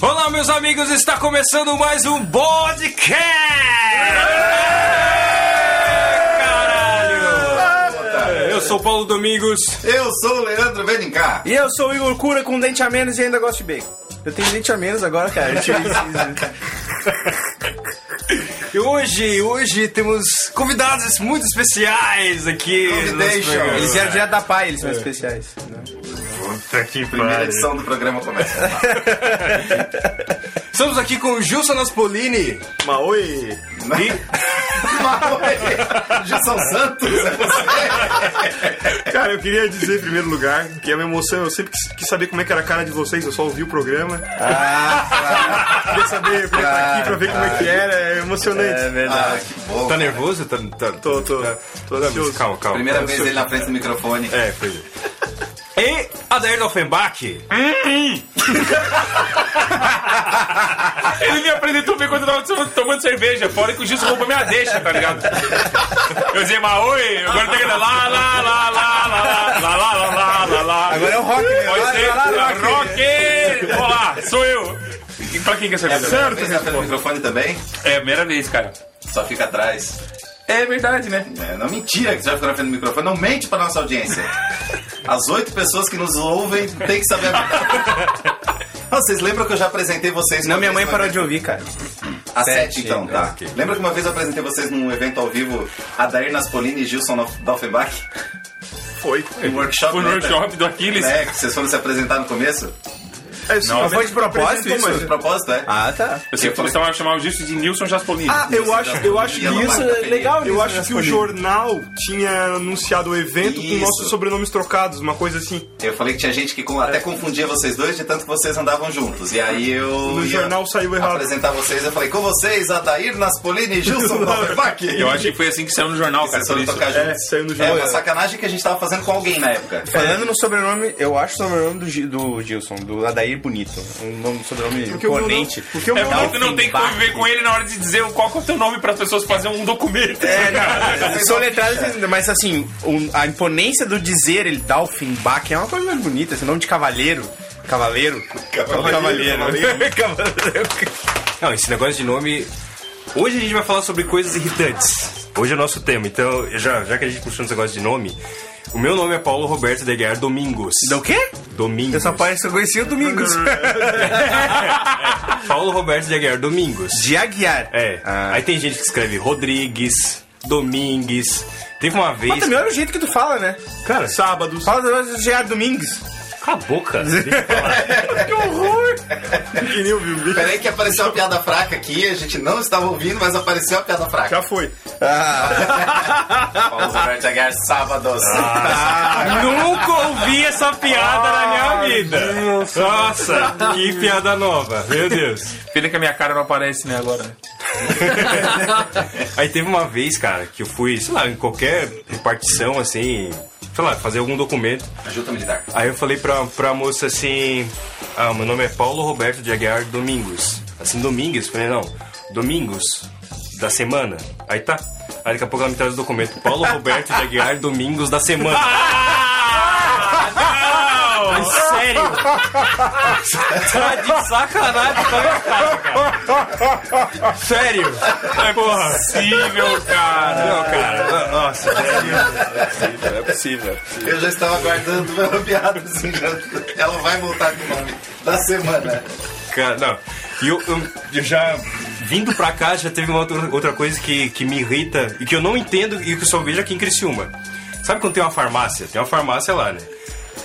Olá, meus amigos, está começando mais um podcast! Caralho! Eu sou Paulo Domingos. Eu sou o Leandro, vem cá. E eu sou o Igor Cura com dente a menos e ainda gosto de bacon. Eu tenho dente a menos agora, cara. Eu tive né? E hoje, hoje temos convidados muito especiais aqui. no nosso Convidation. programa. Eles vieram direto da PAI, eles são especiais. né? Puta que Primeira pariu. edição do programa começa. Estamos aqui com o Gilson Naspolini. Maui. Ah, Gilson Santos, é você? Cara, eu queria dizer em primeiro lugar que é uma emoção. Eu sempre quis, quis saber como é que era a cara de vocês, eu só ouvi o programa. queria saber, eu queria estar aqui pra ver como é que era. É emocionante. Ah, que bom. Tá nervoso? Tá, tá, Tô, tô, tô ansioso. Calma, calma. Primeira Tá vez ansioso. ele na frente do microfone. É, pois é. E Adair Offenbach. Ele me apresentou bem quando eu tava tomando cerveja. Fora que o Gilson roubou minha deixa, tá ligado? Eu dizia, mas oi, agora tem que dar lá, lá, lá, lá, lá, lá, lá, lá, lá, lá, lá. Agora é o rock, né? Pode ser, Lá, lá, lá, rock. rock! Olá, sou eu. E pra quem que é Primeira cerveja? vez na frente do microfone também? É, primeira vez, cara. Só fica atrás. É verdade, né? É, não mentira que você vai ficar na frente do microfone. Não mente pra nossa audiência. As oito pessoas que nos ouvem têm que saber a verdade. Ah, Vocês lembram que eu já apresentei vocês? Não, uma minha vez mãe no parou evento? de ouvir, cara. A sete, Sete, então, né? tá. Ok. Lembra que uma vez eu apresentei vocês num evento ao vivo, Adair Naspolini e Gilson Nof- Dolfenbach? Foi. Um workshop. Foi no né? workshop do Aquiles. É, que vocês foram se apresentar no começo? É, sim, Mas foi de Ah, propósito apresentou, Foi isso? de propósito, é? Ah, tá. Eu sei que vocês estavam a chamar o Gilson de Nilson Jaspolini. Ah, eu acho, eu acho que Ela vai isso na cafeteria. legal né? Eu isso, acho que o Jaspolini. jornal tinha anunciado o evento Isso. com nossos sobrenomes trocados, uma coisa assim. Eu falei que tinha gente que com- até confundia vocês dois de tanto que vocês andavam juntos. E aí eu. No ia jornal saiu errado. Apresentar vocês, eu falei com vocês, Adair Naspolini e Gilson Dolfenbach. Eu acho que foi assim que saiu no jornal, cara. Vocês por foram isso. É, tocar É, juntos. saiu no É jornal. uma sacanagem que a gente tava fazendo com alguém na época. Falando no sobrenome, eu acho o sobrenome do, Gi- do Gilson, do Adair Bonito. Um nome, sobrenome Porque o meu não- imponente. porque o É meu porque não tu não tem que conviver com ele na hora de dizer qual que é o teu nome pras pessoas fazerem um documento. É, não, soletrado, mas assim, o- a imponência do dizer ele dá o Finbach é uma coisa mais bonita, esse nome de cavaleiro. Cavaleiro? Cavaleiro, Cavaleiro. né? Cavaleiro. Não, esse negócio de nome. Hoje a gente vai falar sobre coisas irritantes. Hoje é o nosso tema, então, já, já que a gente puxou esse negócio de nome, o meu nome é Paulo Roberto de Guiar Domingos. Do quê? Domingos. Eu só parece que eu conheci o Domingos. Paulo Roberto de Aguiar Domingos. De Aguiar. É. Ah. Aí tem gente que escreve Rodrigues, Domingues. Teve uma vez. Mas também olha o jeito que tu fala, né? Cara, Sábados. Fala do Aguiar Domingues. cala a boca. Deixa eu falar. Que horror! Que nem eu vi o vídeo. Peraí que apareceu uma piada fraca aqui, a gente não estava ouvindo, mas apareceu a piada fraca. Já foi. Paulo Roberto Aguiar, sábados. Ah. Nunca ouvi essa piada na minha vida. Nossa, que piada nova. Meu Deus. Pena que a minha cara não aparece, né, agora. Aí teve uma vez, cara, que eu fui, sei lá, em qualquer repartição, assim, sei lá, fazer algum documento. Ajuda-me de dar. Aí eu falei pra, pra moça assim: Ah, meu nome é Paulo Roberto de Aguiar Domingos. Assim, Domingues? Falei, não, Domingos da semana. Aí tá. Aí daqui a pouco ela me traz o documento: Paulo Roberto de Aguiar Domingos da semana. Ah, Mas Sério? Tá de sacanagem com a minha cara, cara. Sério? Não é possível, cara. Não, cara. Nossa, sério. Eu já estava aguardando uma piada assim, já- ela vai voltar com o nome da semana. Cara, não. E eu, eu- eu já. Vindo pra cá, já teve uma outra, outra coisa que, que me irrita e que eu não entendo e que eu só vejo aqui em Criciúma. Sabe quando tem uma farmácia? Tem uma farmácia lá, né?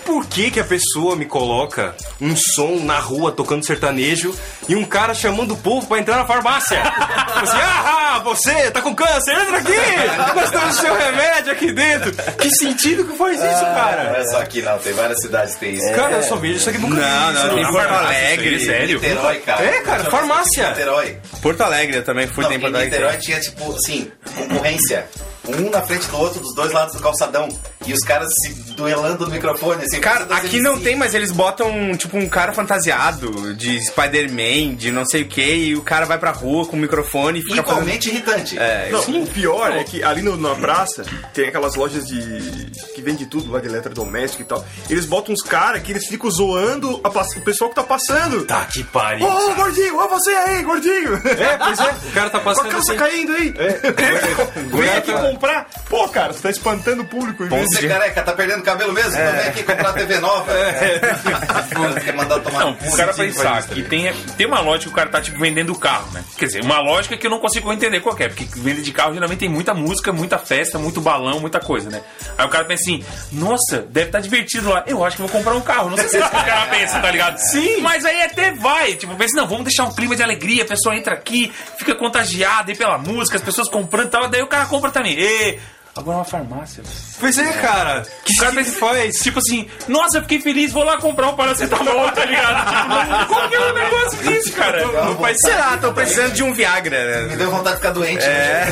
Por que, que a pessoa me coloca um som na rua tocando sertanejo e um cara chamando o povo pra entrar na farmácia? Tipo assim, ah, você tá com câncer, entra aqui! Gostamos do seu remédio aqui dentro! Que sentido que faz isso, É. cara? Olha só aqui, não, tem várias cidades que tem isso. Cara, eu só vejo isso aqui nunca Não, vi isso não, tem na Porto farmácia, Alegre. isso aí, sério? Niterói, cara. É, cara, Eu já farmácia. pensei em Niterói. Porto Alegre, eu também fui Não, tempo em da Niterói tinha, tipo, assim, concorrência. Um na frente do outro, dos dois lados do calçadão. E os caras se duelando no microfone, assim. Cara, todas aqui eles- não tem, mas eles botam, tipo, um cara fantasiado de Spider-Man, de não sei o que, e o cara vai pra rua com o microfone e fica fazendo... Igualmente irritante. Não, o pior é que ali no- na praça tem aquelas lojas de. que vende tudo lá de eletrodoméstico e tal. Eles botam uns caras que eles ficam zoando a pass- o pessoal que tá passando. Tá que pariu. Ô, ô, gordinho, ô você aí, gordinho! É, pois é. O cara tá Com a passando calça assim. caindo aí! Vem aqui comprar! Pô, cara, você tá espantando o público em vez Você de. é careca, tá perdendo cabelo mesmo? Então vem aqui comprar TV nova. Foda-se, Quer mandar tomar um Não, no cu. o cara pensar que tem, tem uma lógica que o cara tá, tipo, vendendo o carro, né? Quer dizer, uma lógica que eu não consigo entender qual que é, porque venda de carro geralmente tem muita música, muita festa, muito balão, muita coisa, né? Aí o cara pensa assim, nossa, deve estar divertido lá, eu acho que vou comprar um carro, não sei se é isso que o cara pensa, tá ligado? Sim! Mas aí até vai, tipo, pensa, não, vamos deixar um clima de alegria, a pessoa entra aqui, fica contagiada aí pela música, as pessoas comprando e tal, daí o cara compra também, e... Agora é uma farmácia. Pois é, cara. Que O cara que pensa, faz? Tipo assim, nossa, eu fiquei feliz, vou lá comprar um paracetamol, tá ligado? Tipo, como que é um negócio desse, cara? Não faz Sei lá, tô precisando de um Viagra, né? Me deu vontade de ficar doente. né?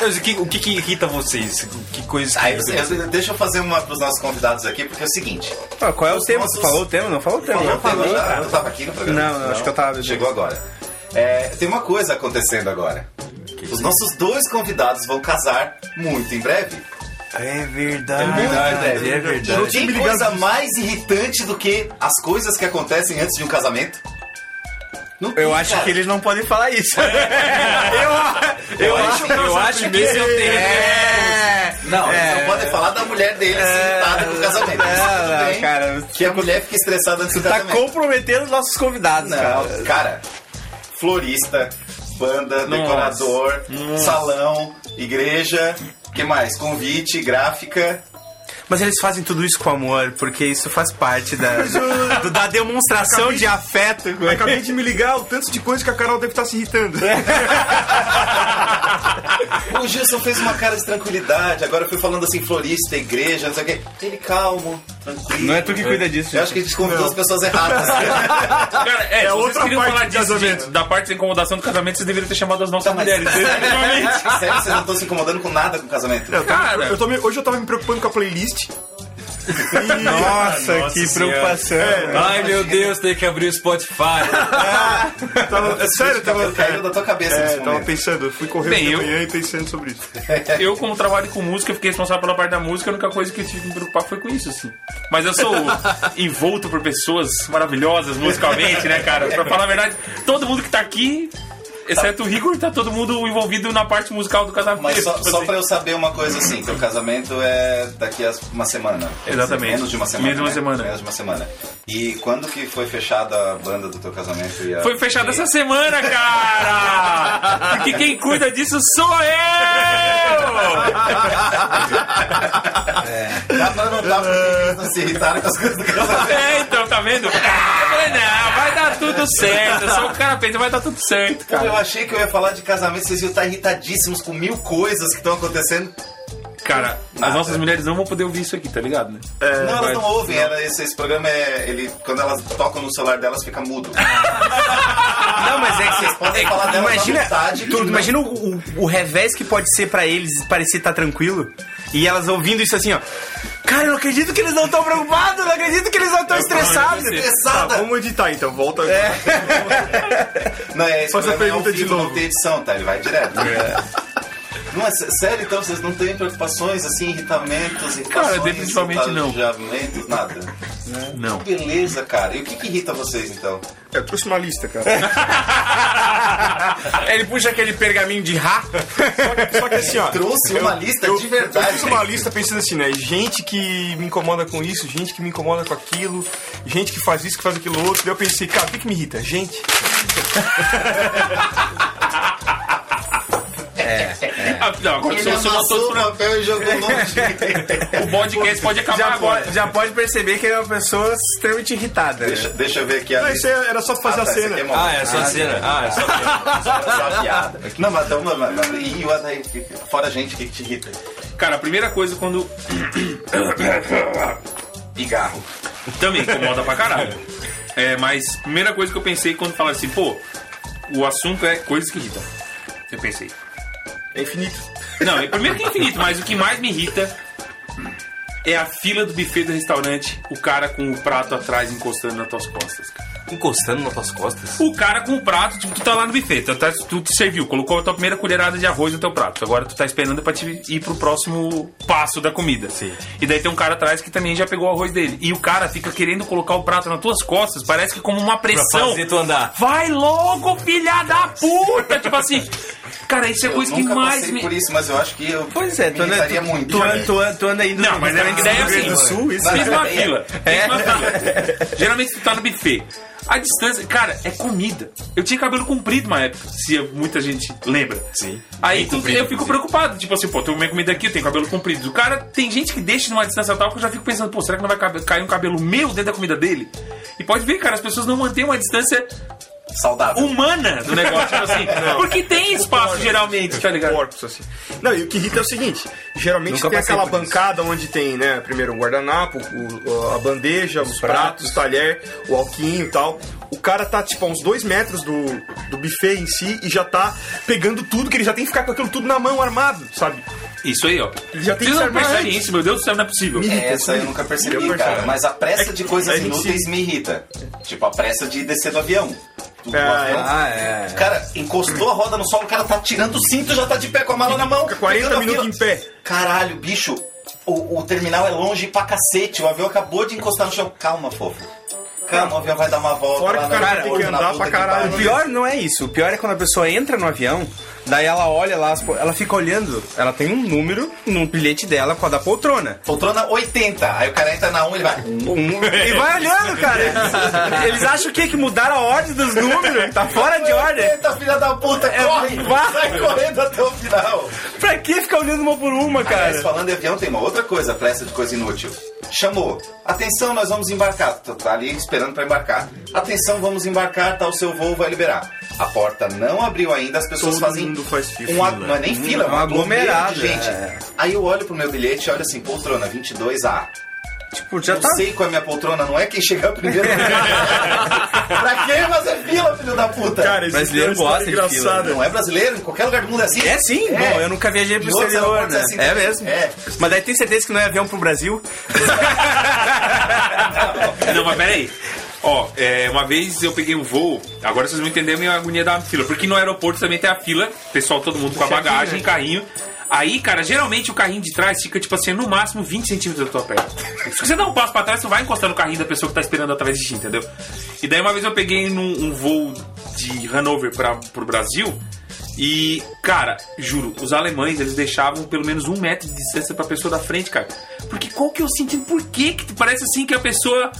Mas O que, o que que irrita vocês? Que coisa que... Aí, você- Assim, eu- deixa eu fazer uma pros nossos convidados aqui, porque é o seguinte. Pô, qual é o Os tema? nossos- Tu falou o tema? Não falou o tema. Eu tava, já- eu tava aqui no programa. Não, não, acho que eu tava bebendo. Chegou agora. É, tem uma coisa acontecendo agora. Os nossos dois convidados vão casar muito em breve. É verdade. Muito breve. É Não verdade. tem coisa mais irritante do que as coisas que acontecem antes de um casamento? Não tem, Eu acho cara. que eles não podem falar isso. eu, eu, acho Eu acho que esse é o terreno. É. Não, eles não É. podem falar da mulher deles irritada com o casamento. Isso Não, Tá tudo não, bem, cara, que a mulher fica estressada antes do Tá casamento. comprometendo os nossos convidados, cara. Não, cara, florista, banda, decorador, salão, igreja, que mais? Convite, gráfica. Mas eles fazem tudo isso com amor, porque isso faz parte da, do- da demonstração de afeto. Acabei de me ligar o tanto de coisa que a Carol deve estar se irritando. O Gilson fez uma cara de tranquilidade, agora eu fui falando assim, florista, igreja, não sei o quê. Ele calmo, tranquilo. Não é tu que cuida disso. Eu acho que a gente convidou as pessoas erradas. né? Cara, é, se vocês outra queriam parte falar do disso, casamento. de- da parte da incomodação do casamento, vocês deveriam ter chamado as nossas Tá, mas- mulheres. definitivamente. Sério, vocês não estão se incomodando com nada com o casamento? Eu tava- Cara. eu tô me- hoje eu tava me preocupando com a playlist. Nossa, Nossa que senhora. preocupação. É, Ai, meu Deus, tem que abrir o Spotify. Tava, é sério, eu tava. Caiu da tua cabeça É, nesse tava momento. pensando, eu fui correr Bem, de eu- manhã e pensando sobre isso. Eu, como trabalho com música, fiquei responsável pela parte da música, a única coisa que eu tive que me preocupar foi com isso, assim. Mas eu sou envolto por pessoas maravilhosas musicalmente, né, cara? Pra falar a verdade, todo mundo que tá aqui, exceto o Rigor, tá todo mundo envolvido na parte musical do casamento. Mas só, tipo só assim. pra eu saber uma coisa assim, teu casamento é daqui a uma semana. Exatamente. Menos de uma semana. Menos de uma né? semana. Menos de uma semana. E quando que foi fechada a banda do teu casamento? E a... Foi fechado essa semana, cara! Porque quem cuida disso sou eu! É, Dá pra notar porque eles não se irritaram com as coisas do casamento. É, então, tá vendo? Eu falei, não, vai dar tudo certo. Só o cara pensa, vai dar tudo certo, Pô, cara. Eu achei que eu ia falar de casamento, vocês iam estar irritadíssimos com mil coisas que estão acontecendo. Cara, Nada. as nossas mulheres não vão poder ouvir isso aqui, tá ligado, né? não, elas mas- não ouvem, ela- esse, esse programa é. Ele, quando elas tocam no celular delas, fica mudo. Não, mas é que Vocês podem falar delas à imagina, vontade. que tu, não- imagina o, o, o revés que pode ser pra eles parecer estar tranquilo. E elas ouvindo isso assim, ó. Cara, eu não acredito que eles não estão preocupados, não acredito que eles não estão estressados. Tá, Estressada! vamos editar então, volta agora. Não, é, esse Faz programa a é ao pergunta de vivo, novo. Não tem edição, tá? Ele vai direto. Não, é sé- sério, então vocês não têm preocupações, assim, irritamentos, irritações, definitivamente não. enojamentos, nada. Né? Não. Que Beleza, cara. E o que, que irrita vocês então? Eu trouxe uma lista, cara. Ele puxa aquele pergaminho de rá. Só que assim, ó. Trouxe uma lista de Eu verdade. trouxe uma lista pensando assim, né? Gente que me incomoda com isso, gente que me incomoda com aquilo, gente que faz isso, que faz aquilo outro. Daí eu pensei, cara, o que, que me irrita? Gente. Ah, não, agora Ele você você botou amassou o papel e jogou longe. o podcast pode acabar Já, agora. pode, já pode perceber que ele é uma pessoa extremamente irritada. né? deixa, deixa eu ver aqui a Ah, isso lista. aí era só fazer a tá, cena. essa aqui é uma- Ah, é só cena. Ah, é só essa é uma piada. Não, mas então, mas- mas- mas- e o Adair, fora a gente, o que que te irrita? Cara, a primeira coisa quando. Pigarro. Também incomoda pra caralho. É, mas primeira coisa que eu pensei quando falaram assim, pô, o assunto é coisas que irritam. Eu pensei, É infinito. Não, é- primeiro que é infinito, mas o que mais me irrita é a fila do buffet do restaurante, o cara com o prato atrás encostando nas tuas costas. cara. Encostando nas tuas costas. O cara com o prato, tipo, tu tá lá no buffet, tu, tá- tu te serviu, colocou a tua primeira colherada de arroz no teu prato. Agora tu tá esperando pra te ir pro próximo passo da comida. Sim. E daí tem um cara atrás que também já pegou o arroz dele. E o cara fica querendo colocar o prato nas tuas costas, parece que como uma Pra pressão. fazer tu andar. Vai logo, filha da puta! tipo assim, cara, isso é Eu coisa que nunca mais passei me. por isso, mas eu acho que eu Pois é, tu me anda, irritaria tu, muito. tu, também. anda- tu, anda- tu anda indo Não, mas a minha ideia é assim. do Sul, isso Fiz uma é. fila. Fiz uma fila. Geralmente tu tá no buffet. A distância, cara, é comida. Eu tinha cabelo comprido uma época, se muita gente lembra. Sim. Aí Bem tu- comprido, eu fico inclusive. preocupado, tipo assim, pô, tem minha comida aqui, eu tenho cabelo comprido. O cara, tem gente que deixa numa distância tal que eu já fico pensando, pô, será que não vai cabe- cair um cabelo meu dentro da comida dele? E pode ver, cara, as pessoas não mantêm uma distância Saudável. humana do negócio, tipo assim. Porque tem espaço geralmente, tá ligado? corpos, assim. Não, e o que irrita é o seguinte: geralmente Nunca tem passei aquela por isso. bancada onde tem, né, primeiro o guardanapo, o- o- a bandeja, os, pratos, o talher, o alquinho e tal. O cara tá, tipo, a uns dois metros do, do buffet em si e já tá pegando tudo, que ele já tem que ficar com aquilo tudo na mão, armado, sabe? Isso aí, ó. Ele já tem Vocês que não armar percebem antes. isso, meu Deus do céu, não é possível. Me irrita, Essa eu assim. nunca Eu percebi, percebo. cara. Mas a pressa de coisas é que inúteis me irrita. Tipo, a pressa de descer do avião. Do É, avião. Ah, é. Cara, encostou a roda no solo, o cara tá tirando o cinto já tá de pé com a mala na mão. Fica 40 pegando a minutos fila. em pé. Caralho, bicho, o, o terminal é longe pra cacete. O avião acabou de encostar no chão. Calma, fofo. Calma, o avião vai dar uma volta. Fora lá que o cara tem que na andar puta pra que caralho. né? pariu. O Pior não é isso. O pior é quando a pessoa entra no avião, daí ela olha lá, as po- ela fica olhando. Ela tem um número no bilhete dela com a da poltrona. Poltrona 80. Aí o cara entra na 1 e ele vai. E vai olhando, cara. Eles acham o quê? Que mudaram a ordem dos números? Tá fora de ordem. Eita, filha da puta, É, corre! vai. Sai correndo até o final. Pra que ficar olhando uma por uma, Mas cara? falando de avião, tem uma outra coisa, pressa de coisa inútil. Chamou. Atenção, nós vamos embarcar. Tu tá ali esperando pra embarcar. Atenção, vamos embarcar, tá? O seu voo vai liberar. A porta não abriu ainda, as pessoas Todo fazem. mundo faz fila. Um, ag- não é nem fila, é Hum, um é um aglomerado, aglomerado. de gente. é. Aí eu olho pro meu bilhete e olho assim, poltrona 22A. Tipo, já Eu tá. sei qual é a minha poltrona, não é quem chegar primeiro. pra quem fazer fila, filho da puta? Cara, esse Brasileiro trânsito é gosta de fila, engraçado. não é brasileiro? Em qualquer lugar do mundo é assim? É sim, bom, eu nunca viajei pro Em outros exterior, aeroportos né? assim é também. mesmo. É. Mas daí tem certeza que não é avião pro Brasil? Não, mas peraí. Ó, é, uma vez eu peguei um voo, agora vocês vão entender a minha agonia da fila. Porque no aeroporto também tem a fila, pessoal, todo mundo com a bagagem, né? carrinho. Aí, cara, geralmente o carrinho de trás fica, tipo assim, no máximo 20 centímetros da tua perna. Se você dá um passo pra trás, você vai encostar no carrinho da pessoa que tá esperando atrás de ti, entendeu? E daí uma vez eu peguei num um voo de Hanover pra, pro Brasil. E, cara, juro, os alemães, eles deixavam pelo menos um metro de distância pra pessoa da frente, cara. Porque qual que é o sentido? Por que que parece assim que a pessoa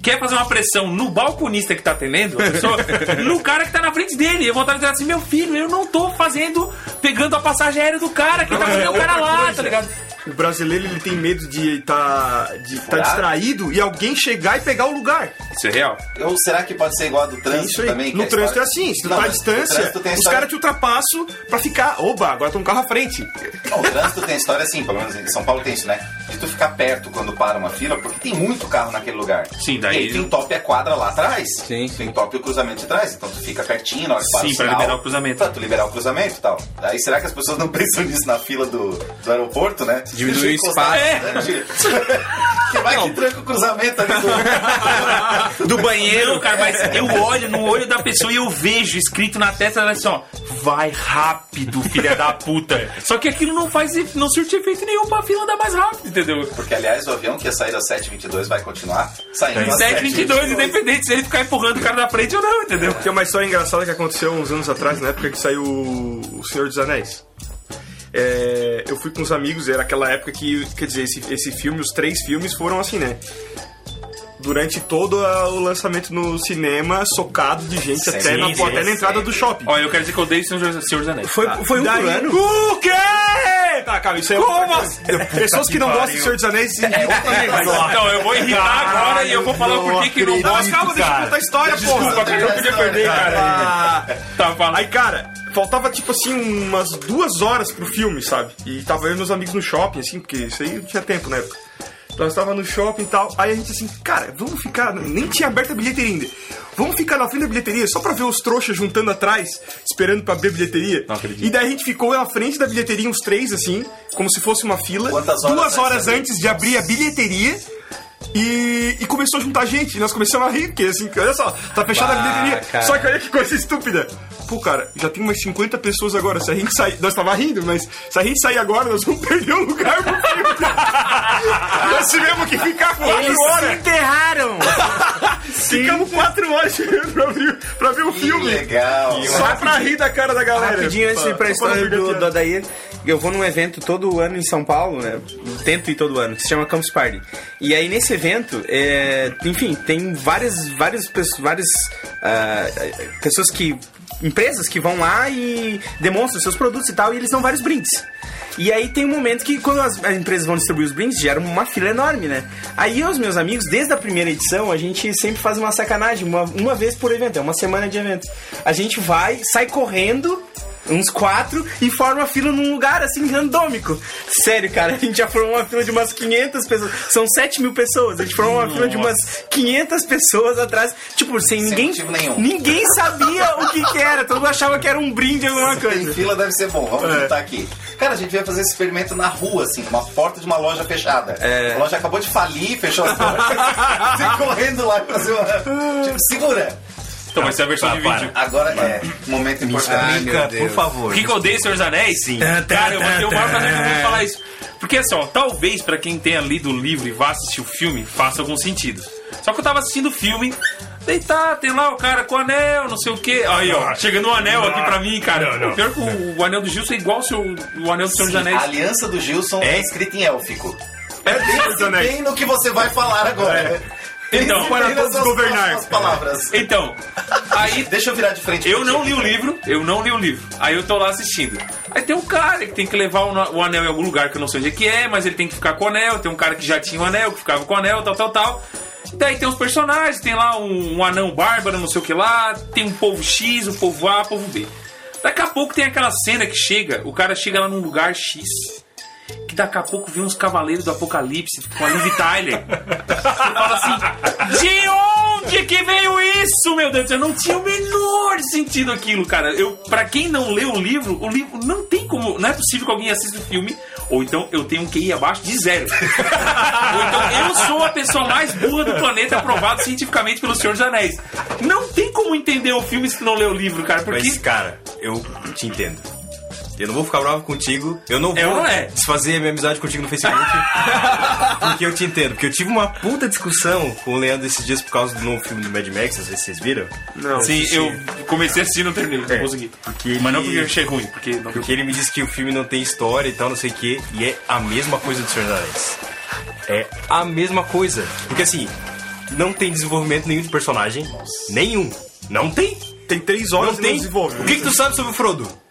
quer fazer uma pressão no balconista que tá atendendo, a pessoa, no cara que tá na frente dele? Eu vontade de dizer assim, meu filho, eu não tô fazendo, pegando a passagem aérea do cara, que tá com o meu cara lá, tá ligado? O brasileiro ele tem medo de tá, de tá Furar? distraído e alguém chegar e pegar o lugar. Isso é real. Ou será que pode ser igual a do trânsito É Isso aí. também? que no a trânsito é história- assim, se tu Não, tá mas à no distância, trânsito tem a os história- caras te ultrapassam pra ficar. Oba, agora tem um carro à frente. Não, o trânsito tem história assim, pelo menos em São Paulo tem isso, né? De tu ficar perto quando para uma fila, porque tem muito carro naquele lugar. Sim, daí- E aí tem um top a quadra lá atrás. Sim, sim. Tem um top o cruzamento de trás, então tu fica pertinho na hora que para Sim, o pra sinal, liberar o cruzamento. Pra tu liberar o cruzamento e tal. Aí será que as pessoas não pensam nisso na fila do, do aeroporto, né? Diminuir Deixa eu o encostar espaço. bastante. que vai que tranca o cruzamento ali do... Do banheiro, Não, cara, É. mas eu olho no olho da pessoa e eu vejo escrito na testa dela assim, ó, vai rápido, filha da puta. Só que aquilo não faz, efe- não surte efeito nenhum pra fila andar mais rápido, entendeu? Porque, aliás, o avião que ia sair às 7h22 vai continuar saindo às 722, 7h22. independente se ele ficar empurrando o cara da frente ou não, entendeu? Tem uma história engraçada que aconteceu uns anos atrás, na época que saiu o o Senhor dos Anéis. É, eu fui com os amigos, era aquela época que, quer dizer, esse, esse filme, os três filmes foram assim, né? Durante todo a- o lançamento no cinema, socado de gente Sim, até, na, sim, Ah. até na entrada sempre. do shopping. Olha, eu quero dizer que eu odeio Senhor dos- Senhor dos Anéis. Foi, foi um por ano? O quê? Tá, calma, isso aí é Como outra assim? coisa. Pessoas que não Que gostam pariu. de Senhor dos Anéis e é Não, Então, eu vou irritar agora e eu vou falar por que que não Não, mas gosto. calma, deixa eu contar a história, porra. Ah, Desculpa, cara, eu não podia perder, cara. Tá, fala. Aí, cara, faltava tipo assim umas duas horas pro filme, sabe? E tava eu e meus amigos no shopping, assim, porque isso aí não tinha tempo na época. Nós tava no shopping e tal. Aí a gente assim, cara, vamos ficar. Nem tinha aberto a bilheteria ainda. Vamos ficar na frente da bilheteria só pra ver os trouxas juntando atrás, esperando pra abrir a bilheteria. Não acredito. E daí a gente ficou na frente da bilheteria, uns três, assim, como se fosse uma fila. Quantas horas duas antes horas de abrir? antes de abrir a bilheteria. E, e começou a juntar gente, e nós começamos a rir, porque assim, olha só, tá fechada a Bah, bilheteria. cara. Só que olha que coisa estúpida. Pô, cara, já tem umas 50 pessoas agora. Se a gente sair. Nós tava rindo, mas se a gente sair agora, nós vamos perder o lugar pro filme. nós tivemos que ficar Eles quatro se horas. enterraram! Ficamos quatro horas chegando pra ver, pra ver o filme. Legal. Só pra rir da cara da galera. Rapidinho, antes de ir pra Só não história perder do, a do piada. Adair, eu vou num evento todo ano em São Paulo, né? Tento ir todo ano, que se chama Campus Party. E aí nesse evento, é, enfim, tem várias, várias, pesso- várias ah, pessoas que. Empresas que vão lá e demonstram seus produtos e tal, e eles dão vários brindes. E aí tem um momento que quando as, as empresas vão distribuir os brindes, gera uma fila enorme, né? Aí eu e os meus amigos, desde a primeira edição, a gente sempre faz uma sacanagem, uma, uma vez por evento, é uma semana de evento. A gente vai, sai correndo, uns quatro, e forma a fila num lugar, assim, randômico. Sério, cara, a gente já formou uma fila de umas 500 pessoas, são 7 mil pessoas, a gente formou uma fila de umas 500 pessoas atrás, tipo, sem, ninguém... motivo nenhum. Ninguém sabia o que que era, todo mundo achava que era um brinde, alguma Tem coisa. fila deve ser bom, vamos juntar aqui. Cara, a gente veio fazer esse experimento na rua, assim, uma porta de uma loja fechada. A loja acabou de falir, fechou as portas. Vem correndo lá pra fazer uma. Tipo, segura! Então vai ser a versão Tá, de para. vídeo. Agora é momento importante. Mica, por Deus. favor. O que que eu odeio, Senhor dos Anéis? Sim. Cara, eu vou ter o maior prazer de poder falar isso. Porque assim, ó, talvez pra quem tenha lido o livro e vá assistir o filme, faça algum sentido. Só que eu tava assistindo o filme, deitar, tem lá o cara com o anel, não sei o quê. Aí, ó, chegando um anel aqui pra mim, cara. Não, não. Pior que o, o anel do Gilson é igual ao seu, o anel do Senhor dos Anéis. A aliança do Gilson é escrita em élfico. É dentro do Pense anel. bem no que você vai falar agora. Pense Então, bem para nas todos suas governar. próximas palavras. Então, aí Deixa eu virar de frente. Eu pra não ti. li o livro, eu não li o livro. Aí eu tô lá assistindo. Aí tem um cara que tem que levar o, na- o anel em algum lugar que eu não sei onde é que é, mas ele tem que ficar com o anel. Tem um cara que já tinha o anel, que ficava com o anel, tal, tal, tal. Daí tem os personagens, tem lá um, um anão bárbaro, não sei o que lá, tem um povo X, um povo A, um povo B. Daqui a pouco tem aquela cena que chega, o cara chega lá num lugar X. Que daqui a pouco vem uns cavaleiros do apocalipse com a Liv Tyler. Você fala assim: de onde que veio isso, meu Deus? Eu não tinha o menor sentido aquilo, cara. Eu, pra quem não lê o livro, o livro não tem como. Não é possível que alguém assista o filme, ou então eu tenho um QI abaixo de zero. ou então eu sou a pessoa mais burra do planeta, aprovado cientificamente pelo Senhor dos Anéis. Não tem como entender o filme se não ler o livro, cara, porque. Mas, cara, eu te entendo. Eu não vou ficar bravo contigo. Eu não vou Eu não é. desfazer a minha amizade contigo no Facebook. porque eu te entendo. Porque eu tive uma puta discussão com o Leandro esses dias por causa do novo filme do Mad Max. Não sei se vocês viram. Não. Sim, eu comecei assim e não terminei, não É, consegui. porque Mas não ele- porque eu achei ruim, porque não Porque ele me disse que o filme não tem história e tal, não sei o quê. E é a mesma coisa do Senhor dos Anéis. É a mesma coisa. Porque assim, não tem desenvolvimento nenhum de personagem. Nenhum. Não tem. Tem três horas não e não tem. desenvolve. O que, que tu sabe sobre o Frodo?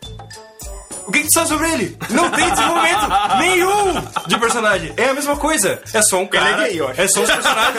O que, que tu sabe sobre ele? Não tem desenvolvimento nenhum de personagem. É a mesma coisa. É só um cara. é gay, eu acho. é só os personagens.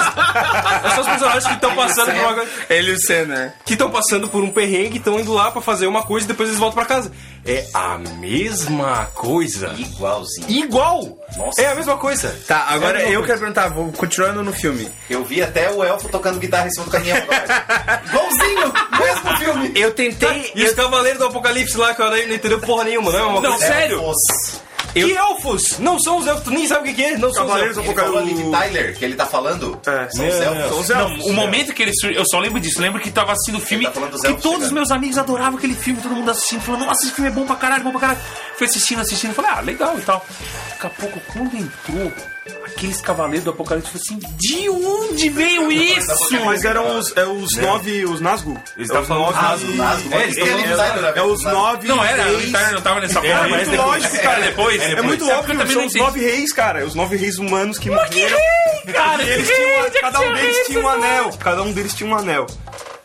é só os personagens que estão passando por uma coisa Ele e o Senna. que estão passando por um perrengue, estão indo lá pra fazer uma coisa e depois eles voltam pra casa. É a mesma coisa. Igualzinho. Igual! Nossa. É a mesma coisa. Tá, agora É a mesma eu coisa. quero perguntar, vou continuando no filme. Eu vi até o elfo tocando guitarra em cima do caminhão agora. Igualzinho! Mesmo filme! Eu tentei. E os Cavaleiros do Apocalipse lá, que eu não entendeu porra nenhuma, não é uma Não, coisa. sério? Elfos. Que elfos? Não são os elfos, tu nem sabe o que, que é, não são os Cavaleiros elfos. do Ele falou a Liv Apocalipse. Tyler, que ele tá falando. É. São os Não, elfos. não. Os Não, elfos. o momento que ele surgiu, eu só lembro disso. Lembro que tava assistindo o filme. tá falando dos que elfos todos os chegando. meus amigos adoravam aquele filme, todo mundo assistindo, falando, nossa, esse filme é bom pra caralho, bom pra caralho. Fui assistindo, assistindo, falei, ah, legal e tal. Daqui a pouco, quando entrou aqueles cavaleiros do Apocalipse, eu falei assim, de onde veio isso? Mas eram os, é os nove, os Nazgûl. Né? Eles É os estavam falando Ah, dos o Nasgo. É, eles estão falando do Tyler, né? É os Nasgo. nove Não era, o reis. Tyler não tava nessa porra. mas muito depois- lógico, É, cara. depois. É muito Sabe óbvio, que eu também são não os entendi. nove reis, cara. Os nove reis humanos que morreram. Cara, um E eles que tinham, rei, cada um Jackson deles Rei, tinha um essas anel. Cada um deles tinha um anel.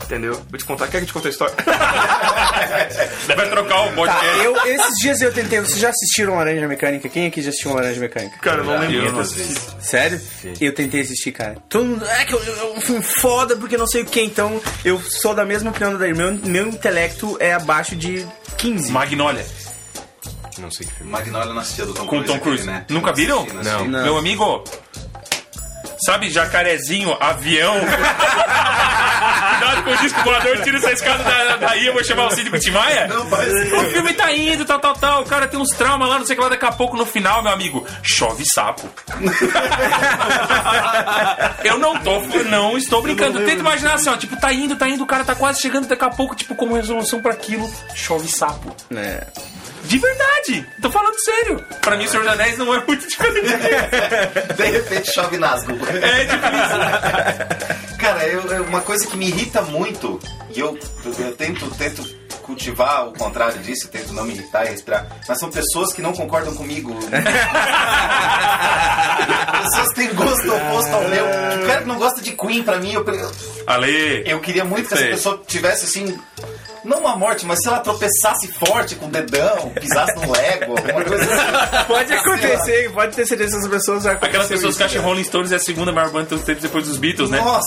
Entendeu? Vou te contar. Quer que eu te conte a história? Vai trocar o Tá, podcast. eu, esses dias eu tentei. Vocês já assistiram Laranja Mecânica? Quem aqui já assistiu Laranja Mecânica? Cara, eu não lembro. Eu não disso. Sério? Eu tentei assistir, cara. Todo mundo. É que eu, eu, um filme foda porque não sei o que, então eu sou da mesma opinião da Daí. Meu, meu intelecto é abaixo de 15. Magnólia. Não sei que filme. Magnolia não assistia do Tom Com Cruise. Tom aquele, Cruise. né? Nunca viram? Assisti, assisti. Não. Meu amigo, Sabe, jacarezinho, avião. Cuidado com o disco voador, tira essa escada da, da Bahia, vou chamar o síndico Timaia. Não faz O isso. filme tá indo, tal, tal, tal. O cara tem uns traumas lá, não sei o que lá. Daqui a pouco, no final, meu amigo, chove sapo. eu não tô, não estou brincando. Tenta imaginar assim, ó. Tipo, tá indo, tá indo, o cara tá quase chegando. Daqui a pouco, tipo, como resolução pra aquilo, chove sapo. É. De verdade. Tô falando sério. Pra mim, o Senhor dos Anéis não é muito diferente. De repente chove nasgo. É né? tipo isso. Cara, eu- é uma coisa que me irrita muito, e eu, eu tento, tento cultivar o contrário disso, eu tento não me irritar e respirar, mas são pessoas que não concordam comigo. pessoas que têm gosto oposto ao meu. O cara que não gosta de Queen, pra mim, eu, Ale. eu queria muito que Sei. essa pessoa tivesse assim. Não uma morte, mas se ela tropeçasse forte com o dedão, pisasse no lego, alguma coisa assim. Pode Sei lá. acontecer, pode ter certeza que essas pessoas já Aquelas aconteceu pessoas isso, que acham cara. Rolling Stones é a segunda maior banda de todos os tempos depois dos Beatles, né? Nossa,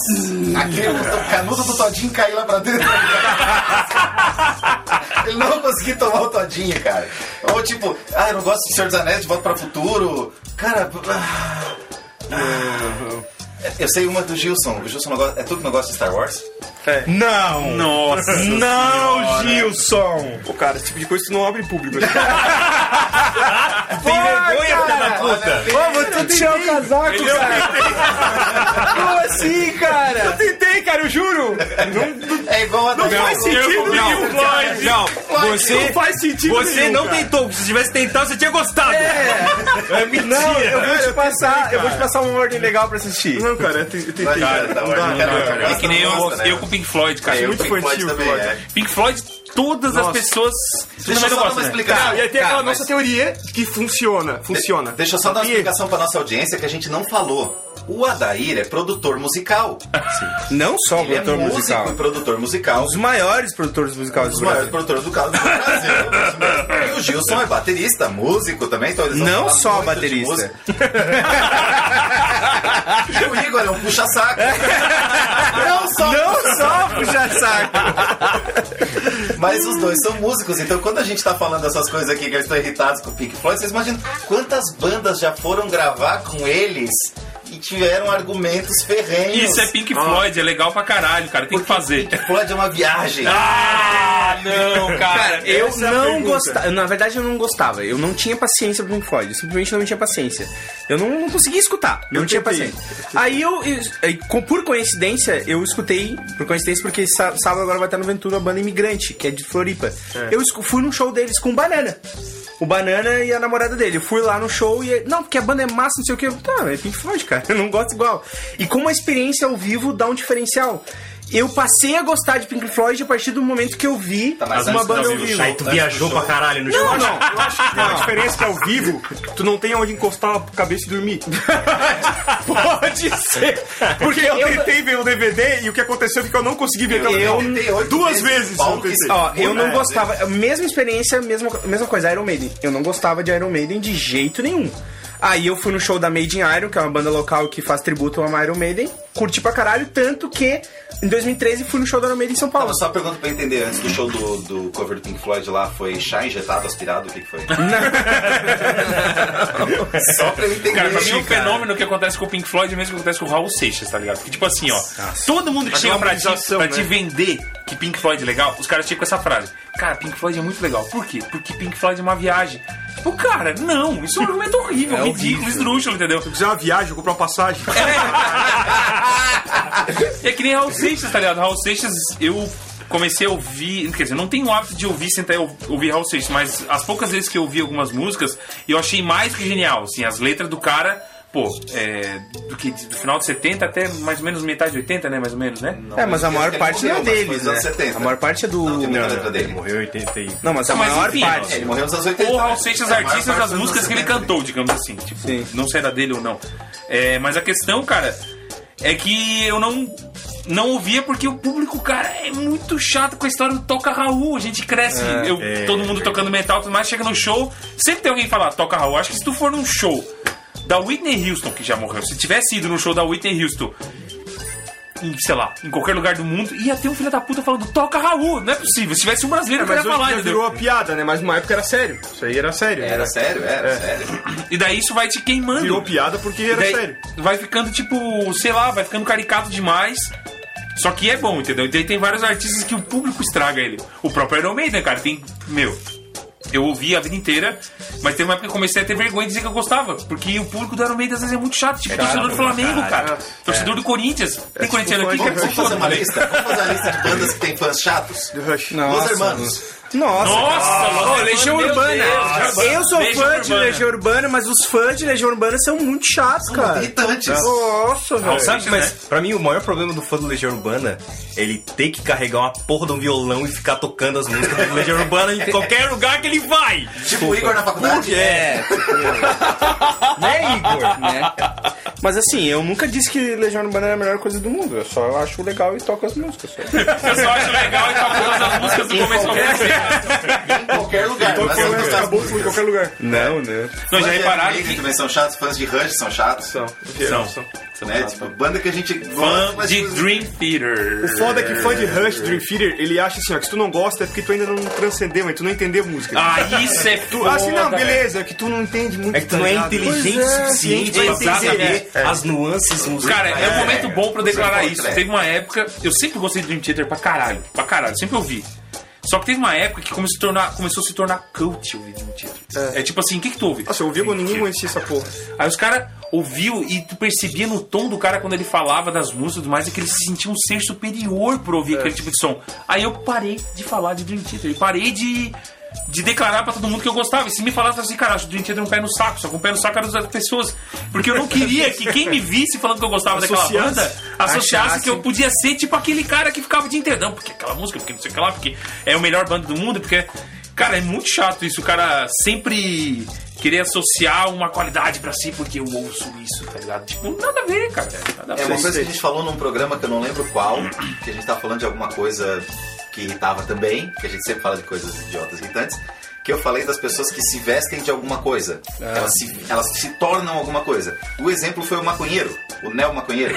aquele o canudo do Todinho caiu lá pra dentro. Ele não conseguiu tomar o Todinho, cara. Ou tipo, ah, eu não gosto de Senhor dos Anéis, de Volta pra Futuro. Cara. ah, ah. Eu sei uma do Gilson. O Gilson não gosta. É tu que não gosta de Star Wars? Não! Nossa Não, Gilson! Pô, cara, esse tipo de coisa tu não abre em público. Tem vergonha, filha da Puta. Ô, vou tu tirar o casaco, cara! Como assim, cara? Eu tentei, cara, eu juro! É igual a Não faz sentido nenhum, um Floyd. não, Não você, faz sentido você nenhum, não cara. tentou. Se tivesse tentado, você tinha gostado. É, mentira. Não, eu vou te passar, eu vou te passar uma ordem legal pra assistir. Não, cara, eu te- eu tentei. Cara, cara. tá Não dá, ótimo. cara. Cara, É que nem eu, Nossa, né? eu com o Pink Floyd, cara. É, muito muito infantil, infantil também. Floyd. É. Pink Floyd, todas as Nossa. pessoas. Deixa eu Mas só dar gosto, uma né? explicação. Tá, E aí tem aquela Cara, mas- nossa teoria que funciona. Funciona. Deixa eu só dar uma E- explicação pra nossa audiência que a gente não falou. O Adair é produtor musical. Não só o Ele é produtor músico musical. e produtor musical. Os maiores produtores musicais Os do maiores Brasil. produtores do caso do Brasil. isso mesmo. E o Gilson é baterista, músico também, então eles vão Não falar só muito de baterista. música. E o Igor é um puxa-saco. Não só. Não só puxa saco! Mas os dois são músicos, então quando a gente tá falando essas coisas aqui que eles estão irritados com o Pink Floyd, vocês imaginam quantas bandas já foram gravar com eles e tiveram argumentos ferrenhos. Isso é Pink Floyd, é legal pra caralho, cara. Tem que fazer. Pink Floyd é uma viagem. Ah, não, cara. Cara, eu Essa é a não pergunta. gostava. Na verdade, eu não gostava. Eu não tinha paciência pro Pink Floyd. Eu simplesmente não tinha paciência. Eu não, não conseguia escutar. Não Eu tinha tentei. paciência. Aí eu, eu- aí, com- Por coincidência, eu escutei. Por coincidência, porque sá- sábado agora vai estar no Ventura a banda Imigrante, que é de Floripa. Eu escu- fui num show deles com o Banana. O Banana e a namorada dele. Eu fui lá no show e. Não, porque a banda é massa, não sei o que. Tá, é Pink Floyd, cara. Eu não gosto igual. E como a experiência ao vivo dá um diferencial. Eu passei a gostar de Pink Floyd a partir do momento que eu vi Tá, mas uma antes banda não, ao viu, vivo. Aí tu viajou pra caralho no Não, jogo. não. Eu acho que tem uma diferença é que ao vivo, tu não tem onde encostar a cabeça e dormir. Pode ser. Porque eu, Eu- tentei ver o DVD e o que aconteceu é que eu não consegui ver pela Eu- TV. duas vezes. Paulo eu tentei. que- Ó, eu não É. gostava. a Mesma experiência, mesma, mesma coisa, Iron Maiden. Eu não gostava de Iron Maiden de jeito nenhum. Aí eu fui no show da Made in Iron, que é uma banda local que faz tributo a Iron Maiden. Curti pra caralho, tanto que em 2013 fui no show da Iron Maiden em São Paulo. Só uma pergunta pra eu entender, antes do show do, do cover do Pink Floyd lá, foi chá injetado, aspirado, o que, que foi? Só pra eu entender. Cara, pra mim é um cara. fenômeno que acontece com o Pink Floyd é o mesmo que acontece com o Raul Seixas, tá ligado? Porque, tipo assim, ó, todo mundo que chega pra, ti, glamorização, pra né? te vender que Pink Floyd é legal, os caras chegam com essa frase. Cara, Pink Floyd é muito legal. Por quê? Porque Pink Floyd é uma viagem. Tipo, cara, não, isso é um argumento horrível, ridículo, esdrúxulo, entendeu? Tipo, Fizer uma viagem, comprar uma passagem. É. E é que nem Raul Seixas, tá ligado? Raul Seixas, eu comecei a ouvir. Quer dizer, não tenho o hábito de ouvir sentar e ou- ouvir Raul Seixas, mas as poucas vezes que eu ouvi algumas músicas, eu achei mais que genial. Assim, as letras do cara, pô, é, do que do final de 70 até mais ou menos metade de 80, né? Mais ou menos, né? é, mas a maior Ele parte não é morreu, mas foi deles, nos né? anos 70. A maior parte é do. Não, tem muita Não, letra dele. Morreu em 80 e... não, mas a Não, mas maior enfim, É, parte. Ele morreu nos anos 80. ou né? Raul Seixas, É, a maior artistas parte das dos músicas anos que ele 70. cantou, digamos assim. Tipo, Sim. não sei era dele ou não. É, mas a questão, cara, é que eu não. Não ouvia porque o público, cara, é muito chato com a história do Toca Raul. A gente cresce, É. eu- É. todo mundo tocando metal e tudo mais, chega no show, sempre tem alguém falar Toca Raul. Acho que se tu for num show da Whitney Houston, que já morreu, se tivesse ido no show da Whitney Houston em, sei lá, em qualquer lugar do mundo, ia ter um filho da puta falando, toca Raul, não é possível. Se tivesse um É, brasileiro, eu não mas ia hoje falar, já entendeu? virou a piada, né? Mas numa época era sério. Isso aí era sério. Era né? sério, era sério. E daí isso vai te queimando. Virou piada porque era Daí sério. Vai ficando tipo, sei lá, vai ficando caricato demais. Só que é bom, entendeu? E daí tem vários artistas que o público estraga ele. O próprio Iron Maiden, cara, tem. Meu. Eu ouvi a vida inteira, mas teve uma época que eu comecei a ter vergonha de dizer que eu gostava. Porque o público do Iron Maiden às vezes é muito chato. Tipo, torcedor do Flamengo, cara. Torcedor do Corinthians. Tem corintiano aqui que é Vamos, vamos fazer foda uma também. lista? Vamos fazer uma lista de bandas que tem fãs chatos? Do Rush. Los Nossa, Hermanos. Nossa, Nossa, cara. Los Ô, Legião Hermanos, Urbana. meu Deus, Legião Urbana. eu sou Legião fã de Urbana. Legião Urbana, mas os fãs de Legião Urbana são muito chatos, cara. Irritantes. Nossa, velho. Sabe, Isso, mas né? pra mim o maior problema do fã do Legião Urbana é ele ter que carregar uma porra de um violão e ficar tocando as músicas do Legião Urbana em qualquer lugar que ele vai. Tipo o Igor na faculdade. É. né, Igor? Mas assim, eu nunca disse que Legião Urbana era a melhor coisa do mundo. Eu só acho legal e toco as músicas. só. Eu só acho legal e tocar todas as músicas do começo ao fim. Em qualquer lugar. Mas Qualquer são lugar, é um gostar acabou em qualquer lugar. Não, né? Não, já Fãs de repararam Iron Maiden que também são chatos, fãs de Rush são chatos. São. São. são. né? Tipo, banda que a gente gosta, fã mas de tipo, Dream Theater. O foda é que fã de Rush, Dream Theater, ele acha assim, ó, que se tu não gosta é porque tu ainda não transcendeu, mas tu não entendeu música. Ah, isso é tu, ah, assim, não, foda, velho. beleza, é que tu não entende muito. É que tu não é tá ligado? inteligente o Pois é. suficiente pra Exatamente. né? perceber as nuances musicais. Cara, é, um momento bom pra eu declarar é, isso. é. Teve uma época, eu sempre gostei de Dream Theater pra caralho, pra caralho, sempre ouvi. Só que teve uma época que começou a se tornar, começou a se tornar cult ouvir Dream Theater. É. tipo assim, o que que tu ouve? Nossa, eu ouvi quando ninguém É. conhecia essa porra. Aí os caras ouviu e tu percebia no tom do cara quando ele falava das músicas e tudo mais, é que ele se sentia um ser superior por ouvir aquele tipo de som. Aí eu parei de falar de Dream Theater e parei de, de declarar pra todo mundo que eu gostava. E se me falasse assim, cara, acho Dream Theater um pé no saco, só que um pé no saco era das pessoas. Porque eu não queria que quem me visse falando que eu gostava daquela Associasse. banda associasse Achasse. que eu podia ser tipo aquele cara que ficava o dia inteiro. Não, porque aquela música, porque não sei o que lá, porque é o melhor banda do mundo, porque. Cara, é muito chato isso. O cara sempre querer associar uma qualidade pra si, porque eu ouço isso, tá ligado? Tipo, nada a ver, cara. Nada a É ver. uma coisa que a gente falou num programa que eu não lembro qual, que a gente tava falando de alguma coisa que irritava também, que a gente sempre fala de coisas idiotas irritantes, que eu falei das pessoas que se vestem de alguma coisa. Ah. Elas, se, elas se tornam alguma coisa. O exemplo foi o maconheiro, o Neo Maconheiro,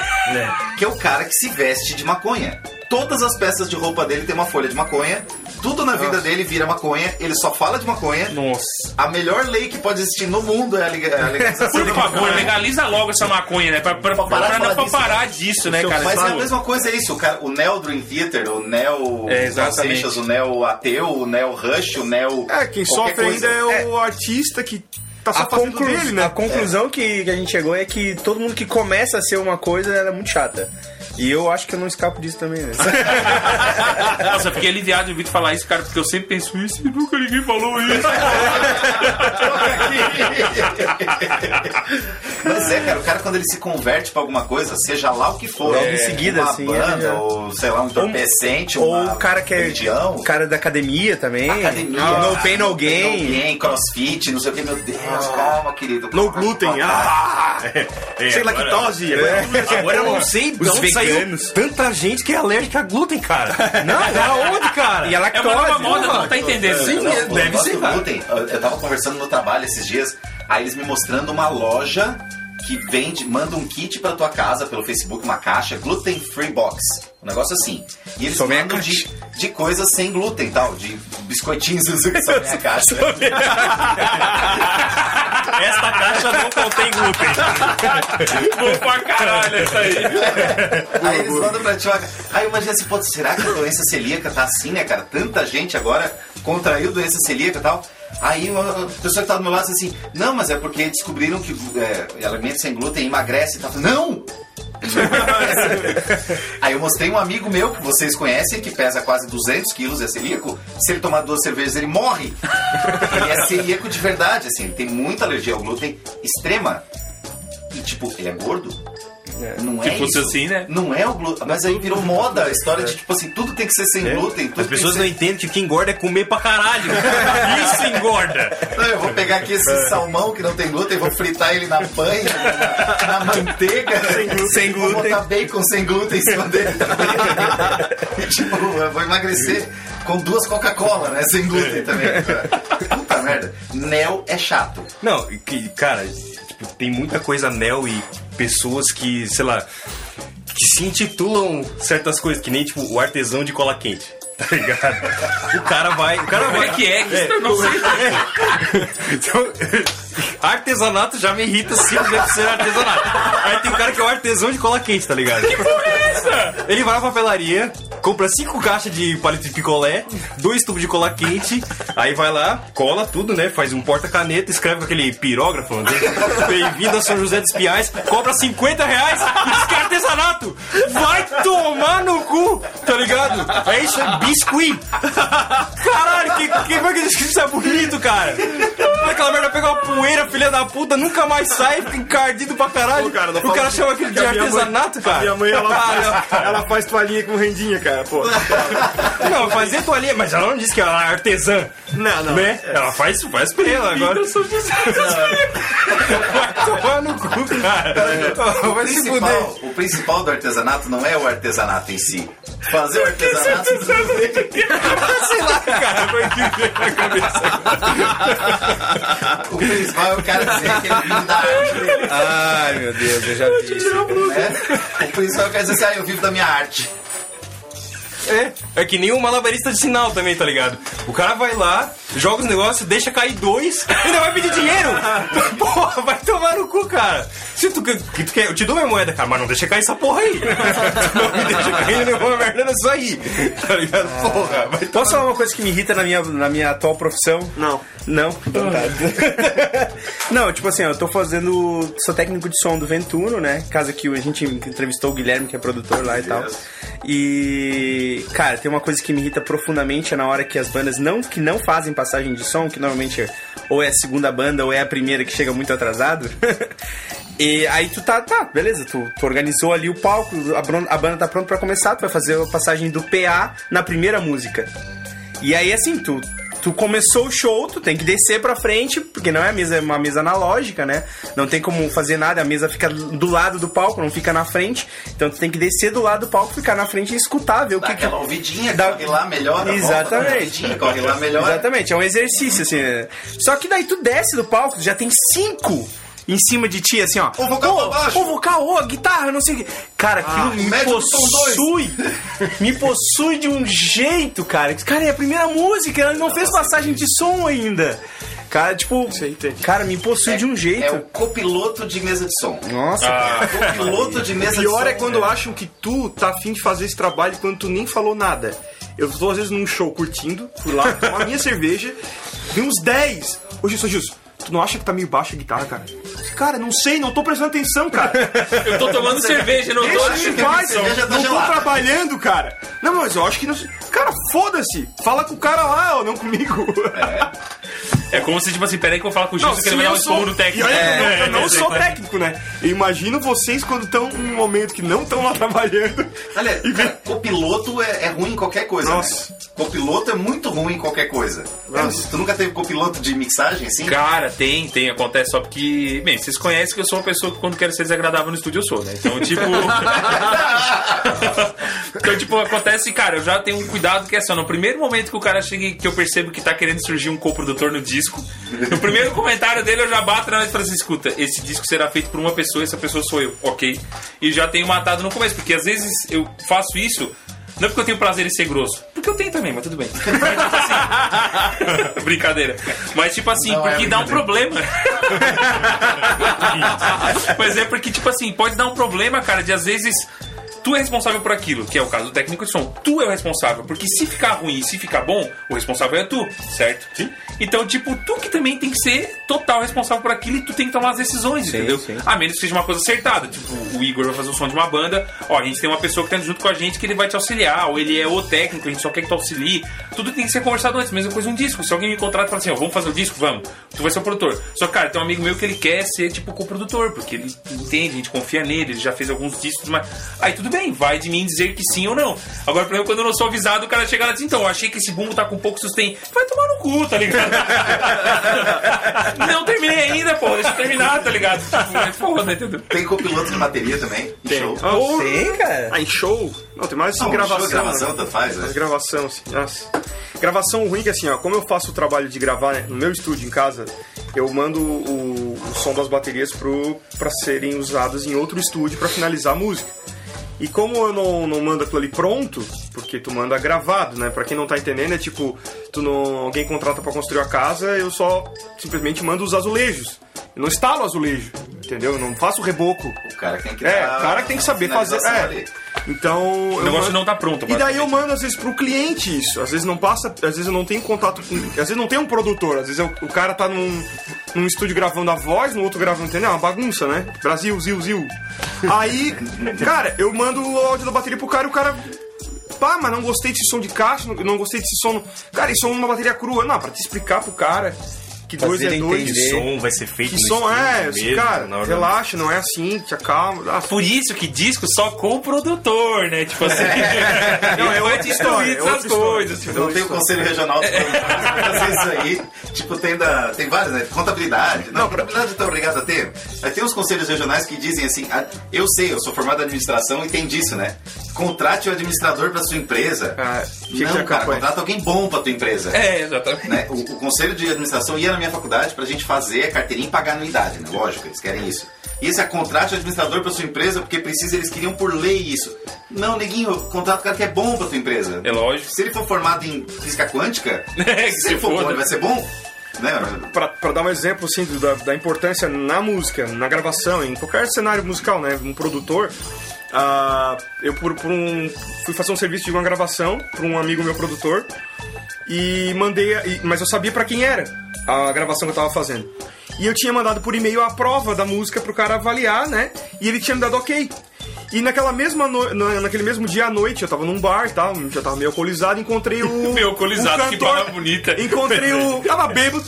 que é o cara que se veste de maconha. Todas as peças de roupa dele tem uma folha de maconha, tudo na vida dele vira maconha, ele só fala de maconha. Nossa. A melhor lei que pode existir no mundo é a lega- a legalização Por da favor, né? maconha. legaliza logo essa maconha, né? Pra, pra, pra, parar de falar pra- pra disso, parar disso, né, cara? Mas é a Essa- mesma coisa é isso, o, cara, o Neo Dream Theater, o Neo É, exatamente. Salsichas, o Neo Ateu, o Neo Rush, o Neo. É, quem qualquer sofre coisa. ainda é o artista que tá A, só fazendo conclu- dele, né? a conclusão que, que a gente chegou é que todo mundo que começa a ser uma coisa era muito chata. E eu acho que eu não escapo disso também, né? Nossa, eu fiquei aliviado de ouvir tu falar isso, cara, porque eu sempre penso isso e nunca ninguém falou isso. Mas é, cara, o cara quando ele se converte pra alguma coisa, seja lá o que for, Logo em seguida, uma assim, banda, ele já- ou sei lá, um entorpecente, Ou uma o cara que é. religião, O cara da academia também. academia, Ah, No cara, pain, no gain. alguém, crossfit, não sei o que, meu Deus, calma, querido. No glúten, tá. ah! sem É, agora- É. lactose. Agora eu não sei de né? Os onde saiu veganos. tanta gente que é alérgica a glúten, cara. Não, da onde, cara? E a É lactose. uma nova moda, tu não tá entendendo. Sim. é, Não, pô, deve eu gosto ser, do cara. glúten. Eu, eu tava conversando no trabalho esses dias, aí eles me mostrando uma loja que vende, manda um kit pra tua casa pelo Facebook, uma caixa, Gluten Free Box. Um negócio assim. E eles Tomei a mandam de, caixa. de coisas sem glúten e tal, de biscoitinhos não sei o que são nessa caixa. Esta caixa não contém glúten. Bom pra caralho é isso aí. Aí eles mandam pra ti uma... Aí imagina assim, pô, será que a doença celíaca tá assim, né, cara? Tanta gente agora contraiu doença celíaca e tal. Aí uma pessoa que tá do meu lado diz assim, não, mas é porque descobriram que é, alimentos sem glúten emagrece e tal. Não! Aí eu mostrei um amigo meu que vocês conhecem, que pesa quase 200 quilos, é celíaco. Se ele tomar duas cervejas, ele morre. Ele é celíaco de verdade, assim, ele tem muita alergia ao glúten extrema. E tipo, ele é gordo? Não é Se fosse isso. assim, né? Não é o glúten. Mas aí virou moda a história de, tipo assim, tudo tem que ser sem glúten. Tudo É. As pessoas não tem que entendem que o que engorda é comer pra caralho. Isso engorda. ser... não... Eu vou pegar aqui É. esse salmão que não tem glúten, vou fritar ele na banha, na, na manteiga. Sem glúten. Sem Vou glúten. botar bacon sem glúten em cima dele. e, tipo, eu vou emagrecer com duas Coca-Cola, né? Sem glúten também. Puta merda. Neo é chato. Não, e que, cara, tipo, tem muita coisa anel e pessoas que, sei lá, que se intitulam certas coisas, que nem tipo o artesão de cola quente. Tá ligado? O cara vai. O cara Como é vai. que é? Que isso eu não sei. Então, artesanato já me irrita simplesmente por ser artesanato. Aí tem um cara que é o artesão de cola quente, tá ligado? Que porra é essa? Ele vai na papelaria, compra cinco caixas de palito de picolé, dois tubos de cola quente, aí vai lá, cola tudo, né? Faz um porta-caneta, escreve com aquele pirógrafo, né? Bem-vindo a São José dos Piais, cobra 50 reais e diz que é artesanato. Vai tomar no cu, tá ligado? É isso, é biscuit. Caralho, que, que foi que disse que isso é bonito, cara? é Aquela merda pega uma poeira, filha da puta, nunca mais sai, fica encardido pra caralho. Pô, cara, não o fala cara isso, chama aquilo de porque a minha mãe- artesanato, cara. Ah, A minha mãe, ela Cara, faz, ela faz toalhinha com rendinha, cara, pô. Não, fazer toalhinha, mas ela não disse que ela é artesã, Não, não. né? Ela faz, faz pela agora. Vai tomar no cu, é cara. O Vai se fuder. principal, o principal do artesanato não é o artesanato em si. Fazer o artesanato. Sei lá, cara, foi que veio na cabeça. O principal é o cara dizer que ele vive da arte dele. Ai, meu Deus, eu já vi isso. Né? O principal é o cara dizer assim, ah, eu vivo da minha arte. É, é que nem um malabarista de sinal também, tá ligado? O cara vai lá, joga os negócios, deixa cair dois, ainda vai pedir dinheiro! porra, vai tomar no cu, cara! Se tu, que- que tu quer, eu te dou minha moeda, cara, mas não deixa cair essa porra aí! não me deixa cair nenhuma merda nisso aí! Tá ligado? Porra, vai tomar Posso falar uma coisa que me irrita na minha, na minha atual profissão? Não. Não? Então tá. Não, tipo assim, ó, eu tô fazendo. Sou técnico de som do Ventuno, né? Caso que a gente entrevistou o Guilherme, que é produtor lá e tal. E. Cara, tem uma coisa que me irrita profundamente é na hora que as bandas não, que não fazem passagem de som, que normalmente é- ou é a segunda banda ou é a primeira que chega muito atrasado. E aí tu tá, tá, beleza, tu, tu organizou ali o palco, a, bron- a banda tá pronta pra começar, tu vai fazer a passagem do PA na primeira música. E aí, assim, tu, tu começou o show, tu tem que descer pra frente, porque não é a mesa, é uma mesa analógica, né? Não tem como fazer nada, a mesa fica do lado do palco, não fica na frente. Então tu tem que descer do lado do palco, ficar na frente e escutar, ver o Dá que. que- aquela ouvidinha, Dá- corre lá, melhora. volta, dá uma Exatamente. ouvidinha, corre lá, melhora. Exatamente, é um exercício, assim. né? Só que daí tu desce do palco, já tem cinco em cima de ti, assim, ó. O vocal pra baixo. O vocal, ô, a guitarra, não sei o que. Cara, aquilo me médio do tom dois. possui. me possui de um jeito, cara. Cara, é a primeira música, ela não fez passagem de som ainda. Cara, tipo. Cara, me possui de um É o jeito. copiloto de mesa de som. Nossa, Copiloto de mesa de som. Pior é quando acham que tu tá afim de fazer esse trabalho quando tu nem falou nada. Eu tô às vezes num show curtindo, fui lá com a minha cerveja, vi uns 10. Ô Gilson, Gilson, tu não acha que tá meio baixa a guitarra, cara? Cara, não sei, não tô prestando atenção, cara. Eu tô tomando cerveja, não tô Deixa achando em paz, que cerveja não tá tô gelada. trabalhando, cara. Não, mas eu acho que não. Cara, foda-se! Fala com o cara lá, ó, não comigo. É como se, tipo assim, peraí que eu vou falar com o Não, Gilson que se ele vai dar um eu esporro sou. no E técnico. olha, que eu não- É, eu não é, sou é. técnico, né? Eu imagino vocês quando estão num momento que não estão lá trabalhando. Olha, e vem- cara, copiloto é, é ruim em qualquer coisa. Nossa. Né? Copiloto é muito ruim em qualquer coisa. Nossa. É, tu nunca teve copiloto de mixagem assim? Cara, tem, tem, acontece só porque. Bem, vocês conhecem que eu sou uma pessoa que quando quero ser desagradável no estúdio eu sou, né? Então, tipo. então, tipo, acontece, cara, eu já tenho um cuidado que é só, no primeiro momento que o cara chega e que eu percebo que tá querendo surgir um coprodutor no disco, no primeiro comentário dele eu já bato na mesa e falo assim: escuta, esse disco será feito por uma pessoa, essa pessoa sou eu, ok? E já tenho matado no começo, porque às vezes eu faço isso. Não é porque eu tenho prazer em ser grosso. Porque eu tenho também, mas tudo bem. Brincadeira. Mas tipo assim, Não é porque dá um problema. Mas é porque, tipo assim, pode dar um problema, cara, de às vezes. Tu é responsável por aquilo, que é o caso do técnico de som. Tu é o responsável, porque se ficar ruim e se ficar bom, o responsável é tu, certo? Sim. Então, tipo, tu que também tem que ser total responsável por aquilo e tu tem que tomar as decisões, entendeu? sim. A Ah, menos que seja uma coisa acertada. Tipo, o Igor vai fazer o som de uma banda, ó, a gente tem uma pessoa que tá indo junto com a gente que ele vai te auxiliar, ou ele é o técnico, a gente só quer que tu auxilie. Tudo tem que ser conversado antes. Mesma coisa um disco. Se alguém me contrata e fala assim, ó, vamos fazer o disco? Vamos. Tu vai ser o produtor. Só que, cara, tem um amigo meu que ele quer ser, tipo, co-produtor, porque ele entende, a gente confia nele, ele já fez alguns discos, mas. Aí tudo bem, vai de mim dizer que sim ou não. Agora, por exemplo, quando eu não sou avisado, o cara chega lá e diz, então, eu achei que esse bumbo tá com pouco sustento. Vai tomar no cu, tá ligado? não terminei ainda, pô, deixa eu terminar, tá ligado? Tipo, é foda, entendeu? Tem copiloto de bateria também? Tem. Show. Ah, ou- tem, cara. Ah, em show? Não, tem mais assim, Não, gravação. show, gravação, né? tanto faz, né? Mas gravação, assim, nossa. Gravação ruim que assim, ó, como eu faço o trabalho de gravar né, no meu estúdio em casa, eu mando o, o som das baterias pro, pra serem usadas em outro estúdio pra finalizar a música. E como eu não, não mando aquilo ali pronto, porque tu manda gravado, né? Pra quem não tá entendendo, é tipo, tu não, alguém contrata pra construir a casa, eu só simplesmente mando os azulejos. Eu não instalo azulejo, entendeu? Eu não faço reboco. O cara tem que É, dar o cara tem que saber a fazer. Ah, finalização é. ali. Então. O negócio não tá pronto, E daí eu basicamente. mando, às vezes, pro cliente isso. Às vezes não passa, às vezes eu não tenho contato com. Às vezes não tem um produtor, às vezes é o, o cara tá num, num estúdio gravando a voz, no outro gravando, entendeu? É uma bagunça, né? Brasil, zil, zil. Aí, cara, eu mando o áudio da bateria pro cara e o cara. Pá, mas não gostei desse som de caixa, não, não gostei desse som. Cara, isso é uma bateria crua. Não, pra te explicar pro cara que dois Fazer é ele dois. Que som vai ser feito Que no som é, estúdio mesmo, cara, na hora da- relaxa, não é assim, te acalma. Ah, Por isso que disco só com o produtor, né? Tipo assim. não, é outra história, é outra as coisas. história. tipo, Não tem o conselho regional pra É. fazer isso aí. Tipo, tem, da, tem vários, né? Contabilidade. Não, contabilidade tá obrigado a ter. Aí tem uns conselhos regionais que dizem assim: ah, eu sei, eu sou formado em administração e tem disso, né? Contrate o administrador pra sua empresa. Ah, tinha que ter Não, cara, campanha. contrata alguém bom pra tua empresa. É, exatamente. né? O, o conselho de administração ia na minha faculdade pra gente fazer a carteirinha e pagar anuidade, né? Lógico, eles querem isso. E esse é contrato de administrador pra sua empresa, porque precisa, eles queriam por lei isso. Não, neguinho, contrata o cara que é bom pra tua empresa. É lógico. Se ele for formado em física quântica, É, que se, se ele for bom, foda. ele vai ser bom. Né? Pra, pra dar um exemplo, assim, do- da, da importância na música, na gravação, em qualquer cenário musical, né? Um produtor, ah, eu por, por um, fui fazer um serviço de uma gravação pra um amigo meu produtor e mandei, a- e- mas eu sabia pra quem era a gravação que eu tava fazendo. E eu tinha mandado por e-mail a prova da música pro cara avaliar, né? E ele tinha me dado ok. E naquela mesma no- na- naquele mesmo dia à noite, eu tava num bar e tal, já tava meio alcoolizado, encontrei o. Meio alcoolizado, o que cantor- barra bonita. Encontrei o. Tava bêbado.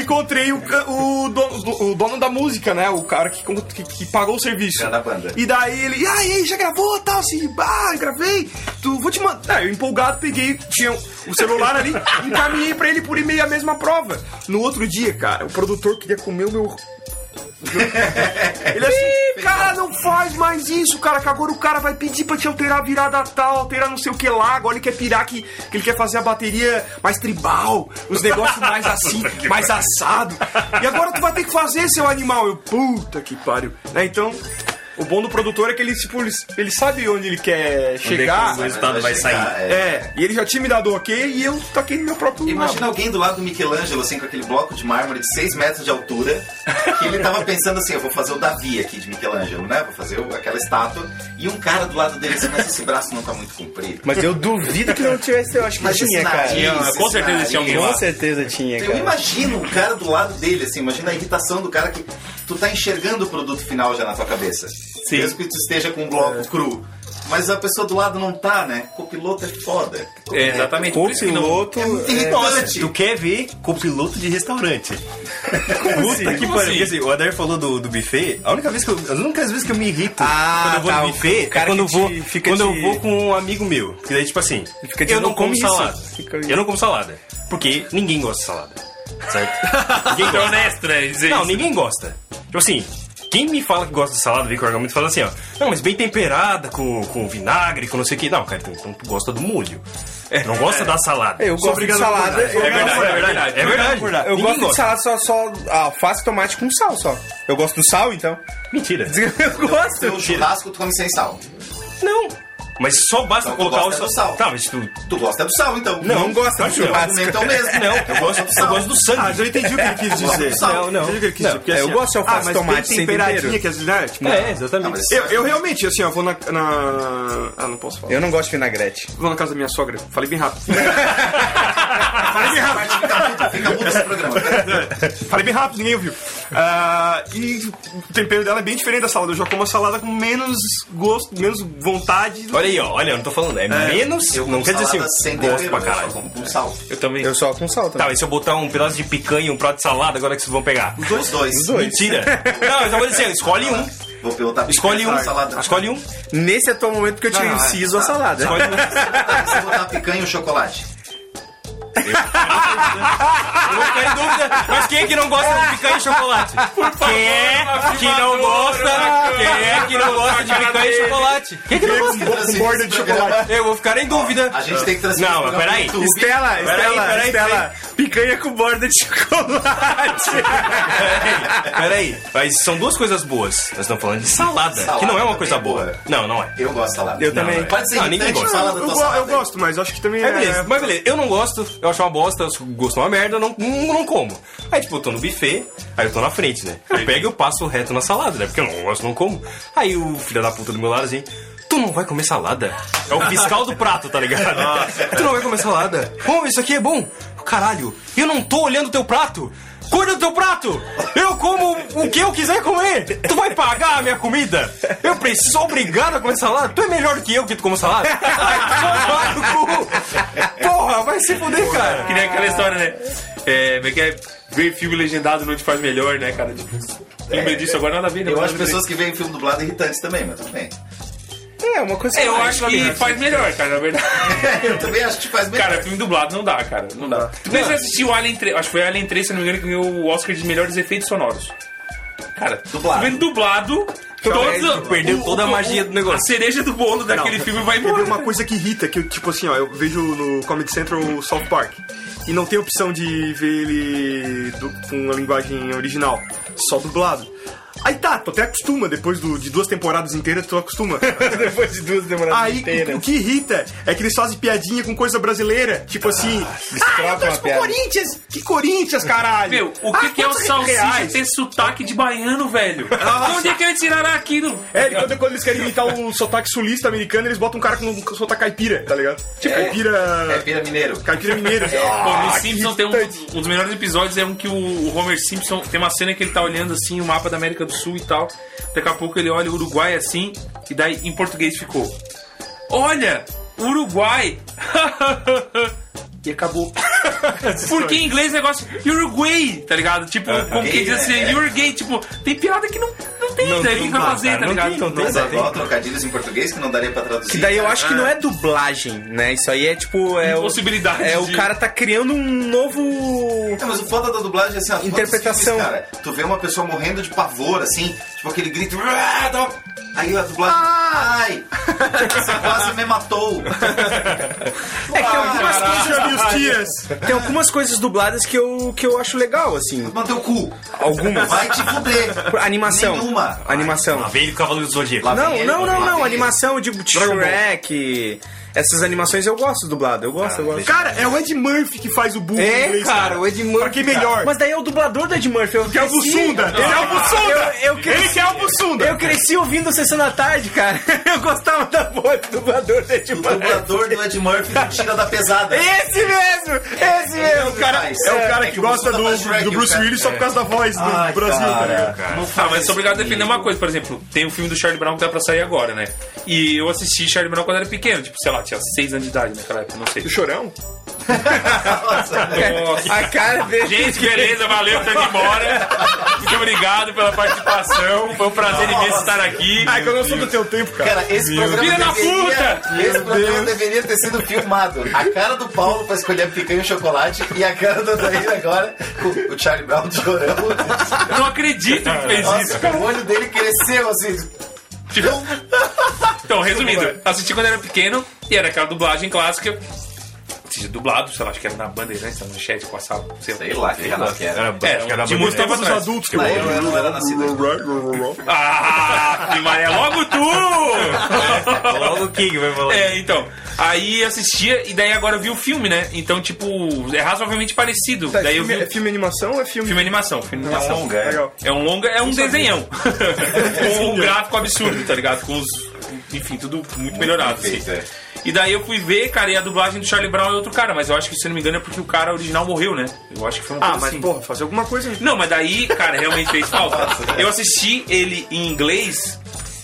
Encontrei o, ca- o, dono, o dono da música, né? O cara que, que, que pagou o serviço. Cara da banda. E daí ele, ah, e aí, já gravou tal, assim, ah, gravei, tu, vou te mandar. Ah, eu empolgado, peguei, tinha o celular ali, encaminhei pra ele por e-mail a mesma prova. No outro dia, cara, o produtor queria comer o meu. Ele assim, cara, não faz mais isso, cara, que agora o cara vai pedir pra te alterar a virada tal, alterar não sei o que lá, agora ele quer pirar que, que ele quer fazer a bateria mais tribal, os negócios mais assim, mais assado. E agora tu vai ter que fazer, seu animal. Eu, puta que pariu. Né, então, o bom do produtor é que ele, tipo, ele, ele sabe onde é ele quer chegar. o resultado vai sair. É. É, e ele já tinha me dado ok e eu taquei no meu próprio Imagina rabo. alguém do lado do Michelangelo, assim, com aquele bloco de mármore de 6 metros de altura, que ele tava pensando assim, eu vou fazer o Davi aqui de Michelangelo, né? Vou fazer o- aquela estátua. E um cara do lado dele assim, mas esse braço não tá muito comprido. Mas eu duvido que não tivesse, eu acho que Mas tinha, esse cara. nariz, Tinha, esse com certeza nariz. tinha alguém lá. Com certeza tinha, Então, um Eu cara. imagino o cara do lado dele, assim, imagina a irritação do cara que tu tá enxergando o produto final já na tua cabeça. Sim. Mesmo que tu esteja com um É. bloco cru. Mas a pessoa do lado não tá, né? Copiloto é foda. É, exatamente. Por isso que não- Copiloto. é muito irritante. Nossa, tu quer ver copiloto de restaurante? Como Puta assim? que Como pariu. Porque, assim? assim, o Adair falou do, do buffet. A única vez que eu, as únicas vezes que eu me irrito Ah, quando eu vou tá, no o- buffet o cara é quando, eu que vou, te- fica quando te- eu vou com um amigo meu. Que daí, tipo assim, fica te eu não não como come isso. salada. Fica- Eu não como salada. Porque ninguém gosta de salada. Ninguém é honesto, né? Dizer Não, isso. ninguém gosta. Tipo assim, quem me fala que gosta de salada, vem com argumento e fala assim, ó. Não, mas bem temperada, com, com vinagre, com não sei o que. Não, cara, então, então tu gosta do molho. Não gosta da salada. Eu Sou gosto de É. obrigado a salada. concordar. eu É gosto- verdade, é verdade. É verdade. Eu Ninguém gosto de gosta. salada só, só ah, alface e tomate com sal só. Eu gosto do sal, então. Mentira. Eu gosto. Teu um churrasco tu come sem sal. Não. Mas só basta Então, tu colocar o gosta sal. do sal. Tá, mas tu. Tu gosta do sal, então. Não, não gosto do do O churrasco. argumento é o mesmo. Não, eu gosto, do eu sal. gosto do sangue. Ah, mas eu entendi o que ele quis dizer. Não, não. Entendi o que ele quis Não, dizer. porque, é, eu assim, gosto de ó, alface, ah, mas tomate, bem sem temperadinha, tempero. que às vezes, né? Tipo, É, Não, exatamente. mas- Eu, eu realmente, assim, ó, vou na, na- Ah, não posso falar. Eu não gosto de vinagrete. Vou na casa da minha sogra. Falei bem rápido. Falei bem rápido. Fica muito- Fica muito esse programa. Falei bem rápido, ninguém ouviu. Ah, e o tempero dela é bem diferente da salada. Eu já como a salada com menos gosto, menos vontade. Olha aí, ó. Olha, eu não tô falando. É, menos. Eu não como quer dizer assim, salada sem gosto tempero, né? pra eu só caralho. como com sal. Eu também. Eu só com sal também. Tá, mas se eu botar um pedaço de picanha e um prato de salada, agora que vocês vão pegar? Os dois. Os dois. Mentira. não, mas eu vou dizer, escolhe um. Vou perguntar pra Escolhe você, um. salada. Escolhe um. Nesse é o momento que eu te Não, não, é. inciso a salada. Escolhe um. Você botar picanha ou chocolate? Eu vou ficar em dúvida. Mas quem é que não gosta de picanha e chocolate? Quem é que não gosta? Quem é que não gosta de picanha e chocolate? Quem é que não gosta? Com borda de chocolate. Eu vou ficar em dúvida. A gente tem que transferir. Não, esse mas programa peraí. pro YouTube. Estela, Peraí, Estela, peraí, Estela, peraí. Picanha com borda de chocolate. Peraí, mas são duas coisas boas. Nós estamos falando de salada, Salada que não é uma coisa também é boa. boa. Não, não é. Eu gosto de salada. Eu também. Não, é. Pode ser Não, irritante, ninguém gosta. fala da Eu, tua go- salada eu aí. gosto, mas acho que também Mas beleza, é... mas beleza, eu não gosto, eu acho uma bosta, eu gosto uma merda, eu não, não, não como. Aí, tipo, eu tô no buffet, aí eu tô na frente, né? Eu pego e eu passo reto na salada, né? Porque eu não gosto, não como. Aí o filho da puta do meu lado, assim, tu não vai comer salada? É o fiscal do prato, tá ligado? tu não vai comer salada? Como isso aqui é bom? Caralho, eu não tô olhando o teu prato! Cuida do teu prato! Eu como o que eu quiser comer! Tu vai pagar a minha comida! Eu preciso, sou obrigado a comer salada? Tu é melhor que eu que tu como salada? Ai, tomar no cu! Porra, vai se fuder, cara! Que nem aquela história, né? É, como é que é? Ver filme legendado não te faz melhor, né, cara? Tipo, lembra disso agora nada a ver, né? Eu Nada acho a ver. pessoas que veem filme dublado irritantes também, mas tudo bem. É, uma coisa É, eu mais. acho que faz melhor, cara, na verdade. Eu também acho que faz bem. Cara, filme dublado não dá, cara. Não dá. Tu precisa assistir o Alien 3. Acho que foi Alien 3, se não me engano, que ganhou o Oscar de melhores efeitos sonoros. Cara, Dublado. tu vendo dublado. Todos, perdeu toda a magia do negócio. A cereja do bolo daquele filme vai Teve embora. uma coisa que irrita, que eu, tipo assim, ó, eu vejo no Comedy Central o South Park. E não tem opção de ver ele do- com a linguagem original, só dublado. Aí tá, tu até acostuma, depois do- de duas temporadas inteiras, tu acostuma. Depois de duas demoradas Aí, o, o que irrita é que eles fazem piadinha com coisa brasileira. Tipo assim, ah, eu trocam a torço pro piada." Corinthians! Que Corinthians, caralho! Meu, o que, Ah, que é o quantos salsicha reais? ter sotaque de baiano, velho? Onde é que eles tiraram aquilo? É, e quando, quando eles querem imitar o sotaque sulista americano, eles botam um cara com um sotaque caipira, tá ligado? Tipo, É caipira... pira mineiro. Caipira é mineiro. Pô, no Ah, que Simpsons tem um, irritante. um dos melhores episódios é um que o Homer Simpson tem uma cena que ele tá olhando assim o mapa da América do Sul e tal. Daqui a pouco ele olha o Uruguai assim e daí em português ficou: Olha, Uruguai. E acabou. Porque em inglês o negócio Uruguay, tá ligado? Tipo, como que diz assim, Uruguay, tipo, tem piada que não, não tem, É. Não daí o tem que vai como, fazer, cara, tá não ligado? tem, não tem. Mas é igual trocadilhos em português que não daria pra traduzir. Que daí eu acho que não Ah, é dublagem, né? Isso aí é tipo. É o- Impossibilidade É, de- o cara tá criando um novo. Não, mas o foda da dublagem é assim, ó, Interpretação. quantos filmes, cara, tu vê uma pessoa morrendo de pavor, assim, tipo aquele grito. "Ah", dá uma- Aí a dublagem. Ai! Você quase me matou! É que algumas Puxa, coisas, meus tias! tem algumas coisas dubladas que eu, que eu acho legal, assim. Manda o cu! Algumas. Vai te fuder! Animação. Nenhuma! Animação. Lá vem o Cavaleiro do Zodíaco. Lá Não, vem ele, não, lá não, vem não. ele. Animação, eu digo Dragon Ball. Shrek. Essas animações eu gosto dublado. Eu gosto, eu gosto. Cara, é o Ed Murphy que faz o boom É, em inglês, Ed Murphy. Pra que melhor? Mas daí é o dublador do Ed Murphy. Eu Que é o cresci- Ah. Bussunda! Ele é o Bussunda! Eu, eu Ele que cresci... é o Bussunda! Eu cresci ouvindo Sessão da Tarde, cara. Eu gostava da voz do dublador do Ed O Murphy. dublador do Ed Murphy não tira da pesada. Esse mesmo! Esse mesmo! o tá É, cara, É o cara que gosta do, do Bruce Willis só por causa da voz do Ai, Brasil, tá cara. ligado? Ah, mas sou obrigado a defender uma coisa, por exemplo, tem um filme do Charlie Brown que dá pra sair agora, né? E eu assisti Charlie Brown quando era pequeno, tipo, sei lá, tinha 6 anos de idade naquela época, não sei. O chorão? Nossa. A cara dele. Gente, beleza, valeu, tá indo embora. Muito obrigado pela participação. Foi um prazer imenso estar aqui. Ai, Ah, é que eu não sou do teu tempo, cara. Cara, esse programa, Filha da deveria, puta! esse programa deveria ter sido filmado. A cara do Paulo pra escolher a picanha e o chocolate e a cara do Daíra agora com o Charlie Brown chorando. Não acredito que fez isso. Nossa, o olho dele cresceu assim. Tipo, Então, resumindo, assisti quando era pequeno e era aquela dublagem clássica. Seja dublado, sei lá, acho que era na né? Então, Bandeirantes, na Manchete, passava, sei lá. que ela quer. Era, É, acho que era de bandeira. muito tempo Tava dos atrás. adultos, Lá eu era, não era nascido. ainda. né? Ah, que maré, logo tu! É, Logo o King vai falar. É, então. Aí assistia e daí agora eu vi o filme, né? Então, tipo, é razoavelmente parecido. Tá, daí filme, eu vi é o filme animação ou é filme... filme animação, filme É um animação. longa, é. Legal. É um longa, é um desenhão. Com um gráfico absurdo, tá ligado? Com os. Enfim, tudo muito melhorado. assim. perfeito, é. E daí eu fui ver, cara, e a dublagem do Charlie Brown é outro cara, mas eu acho que, se eu não me engano, é porque o cara original morreu, né? Eu acho que foi um Ah, coisa mas assim. porra, fazer alguma coisa... né? Não, mas daí, cara, realmente fez falta. Eu assisti ele em inglês.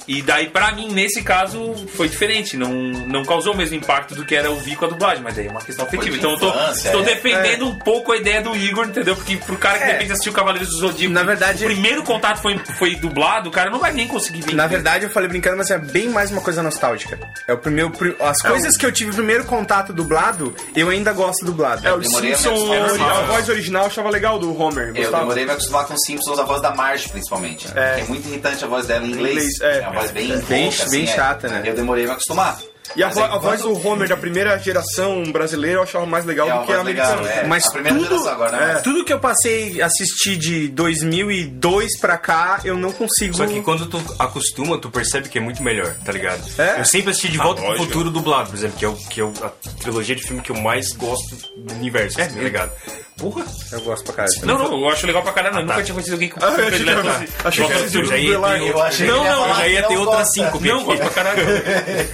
E daí, pra mim, nesse caso, foi diferente. Não, não causou o mesmo impacto do que era ouvir com a dublagem, mas daí é uma questão afetiva. de Então eu tô, infância, estou é. defendendo um pouco a ideia do Igor, entendeu? Porque pro cara que de repente assistiu Cavaleiros do Zodíaco, É. Na verdade- o primeiro contato foi, foi dublado, o cara não vai nem conseguir ver. Na verdade, eu falei brincando, mas é bem mais uma coisa nostálgica. É o primeiro. pri- As coisas que eu tive primeiro contato dublado, eu ainda gosto dublado. É, o Demorei a me Simpson, acostumar. a voz original eu achava legal do Homer, Eu gostava. demorei a me acostumar com os Simpsons, a voz da Marge, principalmente. É, muito irritante a voz dela em inglês. Inglês, é. uma voz bem, Bem- rouca, bem assim, é. chata, né? Eu demorei a me acostumar. E a, Mas é vo- a enquanto- voz do Homer da primeira geração brasileira eu achava mais legal É uma do que a voz legal, americana. é. Mas a primeira tudo- geração agora, né? é. Tudo que eu passei a assistir de 2002 pra cá, eu não consigo. Só que quando tu acostuma, tu percebe que é muito melhor, tá ligado? É? Eu sempre assisti De Volta pro Ah, lógico. Futuro dublado, por exemplo, que é, o, que é o- a trilogia de filme que eu mais gosto do universo, tá ligado? Porra! Eu gosto pra caralho. Não, não, eu acho legal pra caralho. Eu nunca tá. tinha conhecido alguém com Ah, eu achei que predileto era- assim. achei que Volta pro era Futuro. já ia Belar. ter Eu achei não, que ele ia não, falar já que ia não ter outra gosta. síncope. Não, aqui. gosto pra caralho.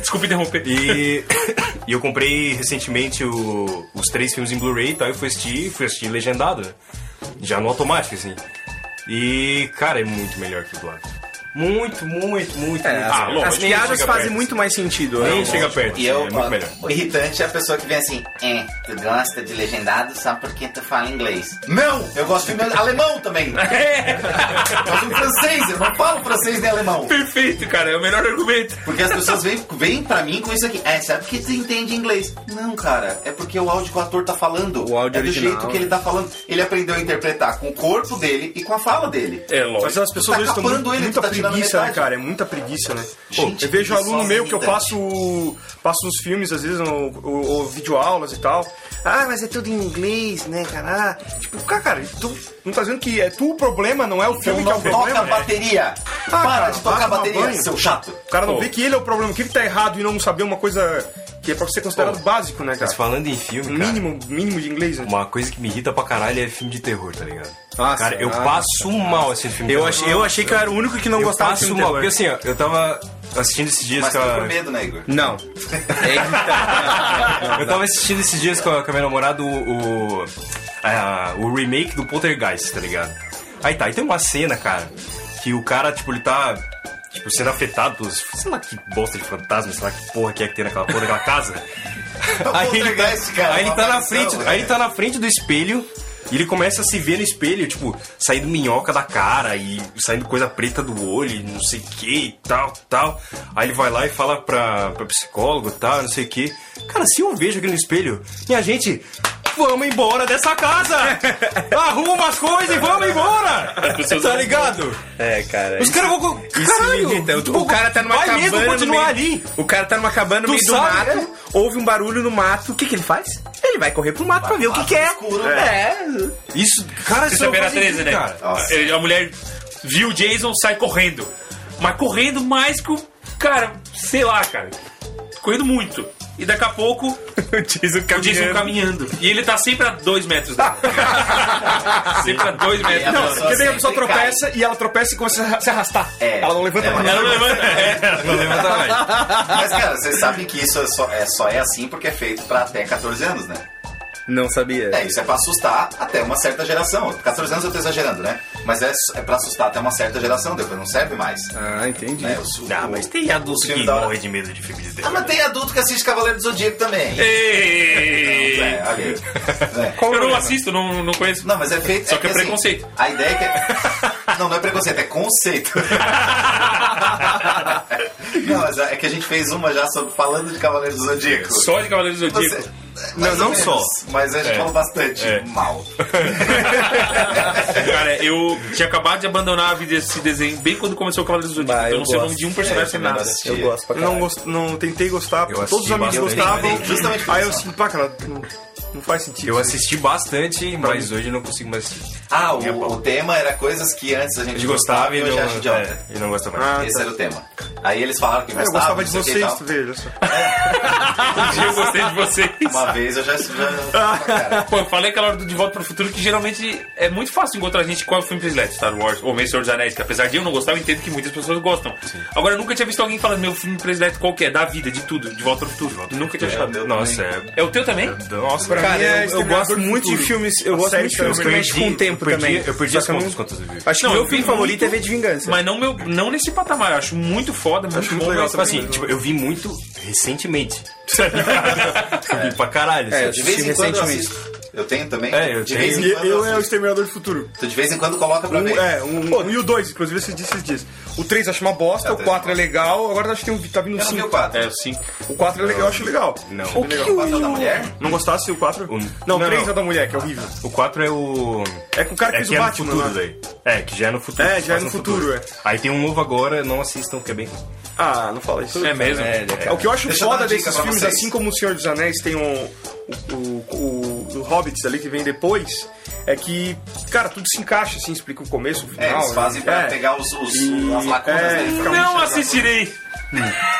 Desculpa interromper. E, e eu comprei recentemente o- os três filmes em Blu-ray e tal, e fui assistir, fui assistir legendado, né? já no automático, assim. E, cara, é muito melhor que o dublado. Muito, muito, muito, É, muito as, Ah, melhor. lógico. as Nem piadas chega fazem perto. muito mais sentido. Nem né? chega perto, assim, E eu, é muito melhor. o irritante é a pessoa que vem assim, é, tu gosta de legendado só porque tu fala inglês. Não, eu gosto de filme alemão também. Eu gosto de francês, eu não falo francês nem alemão. Perfeito, cara. É o melhor argumento. Porque as pessoas vêm, vêm pra mim com isso aqui. É, sabe porque tu entende inglês? Não, cara. É porque o áudio que o ator tá falando O áudio é do original, jeito que ele tá falando. Ele aprendeu a interpretar com o corpo dele e com a fala dele. É Mas lógico. as pessoas Tá hoje estão capando muito, ele, muita tá tirando preguiça, né, metade. cara? É muita preguiça, né? Gente, Pô, eu vejo preguiçosa aluno meu que eu irritante. passo, passo os filmes, às vezes, ou, ou, ou videoaulas e tal. Ah, mas é tudo em inglês, né, cara? Ah, Tipo, cara, cara, tu não tá dizendo que é tu o problema, não é o filme que é o Então Toca a problema? Ah, bateria! Para cara, de tocar vai a tomar bateria, banho. seu chato! O cara não Pô. vê que ele é o problema. O que, que tá errado e não saber uma coisa que é pra ser considerado Pô, básico, né, Mas cara? falando em filme, cara, Mínimo, mínimo de inglês, né? uma coisa que me irrita pra caralho é filme de terror, tá ligado? Nossa, cara, eu nossa, passo mal esse filme. de Eu terror. achei, eu achei que eu era o único que não eu gostava de passo filme mal, terror. porque assim, ó, eu tava assistindo esses dias Mas com tá é- a... com medo, né, Igor? Não. É irritante. Eu tava assistindo esses dias com a, com a minha namorada o, o, a- o remake do Poltergeist, tá ligado? Aí tá, aí tem uma cena, cara, que o cara, tipo, ele tá tipo, sendo afetado pelos. Sei lá que bosta de fantasma, sei lá que porra que é que tem naquela porra daquela casa. aí, ele tá, Poltergeist, cara, aí ele uma tá na aparição, frente, né? aí ele tá na frente do espelho. E ele começa a se ver no espelho, tipo, saindo minhoca da cara e saindo coisa preta do olho, e não sei o que e tal, tal. Aí ele vai lá e fala pra, pra psicólogo e tal, não sei o que. Cara, se eu vejo aqui no espelho, minha gente, vamos embora dessa casa! Arruma as coisas e vamos embora! pessoas Tá vão ligado? É, cara. Os Isso, caras vão. isso me Caralho! irrita. tipo, O, o cara tá numa vai cabana. mesmo no continuar meio- ali! O cara tá numa cabana no Tu meio sabe, do mato, ouve um barulho no mato. O que, que ele faz? Ele vai correr pro mato pra ver o que, que é. escuro. É. Isso, cara, isso é uma Sexta-feira coisa 13, né? incrível, cara. Nossa. Ele- A mulher viu o Jason, sai correndo. Mas correndo mais que o. Cara, sei lá, cara. Correndo muito. E daqui a pouco O Jason o Jason caminhando. E ele tá sempre a dois metros dela. sempre a dois metros Não, dela. Porque daí É, a pessoa sempre tropeça e ela tropeça e começa a se arrastar. É. Ela não levanta mais. Ela não levanta. É. Não levanta mais. Mas, cara, vocês sabem que isso é só, é só é assim porque é feito pra até 14 anos, né? Não sabia. É, isso é pra assustar até uma certa geração. 14 anos eu tô exagerando, né? Mas é, é pra assustar até uma certa geração, depois não serve mais. Ah, entendi. Né? O- Ah, o- mas tem adulto o filme que da hora. morre de medo de filme de Ah, terror. mas tem adulto que assiste Cavaleiro do Zodíaco também. Ei. É, olha aí. É. Qual Eu não problema? assisto, não, não conheço. Não, mas é feito. Só que é assim, preconceito. a ideia é que. É... Não, não é preconceito, é conceito. não, mas é que a gente fez uma já sobre, falando de Cavaleiro do Zodíaco. Só de Cavaleiros do Você- Zodíaco. mais Não, ou não só. Mas a gente falou bastante É. mal. Cara, eu tinha acabado de abandonar a vida desse desenho bem quando começou o Cavaleiros do Zodíaco. Bah, eu eu não sei o nome gosto. de um personagem É, sem também nada. não assisti. Eu gosto pra Eu caralho. não, gost, não tentei gostar, Eu todos os assisti amigos bastante, gostavam. mas justamente por aí eu isso. assim, pá, cara, não, não faz sentido. Eu isso. assisti bastante, mas hoje eu não consigo mais assistir. Ah, Minha o, pau. o tema era coisas que antes a A gente gente gostava e e hoje não, acha idiota. é, e não gosta mais. Ah, Esse tá. era o tema. Aí eles falaram que Eu gostava, gostava de não sei o que e vocês, tal. tu veja só. Um dia eu gostei de vocês. Uma vez eu já. já Pô, eu falei aquela hora do De Volta pro Futuro que geralmente é muito fácil encontrar gente com o filme predileto, Star Wars ou mesmo Senhor dos Anéis, que apesar de eu não gostar, eu entendo que muitas pessoas gostam. Agora, eu nunca tinha visto alguém falando meu filme predileto qual que é, da vida, de tudo, De Volta pro Futuro. nunca tinha achado. meu Nossa, é. É o teu também? Nossa, Pra mim Cara, é eu- eu, Exterminador gosto do muito de Futuro. filmes. Eu A gosto série muito de filmes que também. mexem com o tempo Tá eu perdi, também. Eu perdi Só as que eu não- contas quantas eu vi. Acho que Não, meu eu filme vi favorito muito, é V de Vingança. Mas não, meu, não nesse patamar, eu acho muito foda, muito acho bom. muito legal mas, também. assim, Assim, né? tipo, eu vi muito recentemente. eu vi pra caralho. É, sabe? eu de vez em É, assisti assim, quando eu recentemente. assisto. Eu tenho também. É, eu de tenho. Vez E em quando, eu é o assisto. Exterminador do Futuro. Tu de vez em quando coloca pra Um, ver. é, um, um e o dois, inclusive, esses dias. Esses dias. O três eu acho uma bosta, Ah, o tá. quatro é legal, agora acho que tem um, tá vindo o Eu não vi o cinco. 4. É, o 5. O quatro é legal, eu acho legal. Não. O que o 4 o- da mulher? Não gostasse o quatro? Um. Não, o Não, três não. é da mulher, que é horrível. O 4 é o. É com o cara que É fez que o é no Batman, futuro né? daí. É, que já é no futuro. É, já é Passa no futuro, é. Aí tem um novo agora, não assistam, que é bem. ruim. Ah, não fala isso. É mesmo? É, ele é É, o que eu acho Deixa eu dar foda uma dica desses pra filmes, vocês. assim como O Senhor dos Anéis tem um, o, o, o- o Hobbits ali que vem depois, é que, cara, tudo se encaixa, assim, explica o começo, o final. É, eles fazem pra é. pegar os, os, E- as lacunas é, dele. fica Não assistirei!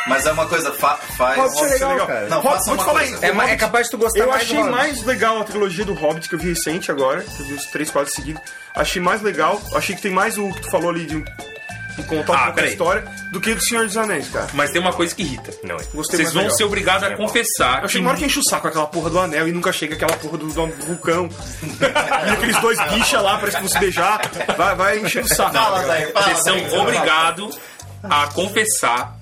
Mas é uma coisa, fa faz. Hobbit é legal, cara. Não, Hobbit, faça vou te uma falar coisa. isso. É, ma- Hobbit. é capaz de tu gostar Eu mais do achei Hobbit. mais legal a trilogia do Hobbit que eu vi recente agora, que eu vi os três, quatro seguidos. Achei mais legal, achei que tem mais o que tu falou ali de, de contar Ah, um pouco da peraí. história do que do Senhor dos Anéis, cara. Mas tem uma coisa que irrita. Não, é. Gostei Vocês mais vão legal. ser obrigados a É, confessar Tá, Eu achei que uma hora que enche o saco aquela porra do anel e nunca chega aquela porra do, do vulcão. e aqueles dois bichas lá, parece que vão se beijar. Vai, vai encher o saco. Fala, Zé, fala. Vocês Zé. são obrigados a confessar.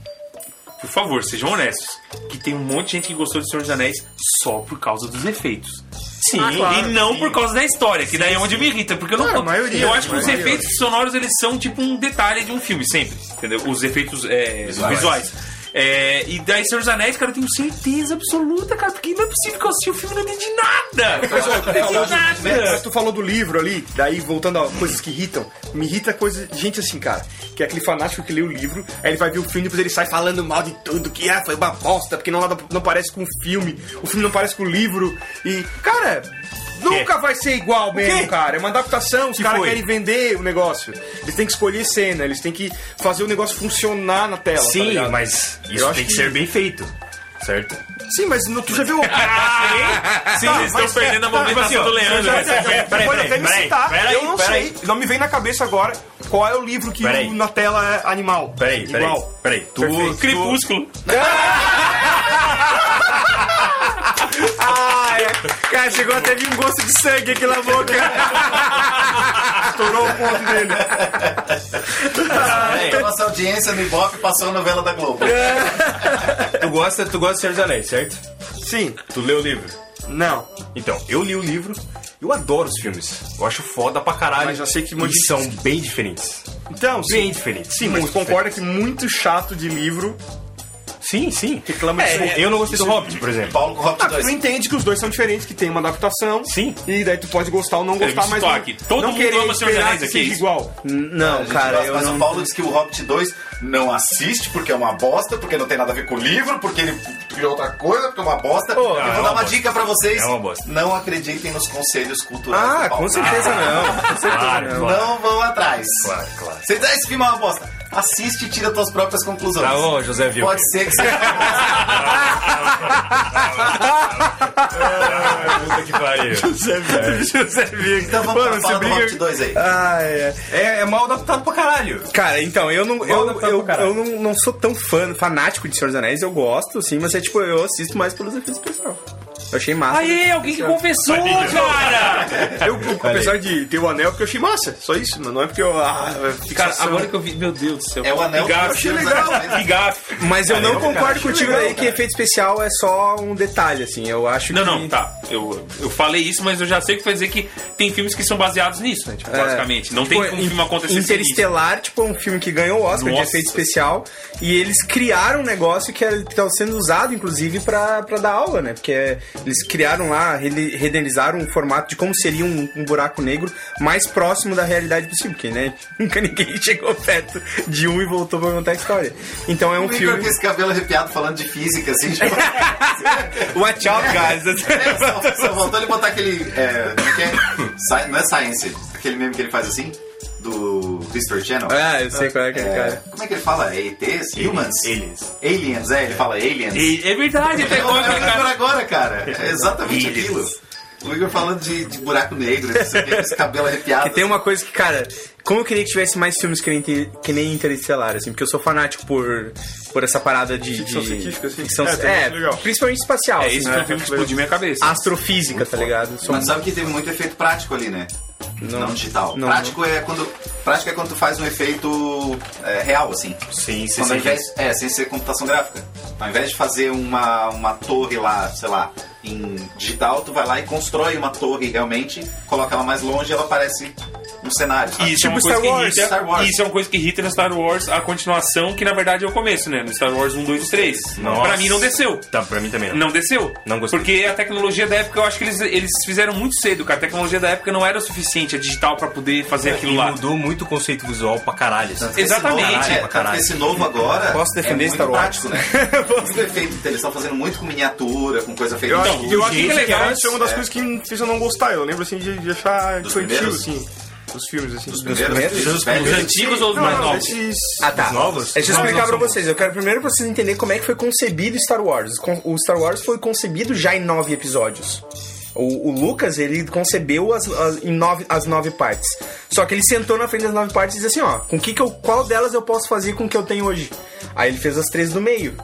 Por favor, sejam honestos. Que tem um monte de gente que gostou de Senhor dos Anéis só por causa dos efeitos. Sim, claro, e não por causa da história, que daí é onde me irrita, porque eu não Claro, a maioria, Eu acho que a os maioria. efeitos sonoros eles são tipo um detalhe de um filme, sempre. Entendeu? Os efeitos é, Visuais. visuais. É, e daí, Senhor dos Anéis, cara, eu tenho certeza absoluta, cara, porque não é possível que eu assisti o filme e não entendi nada. Eu não entendi nada. Mas Né? tu falou do livro ali, daí voltando a coisas que irritam, me irrita coisa. Gente assim, cara, que é aquele fanático que lê o livro, aí ele vai ver o filme e depois ele sai falando mal de tudo, que ah, foi uma bosta, porque não, nada- não parece com o filme, o filme não parece com o livro, e. Cara, nunca vai ser igual mesmo, quê? cara. É uma adaptação, os caras foi? querem vender o negócio. Eles têm que escolher cena, eles têm que fazer o negócio funcionar na tela. tá Sim, ligado? mas Eu isso acho tem que que- ser bem feito. Certo? Sim, mas não- tu já viu. Ah, tá, Sim, eles estão é perdendo tá, a assim, movimentação do Leandro. né? Já- já- já- peraí, Pode até me peraí, citar. peraí, eu não peraí. sei. Não me vem na cabeça agora qual é o livro que Peraí. o- na tela é animal. Peraí, peraí. Igual. Peraí. Tu, O tu- Crepúsculo. É, Cara, chegou até vir um gosto de sangue aqui na boca. Estourou o ponto dele. Então, nossa audiência no Ibope passou a novela da Globo. Tu gosta, tu gosta de Senhor dos Anéis, certo? Sim. Tu leu o livro. Não. Então, eu li o livro, eu adoro os filmes. Eu acho foda pra caralho. Mas já sei que E modifica- são bem diferentes. Então, sim. Bem diferente. Sim, mas Muito concorda que muito chato de livro Sim, sim. reclama É, de tipo, eu não gostei do Hobbit, por exemplo. Paulo com Hobbit Ah, tu 2. não entende que os dois são diferentes, que tem uma adaptação. Sim. E daí tu pode gostar ou não gostar, me mas citou não, aqui. Todo não mundo querer ama Senhor dos esperar Anéis que aqui, é seja isso? igual. Não, Gente, cara, mas eu mas não... o Paulo disse que o Hobbit 2 não assiste porque é uma bosta, porque não tem nada a ver com o livro, porque ele criou outra coisa, porque é uma bosta. Pô, eu é vou uma dar uma bosta. dica pra vocês. É uma bosta. Não acreditem nos conselhos culturais do Ah, Paulo. com certeza não. Com certeza Claro, não. claro. Não vão atrás. Claro, claro. Você diz, ah, esse filme é uma bosta. Assiste e tira tuas próprias conclusões. Tá bom, José Vilker. Pode ser que você... Puta que pariu. José Vieira. Então vamos Mano, pra você falar do briga Hobbit 2 um aí. Ah, é. É, é mal adaptado pra caralho. Cara, então, eu não, Mal eu, adaptado eu, pra caralho. eu não, não sou tão fã, fanático de Senhor dos Anéis, eu gosto, sim, mas é tipo, eu assisto mais pelos efeitos pessoal. Eu achei massa. Aê, alguém que confessou, cara! Eu, eu, apesar de ter É o anel, porque eu achei massa. Só isso, mano. Não é porque eu. Ah, Cara, fixação. agora que eu vi. Meu Deus do céu. É o anel Que gafe. né, que eu achei legal. né? Que gafe. Mas eu Valeu, não cara, concordo achei contigo legal, aí que efeito especial é só um detalhe, assim. Eu acho Não, que. não, tá. Eu, eu falei isso, mas eu já sei que vai dizer que tem filmes que são baseados nisso, né? Tipo, basicamente. Não tem Tipo, como um filme acontecer sem isso. Interestelar, tipo, é um filme que ganhou o Oscar de Nossa. efeito especial. E eles criaram um negócio que é- que tá sendo usado, inclusive, pra, pra dar aula, né? Porque é- eles criaram lá, rede- renderizaram um formato de como seria um, um buraco negro mais próximo da realidade possível. Porque, né? Nunca ninguém chegou perto de um e voltou pra contar a história. Então é um O Igor filme. com esse cabelo arrepiado falando de física, assim, tipo... Watch out, guys! É, só, só voltou ele botar aquele. É, como é que é? Sci- não é Science, aquele meme que ele faz assim? Do History Channel. ah, eu sei qual é que é, É, cara. como é que ele fala? É ETs? Humans? Aliens. Aliens, é, ele fala aliens. E- é verdade, até Eu vou agora, lembrar cara. agora, cara. É exatamente Aliens. aquilo. O Igor falando de, de buraco negro, não sei o que, esse cabelo arrepiado. Que tem uma coisa que, cara, como eu queria que tivesse mais filmes que nem, Inter- que nem Interestelar, assim, porque eu sou fanático por, por essa parada de. Ficção de- científica, assim. ficção- É, tem é, muito legal. principalmente espacial, É assim, isso né? que é um filme que explodiu minha cabeça. Astrofísica, tá ligado? Sou Mas sabe que teve muito efeito prático ali, né? Não, digital. não. prático, É quando, prático é quando tu faz um efeito é, real, assim. Sim, sim, Quando ao sim. invés, é, sem ser computação gráfica. Ao invés de fazer uma, uma torre lá, sei lá, em digital, tu vai lá e constrói uma torre realmente, coloca ela mais longe e ela parece um cenário. sabe? E isso é uma Tipo coisa Star Wars, que irrita. Star Wars. Isso é uma coisa que irrita no Star Wars a continuação, que na verdade é o começo, né? No Star Wars 1, 2 e 3. Nossa. Pra mim não desceu. Tá, pra mim também. Não desceu. Não gostei. Porque a tecnologia da época, eu acho que eles, eles fizeram muito cedo, cara. A tecnologia da época não era o suficiente, a digital, pra poder fazer aquilo E lá. mudou muito o conceito visual pra caralho. assim. Tanto que esse Exatamente. novo- Caralho, é, pra tanto que caralho. esse novo agora. Posso defender é muito Star Wars? prático, né? muito efeito. Eles estão fazendo muito com miniatura, com coisa feita Então, Eu, de luz. acho, eu acho que Então, gente, é legal, que isso é uma das coisas que me fez eu não gostar. Eu lembro assim de, de achar Dos infantil, primeiros? assim. Os filmes, assim. Dos primeiros? Os velhos, Os antigos ou os Não, mais não, novos? esses... Ah, tá. Os novos? Deixa eu Os novos explicar não pra são vocês. Eu quero primeiro pra vocês entenderem como é que foi concebido Star Wars. Con- O Star Wars foi concebido já em nove episódios. O, o Lucas, ele concebeu as, as- em nove, as nove partes. Só que ele sentou na frente das nove partes e disse assim, ó, com que que eu, qual delas eu posso fazer com o que eu tenho hoje? Aí ele fez as três do meio.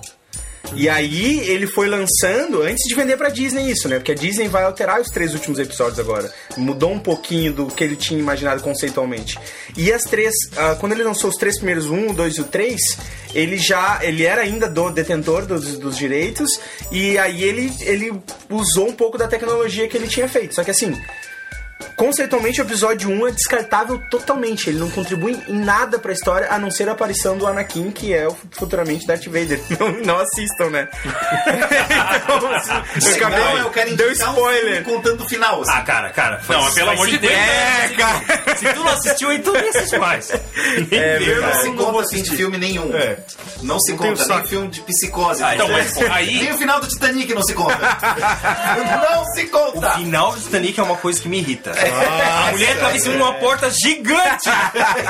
E aí ele foi lançando antes de vender pra Disney isso, né? Porque a Disney vai alterar os três últimos episódios agora. Mudou um pouquinho do que ele tinha imaginado conceitualmente. E as três, ah, quando ele lançou os três primeiros, um, o dois e o três, ele já, ele era ainda do detentor dos, dos direitos. E aí ele, ele usou um pouco da tecnologia que ele tinha feito. Só que assim, Conceitualmente, o episódio 1 é descartável totalmente. Ele não contribui em nada pra história, a não ser a aparição do Anakin, que é o futuramente Darth Vader. Não, não assistam, né? então, assim, eu acabei- Não, eu quero deu indicar um filme spoiler. contando o final. assim. Ah, cara, cara. faz- Não, mas pelo faz amor de 50 Deus. anos É, que- cara. Se tu não assistiu, então nem assiste mais. É, Nem vê, não cara. se conta assim de filme nenhum. É. Não se tenho conta nem saco. filme de psicose. Ah, Então, não mas pô, aí. Nem o final do Titanic não se conta. não se conta. Final do Titanic é uma coisa que me irrita. a mulher tava em cima de uma porta gigante.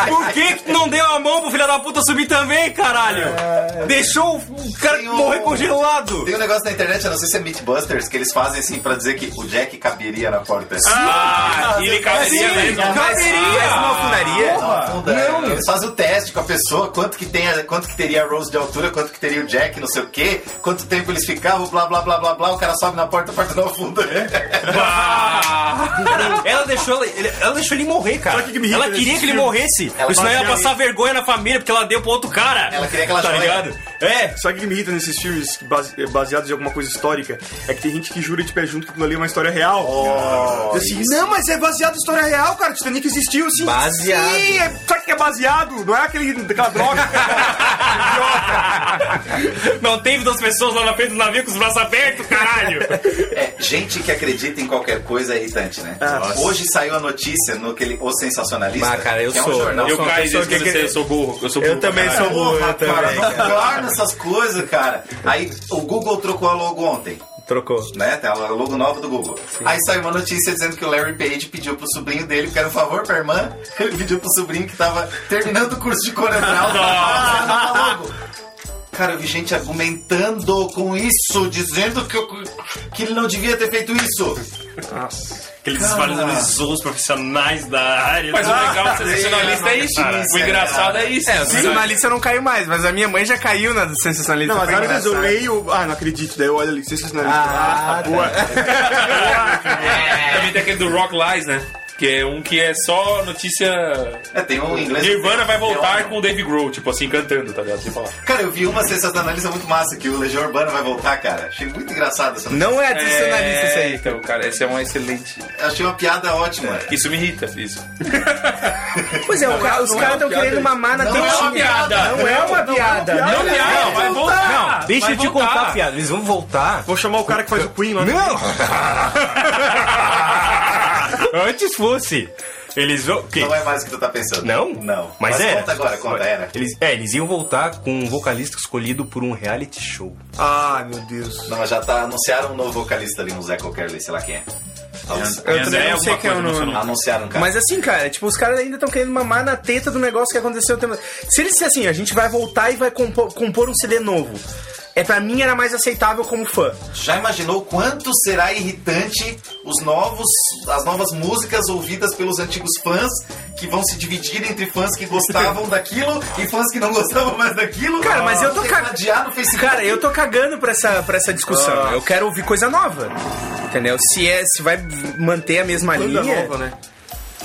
Por que, que tu não deu a mão pro filho da puta subir também, caralho? Deixou o cara Tem um- morrer congelado. Tem um negócio na internet, eu não sei se é Meatbusters, que eles fazem assim pra dizer que o Jack caberia na porta. Ah, ele caberia sim, mesmo. cara. né? Mas, mas não afundaria? é, Não, afunda. Eles fazem o teste com a pessoa, quanto que, tem a- quanto que teria a Rose de altura, quanto que teria o Jack, não sei o quê, quanto tempo eles ficavam, blá blá blá blá blá, o cara sobe na porta, a porta não afunda. Ah, Ela deixou ele, ele- ela deixou ele morrer, cara. Sabe o que que me irrita ela queria nesse que ele filme? morresse, Ela porque senão ia fazia passar vergonha na família porque ela deu pro outro cara. Ela queria aquela Tá joia. ligado? É. Sabe o que me irrita nesses filmes base- eh, baseados em alguma coisa histórica? É que tem gente que jura de pé junto que aquilo ali é uma história real. Oh, Diz assim, não, mas é baseado em história real, cara. Titanic existiu, assim. Baseado. Sim, é, só que é baseado. Não é aquele, aquela droga. não teve duas pessoas lá na frente do navio com os braços abertos, caralho. É, gente que acredita em qualquer coisa é irritante, né? Hoje saiu a notícia no aquele O Sensacionalista. Ah, cara, eu que é um sou. jornal Eu sou uma caí pessoa nisso, que é, que- é eu sou burro. Eu sou burro. Eu também caralho. sou burro, eu Cara, também. não torna essas coisas, cara. Aí o Google trocou a logo ontem, Trocou. né? Tem a logo nova do Google. Aí saiu uma notícia dizendo que o Larry Page pediu pro sobrinho dele, que era um favor pra irmã, ele pediu pro sobrinho que tava terminando o curso de coronel pra logo. Cara, eu vi gente argumentando com isso, dizendo que, eu- que ele não devia ter feito isso. Aqueles desvalorizou os profissionais da área. Mas o legal do sensacionalista é isso. O engraçado é isso. É, sensacionalista eu não caiu mais, mas a minha mãe já caiu na do sensacionalista. não, mas Foi às vezes eu engraçado. leio... Ah, não acredito. Daí eu olho ali, sensacionalista. Ah, tá. boa. É. Também tem aquele do Rock Lies, né? Que é um que é só notícia. É, tem um inglês. Nirvana vai Tem voltar um- com o Dave Grohl, tipo assim, cantando, tá ligado? Sem falar. Cara, eu vi uma sensacionalista muito massa que o Legião Urbana vai voltar, cara. Achei muito engraçado essa Não é a sensacionalista isso aí. então, cara, essa é uma excelente. Achei uma piada ótima. Isso me irrita, isso. Pois é, o ca- os caras estão querendo mamar na Não é uma tetinha. piada. Não é uma piada. Não, Não é uma não, vai voltar. Não, deixa Vai eu te voltar. contar, piada. Eles vão voltar. Vou chamar o cara que faz o Queen lá. Não! Antes fosse. Eles vão. que- Não é mais o que tu tá pensando. Não? Não. Mas, era. conta agora, conta, né? era. Eles, é, eles iam voltar com um vocalista escolhido por um reality show. Ah, meu Deus. Não, mas já tá, anunciaram um novo vocalista ali, um Zé qualquer ali, sei lá quem é. Anun- Eu também é não sei alguma quem é o coisa nome. emocionante. Anunciaram, cara. Mas assim, cara, tipo, os caras ainda estão querendo mamar na teta do negócio que aconteceu. o tempo- Se eles dissessem assim, a gente vai voltar e vai compor, compor um CD novo. É, pra mim era mais aceitável como fã. Já imaginou quanto será irritante os novos, as novas músicas ouvidas pelos antigos fãs que vão se dividir entre fãs que gostavam daquilo e fãs que não gostavam mais daquilo? Cara, mas eu tô Tem cara- cadeado no Facebook. Cara, eu tô cagando pra essa, pra essa discussão. Eu quero ouvir coisa nova. Entendeu? Se é, se vai manter a mesma Banda linha. nova, né?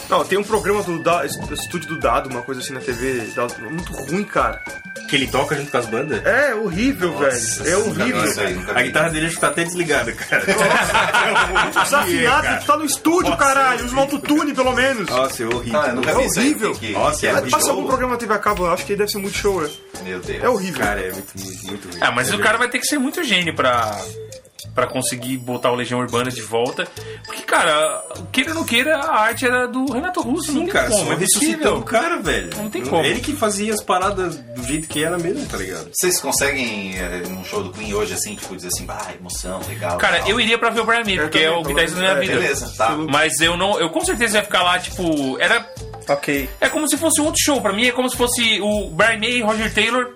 Não, tem um programa do da, estúdio do Dado, uma coisa assim na TV, Dado- muito ruim, cara. Que ele toca junto com as bandas. É horrível, Nossa, velho. É nunca vi horrível. isso aí, nunca A vi. guitarra dele acho que tá até desligada, cara. Desafinado, tu tá no estúdio, caralho. Usa um autotune, pelo menos. Nossa, é horrível. Ah, eu nunca vi isso aí. horrível. Tem que- Nossa, tem é que- muito Passa Show. algum programa TV a cabo, eu acho que deve ser muito show, é. Meu Deus. É horrível. Cara, é muito, muito, muito ruim. Ah, mas o cara vai ter que ser muito gênio pra, pra conseguir botar o Legião Urbana de volta. Porque, cara, queira ou não queira, a arte era do Renato Russo. não Sim, tem cara, como, só é ressuscitando possível. o cara, velho. Não tem como. Ele que fazia as paradas do jeito que era mesmo, tá ligado? Vocês conseguem, eh, num show do Queen hoje, assim, tipo, dizer assim, bah, emoção, legal. Cara, tal. eu iria pra ver o Brian May, Eu porque é também, o guitarrista da minha pelo menos, é, vida. Beleza, tá. Mas eu não. Eu com certeza ia ficar lá, tipo. Era. Ok. É como se fosse um outro show. Pra mim é como se fosse o Brian May, Roger Taylor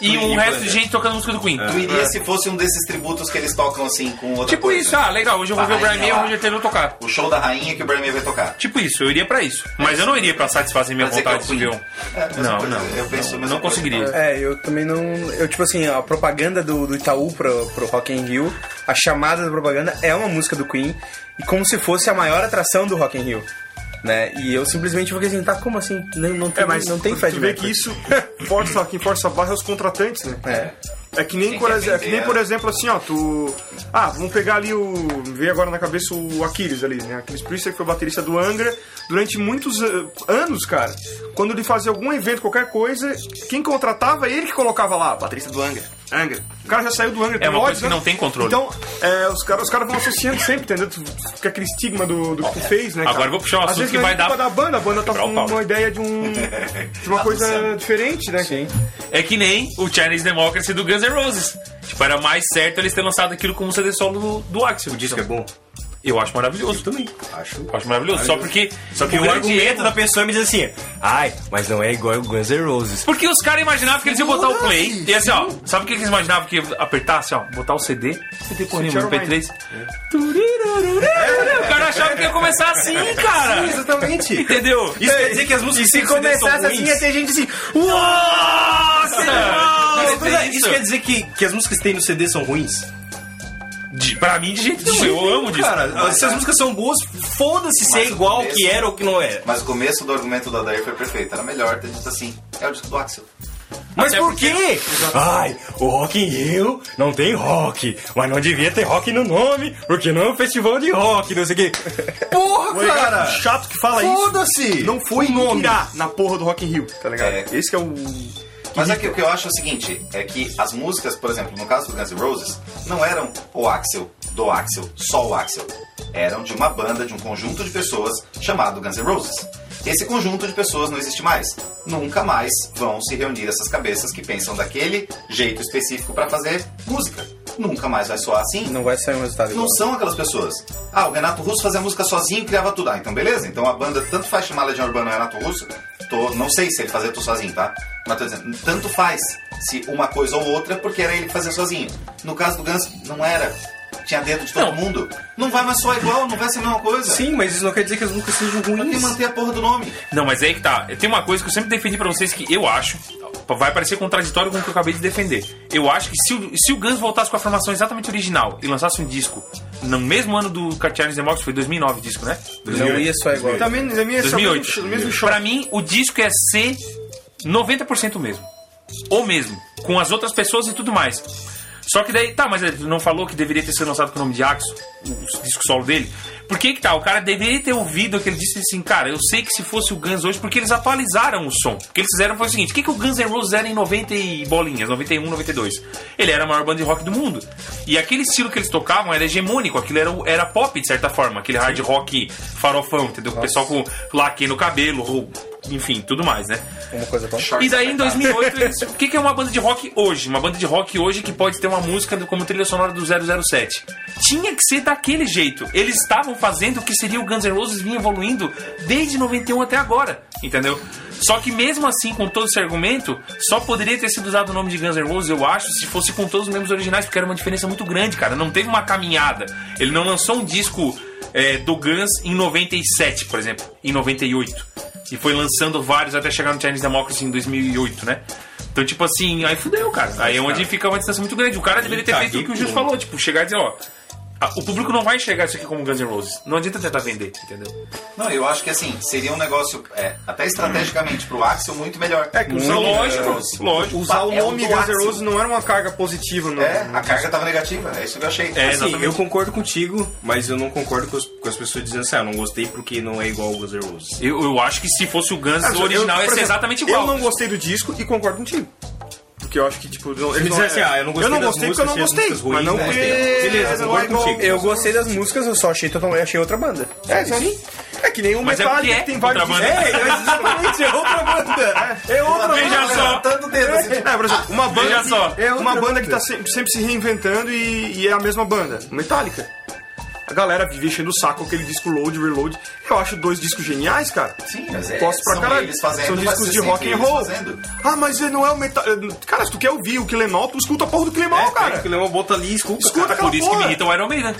e Queen, o resto de banda. gente tocando música do Queen. Tu iria se fosse um desses tributos que eles tocam, assim, com outra Tipo coisa. isso, ah, legal, hoje eu vou ver o Brian Rainha May e o lá. Roger Taylor tocar. O show da rainha que o Bernie vai tocar. Tipo isso, eu iria pra isso. Mas eu não iria pra satisfazer minha Pra dizer que vontade é o de ver Queen. um. É, a mesma Não, coisa. não, Eu penso a mesma Não coisa. conseguiria. É, eu também não. Eu, tipo assim, a propaganda do, do Itaú pro, pro Rock in Rio, a chamada da propaganda é uma música do Queen, e como se fosse a maior atração do Rock in Rio. Né? E eu simplesmente fiquei assim, tá, como assim? Não, não tem, É, mas não tem tu- Fred tu vê Mercury. que isso força, quem força a barra é os contratantes, né? É. É que nem, Quem por, quer exe- é que nem, vender, por né? exemplo, assim, ó, tu. Ah, vamos pegar ali o. Me veio agora na cabeça o Aquiles ali, né? Aquiles Priester, que foi baterista do Angra durante muitos ah, anos, cara. Quando ele fazia algum evento, qualquer coisa, quem contratava ele que colocava lá, baterista do Angra. Angra. O cara já saiu do Angra. tem É uma coisa ódio, que né? não tem controle. Então, é, os caras os caras vão associando sempre, entendeu? Tu Fica aquele estigma do, do que tu fez, né? Agora cara? eu vou puxar um Às assunto vezes que não é vai nem dar- culpa da banda, a banda tá Quebrar o com pau. uma ideia de um. de uma coisa Anunciando. diferente, né? Tá Sim. É que nem o Chinese Democracy do Guns N' Roses. Tipo, era mais certo eles terem lançado aquilo como CD solo do, do Axel. O Isso que é bom. Eu acho maravilhoso também. Acho. Eu acho maravilhoso. Só porque. Só que o, grande argumento erro- da pessoa me diz assim, ai, mas não é igual o Guns N' Roses. Porque os caras imaginavam que eles iam botar o play. E assim, ó, sabe o que eles imaginavam que ia apertar? Assim, ó, botar o CD. CD por nenhum, Tiago MP3. Turirurururu. É. O cara achava que ia começar assim, cara. é Exatamente. Entendeu? Isso quer dizer que as músicas Se que você deu são começasse assim, ruins? É. ia ter gente assim. Nossa! Isso, Nossa, quer- isso quer dizer que, que as músicas que tem no CD são ruins? De- pra mim, de jeito nenhum. Eu amo disso. Cara, se Ah, as músicas são boas, foda-se se é Mas o igual começo- que era ou que não é. era. Mas o começo do argumento do Adair foi perfeito. Era melhor ter dito assim. É o disco do Axel. Mas Até por porque- quê? Ai, o Rock in Rio não tem rock, mas não devia ter rock no nome, porque não é um festival de rock, não sei o quê. Porra, Cara, cara! chato que fala isso. Foda-se! Não foi nome na porra do Rock in Rio, tá ligado? É. Esse que é o. Mas é que o que eu acho é o seguinte, é que as músicas, por exemplo, no caso do Guns N' Roses, não eram o Axel, do Axel, só o Axel. Eram de uma banda, de um conjunto de pessoas chamado Guns N' Roses. Esse conjunto de pessoas não existe mais. Nunca mais vão se reunir essas cabeças que pensam daquele jeito específico pra fazer música. Nunca mais vai soar assim. Não vai sair um resultado igual. Não são aquelas pessoas. Ah, o Renato Russo fazia música sozinho e criava tudo. Ah, então beleza. Então a banda tanto faz chamar Legião Urbana ou Renato Russo. Tô, não sei se ele fazia tudo sozinho, tá? Mas tô dizendo, tanto faz se uma coisa ou outra, porque era ele que fazia sozinho. No caso do Guns, não era. Tinha dedo de todo Não. mundo. Não vai mais soar igual, não vai ser a mesma coisa. Sim, mas isso não quer dizer que as músicas sejam Tem que ruins. manter a porra do nome. Não, mas aí que tá. Tem uma coisa que eu sempre defendi pra vocês que eu acho. Vai parecer contraditório com o que eu acabei de defender. Eu acho que se o, se o Guns voltasse com a formação exatamente original e lançasse um disco no mesmo ano do Catianes Democracy, foi 2009 o disco, né? Não ia só igual. Também, na minha esse é o mesmo- 2008. o mesmo Pra mim, o disco ia ser 90% o mesmo. Ou mesmo. Com as outras pessoas e tudo mais. Só que daí, tá, mas ele não falou que deveria ter sido lançado com o nome de Axo, o o disco solo dele? Por que que tá? O cara deveria ter ouvido aquele disco e disse assim, cara, eu sei que se fosse o Guns hoje, porque eles atualizaram o som. O que eles fizeram foi o seguinte, o que, que o Guns N' Roses era em 90 e bolinhas, 91, 92? Ele era a maior banda de rock do mundo. E aquele estilo que eles tocavam era hegemônico, aquilo era, o- era pop, de certa forma, aquele hard rock farofão, entendeu? Com O pessoal com laque no cabelo, roubo, enfim, tudo mais, né? Uma coisa tão. E daí em 2008, eles- o que, que é uma banda de rock hoje? Uma banda de rock hoje que pode ter uma música do- como trilha sonora do 007. Tinha que ser daquele jeito. Eles estavam fazendo o que seria o Guns N' Roses vinha evoluindo desde 91 até agora, entendeu? Só que mesmo assim, com todo esse argumento, só poderia ter sido usado o nome de Guns N' Roses, eu acho, se fosse com todos os membros originais, porque era uma diferença muito grande, cara. Não teve uma caminhada. Ele não lançou um disco é, do Guns em 97, por exemplo, em 98. E foi lançando vários até chegar no Chinese Democracy em 2008, né? Então, tipo assim, aí fudeu, cara. Aí é onde fica uma distância muito grande. O cara deveria ter tá, feito o que que o Júlio bom. falou, tipo, chegar e dizer, ó, Ah, o público não vai enxergar isso aqui como Guns N' Roses. Não adianta tentar vender, entendeu? Não, eu acho que assim, seria um negócio, é, até estrategicamente pro Axel, muito melhor. É que usar o Lógico, Roses. lógico. Usar o É um nome Guns N' doaço. Roses não era uma carga positiva, não. É, a carga tava negativa, é isso que eu achei. É, Assim, exatamente. eu concordo contigo, mas eu não concordo com, os- com as pessoas dizendo assim, ah, não gostei porque não é igual o Guns N' Roses. Eu, eu acho que se fosse o Guns Cara, eu- original, por ia ser exemplo, exatamente igual. Eu não gostei do disco e concordo contigo. Porque eu acho que, tipo, não, me não- disser assim, ah, eu não gostei Eu não das gostei porque eu não músicas, gostei. achei as músicas mas não ruins, porque. né? Beleza, não concordo Tá é igual- contigo. Eu gostei das músicas, eu só achei Então, totalmente, eu achei outra banda. É, sim. É que nem o Mas é Metallica porque é que tem vários. outra banda. É, exatamente, é outra banda. É outra Veja banda. só. Tanto dedo assim, tipo, É, por exemplo, uma banda, Veja que, só. É uma Outra banda que tá sempre, sempre se reinventando e, e é a mesma banda, Metallica. A galera vive enchendo o saco aquele disco Load, Reload. Eu acho dois discos geniais, cara. Sim, mas é, Gosto pra são caralho. eles fazendo, são vai discos ser de rock sempre and eles roll. fazendo. Ah, mas não é o metal. Cara, se tu quer ouvir o Clemol, tu escuta a porra do Clemol, cara. Que lembra, é bota ali, escuta. Escuta É por aquela isso que me porra. irrita o Iron Maiden.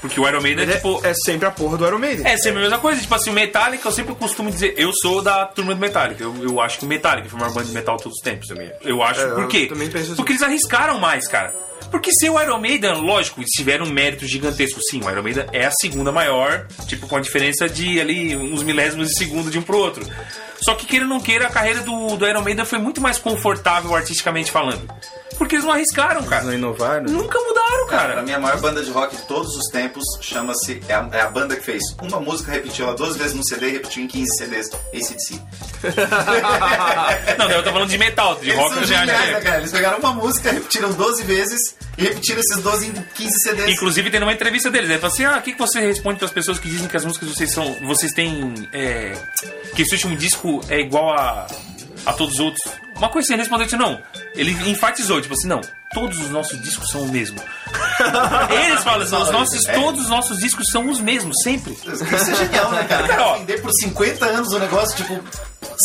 Porque o Iron Maiden é É, tipo. é sempre a porra do Iron Maiden. É sempre a mesma coisa. Tipo assim, o Metallica, eu sempre costumo dizer, eu sou da turma do Metallica. Eu, eu acho que o Metallica foi uma banda de metal todos os tempos também. Eu acho. É, por eu quê? também penso assim. Porque eles arriscaram mais, cara. Porque ser o Iron Maiden, lógico, eles tiveram um mérito gigantesco. Sim, o Iron Maiden é a segunda maior, tipo, com a diferença de ali uns milésimos de segundo de um pro outro. Só que queira ou não queira, a carreira do, do Iron Maiden foi muito mais confortável artisticamente falando. Porque eles não arriscaram, Não cara. inovaram? Nunca mudaram, Pra cara. mim, a maior banda de rock de todos os tempos chama-se. É, a- é a banda que fez uma música, repetiu ela 12 vezes no CD e repetiu em 15 CDs. ACDC. Não, eu tô falando de metal, de Eles rock são eu já acho geniais, que é. né, cara? Eles pegaram uma música, repetiram 12 vezes e repetiram esses 12 em 15 CDs. Inclusive tem uma entrevista deles, né? Fala assim, ah, o que, que você responde para as pessoas que dizem que as músicas de vocês são, vocês têm, é, que esse último disco é igual a, a todos os outros? Uma coisa que ele respondeu, tipo, não. Ele enfatizou, tipo assim, não. Todos os nossos discos são o mesmo. Eles falam, assim, os nossos, É. todos os nossos discos são os mesmos, sempre. Isso é genial, né, cara? Cara, ó. Vender por 50 anos o negócio, tipo,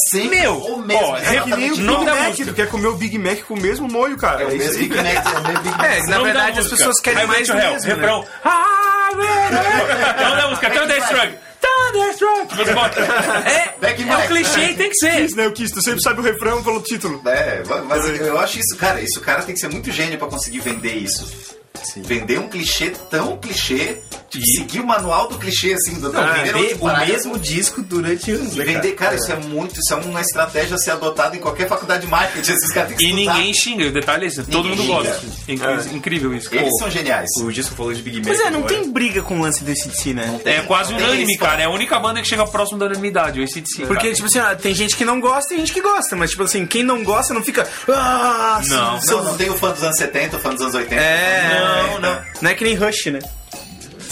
sem Meu, o mesmo. ó, É que nem o exatamente Big Nome da Mac. música. Tu quer comer o Big Mac com o mesmo molho, cara. É o isso mesmo aí. Big Mac, é o mesmo Big Mac. É, na Nome da verdade as música. pessoas querem Highway mais to do Hell, mesmo, né? refrão. Ah, Não É da música, Thunderstruck. Thunderstruck. Tipo, você bota- Back in É, é um black. clichê, tem que ser. Kiss, né? O Kiss, tu sempre sabe o refrão pelo título. É, mas eu, eu acho isso, cara, isso o cara tem que ser muito gênio pra conseguir vender isso. Vender um clichê tão clichê, tipo, seguir o manual do clichê, assim, do Ah, Não, do primeiro vender ao Tipo, último o parágrafo. mesmo disco durante anos, né, cara? Vender, cara, isso é muito, isso é uma estratégia a ser adotada em qualquer faculdade de marketing. Esses caras têm que E estudar. ninguém xinga, o detalhe é esse. Todo Ninguém mundo gosta. xinga. Incri- Incrível isso. Eles Pô, são geniais. O disco falou de Big Mac. Pois é, não agora. tem briga com o lance do ACDC, né? É quase Não tem unânime, esse, cara. cara. É a única banda que chega próximo da unanimidade, o ACDC. Porque, cara. tipo assim, ah, tem gente que não gosta e gente que gosta, mas, tipo assim, quem não gosta não fica. Ah, Não. seu- Não, não tem o fã dos anos 70, o fã dos anos 80. É. Não, não. Não é que nem Rush, né?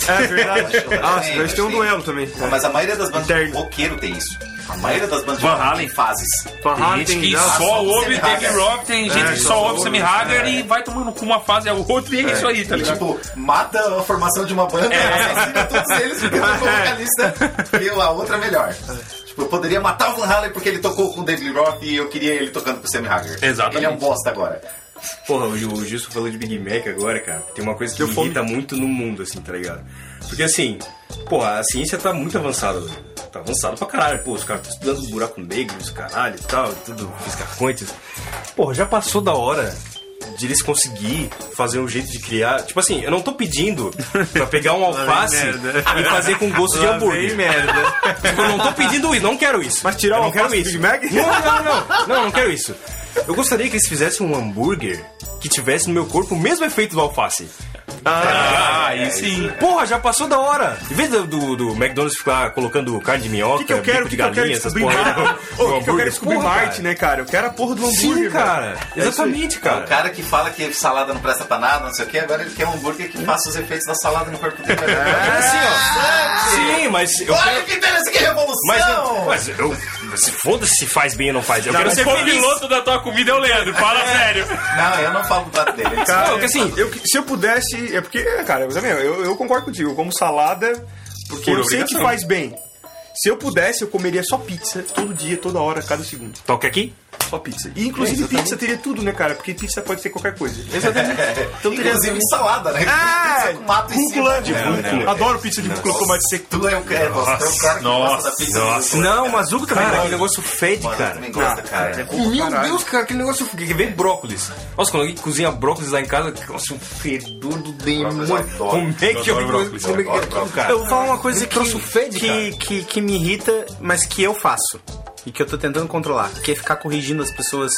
É verdade. Ah, Tem, nós tem um tem. duelo também. Mas a maioria das bandas de Interno. roqueiro tem isso. A maioria das bandas de Van rock Halen. tem fases. Van Tem Halen, gente que Gus. só ouve Sammy David Hagar. Rock, tem gente É, que só só ouve ouve, Sammy Hagar e vai tomando com uma fase a outra e é isso aí, tá E, ligado? tipo, mata a formação de uma banda, É. assassina todos eles porque tocou o vocalista e a outra melhor. Tipo, eu poderia matar o Van Halen porque ele tocou com o David Roth e eu queria ele tocando com o Sammy Hagar. Exatamente. Ele é um bosta agora. Porra, o Ju- o Justo falou de Big Mac agora, cara. Tem uma coisa que Deu me fome. irrita muito no mundo, assim, tá ligado? Porque, assim, porra, a ciência tá muito avançada, velho. Tá avançada pra caralho. Pô, os caras estão estudando buraco negro, os caralho e tal, tudo, física quântica. Porra, já passou da hora de eles conseguir fazer um jeito de criar... Tipo assim, eu não tô pedindo pra pegar um alface merda. e fazer com gosto de Lá hambúrguer. vem merda. Tipo, eu não tô pedindo isso, não quero isso. Mas tirar eu o não quero alface do isso. Big Mac? Não, não, não, não, não quero isso. Eu gostaria que eles fizessem um hambúrguer que tivesse no meu corpo o mesmo efeito do alface. Tá É Ah, aí sim. Porra, já passou da hora. Em vez do, do, do McDonald's ficar colocando carne de minhoca, O que, que eu quero? É, bico O de que, que eu quero galinha, essas descobrir? porra. aí no- no Ô, o que que eu hambúrguer. quero descobrir? Porra, Marte, né, cara? Eu quero a porra do hambúrguer. Sim, velho. cara. É isso aí. Exatamente, O cara. cara que fala que salada não presta pra nada, não sei o que, agora ele quer um hambúrguer que faça os efeitos da salada no corpo dele. É assim, ó. Sim, mas eu Olha quero... que interessante, que revolução! Mas, eu, mas eu... Se foda-se se faz bem ou não faz. Eu quero O ser feliz. copiloto da tua comida é o Leandro, fala sério. Não, eu não falo do prato dele. Cara, Não, porque assim, eu- se eu pudesse. É porque, cara, eu, também, eu, eu concordo contigo. Eu como salada, porque Por eu sei que obrigação. faz bem. Se eu pudesse, eu comeria só pizza todo dia, toda hora, cada segundo. Toca aqui. só pizza. É, E inclusive pizza teria tudo, né, cara? Porque pizza pode ser qualquer coisa. Exatamente. Então teria Inclusive salada, né? Ah, Pizza com mato em cima. Rúcula de rúcula. Adoro pizza de rúcula com tomate seco. Tu é o cara, nossa, tu é o cara que gosta da pizza. Nossa. Não, mas Hugo também gosta. Aquele negócio fede, Mano, eu cara. Ah, é. também gosto, cara. É Meu Deus, cara, aquele negócio que vem brócolis. Nossa, quando alguém cozinha brócolis lá em casa, nossa, um fedor do demônio. Brócolis, eu adoro. Como é que eu adoro brócolis, como é que eu é adoro aquilo, cara? Eu vou falar uma coisa que, troço fede, que, cara. que, que me irrita, mas que eu faço. E que eu tô tentando controlar. Que é ficar corrigindo as pessoas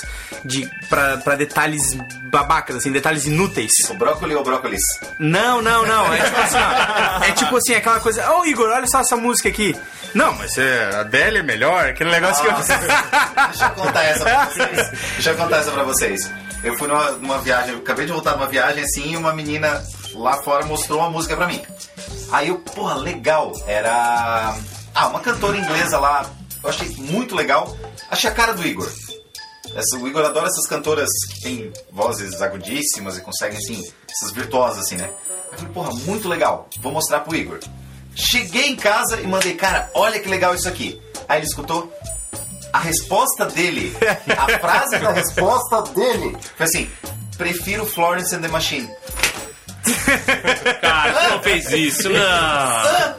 de, pra, pra detalhes babacas, assim, detalhes inúteis. O brócolis ou brócolis? Não, não, não. É tipo assim, ó, é tipo assim, aquela coisa. Ô Igor, olha só essa música aqui. Não, mas é, a dela é melhor, aquele negócio Ah. Deixa eu contar essa pra vocês. Deixa eu contar essa pra vocês. Eu fui numa, numa viagem, eu acabei de voltar de uma viagem assim e uma menina lá fora mostrou uma música pra mim. Aí eu, porra, legal. Era. Ah, uma cantora inglesa lá. Eu achei muito legal. Achei a cara do Igor. Essa, o Igor adora essas cantoras que têm vozes agudíssimas e conseguem, assim, essas virtuosas, assim, né? Eu falei, porra, muito legal. Vou mostrar pro Igor. Cheguei em casa e mandei, cara, olha que legal isso aqui. Aí ele escutou. A resposta dele, a frase da resposta dele foi assim: prefiro Florence and the Machine. Cara, você Tá, não fez isso, não.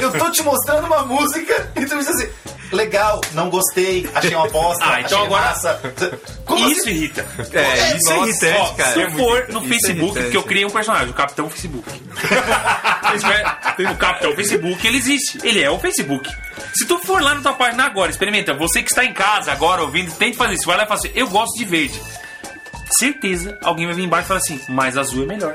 Eu tô te mostrando uma música e tu me diz assim. Legal, não gostei, achei uma bosta, Ah, então achei agora- massa. Como Isso assim? irrita. que eu. É, isso é Nossa, irritante, Ó, cara. se eu É muito for irritante. no Isso é Facebook, irritante. porque eu criei um personagem, o Capitão Facebook. Vocês conhecem? o Capitão Facebook, ele existe. Ele é o Facebook. Se tu for lá na tua página agora, experimenta. Você que está em casa agora ouvindo, tente fazer isso. Vai lá e fala assim, eu gosto de verde. Certeza, alguém vai vir embaixo e falar assim, mas azul é melhor.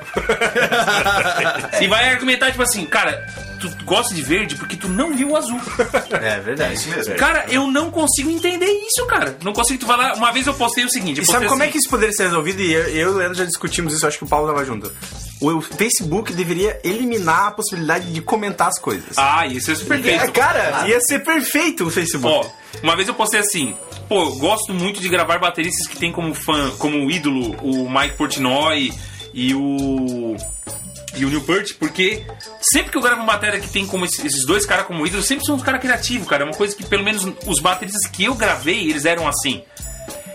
E vai argumentar, tipo assim, cara, tu gosta de verde porque tu não viu o azul. É verdade. Isso mesmo. Cara, eu não consigo entender isso, cara. Não consigo. Tu vai lá. Uma vez eu postei o seguinte. eu E sabe postei como é assim, que isso poderia ser resolvido? E eu, eu e o Leandro já discutimos isso, acho que o Paulo tava junto. O Facebook deveria eliminar a possibilidade de comentar as coisas. Ah, isso é super É, feito. cara, Ah. ia ser perfeito o Ó, Facebook. uma vez eu postei assim, pô, eu gosto muito de gravar bateristas que tem como fã, como ídolo o Mike Portnoy e o e o Neil Peart, porque sempre que eu gravo uma matéria que tem como esses, esses dois caras como ídolo, sempre são uns caras criativos, cara. É uma coisa que pelo menos os bateristas que eu gravei, eles eram assim.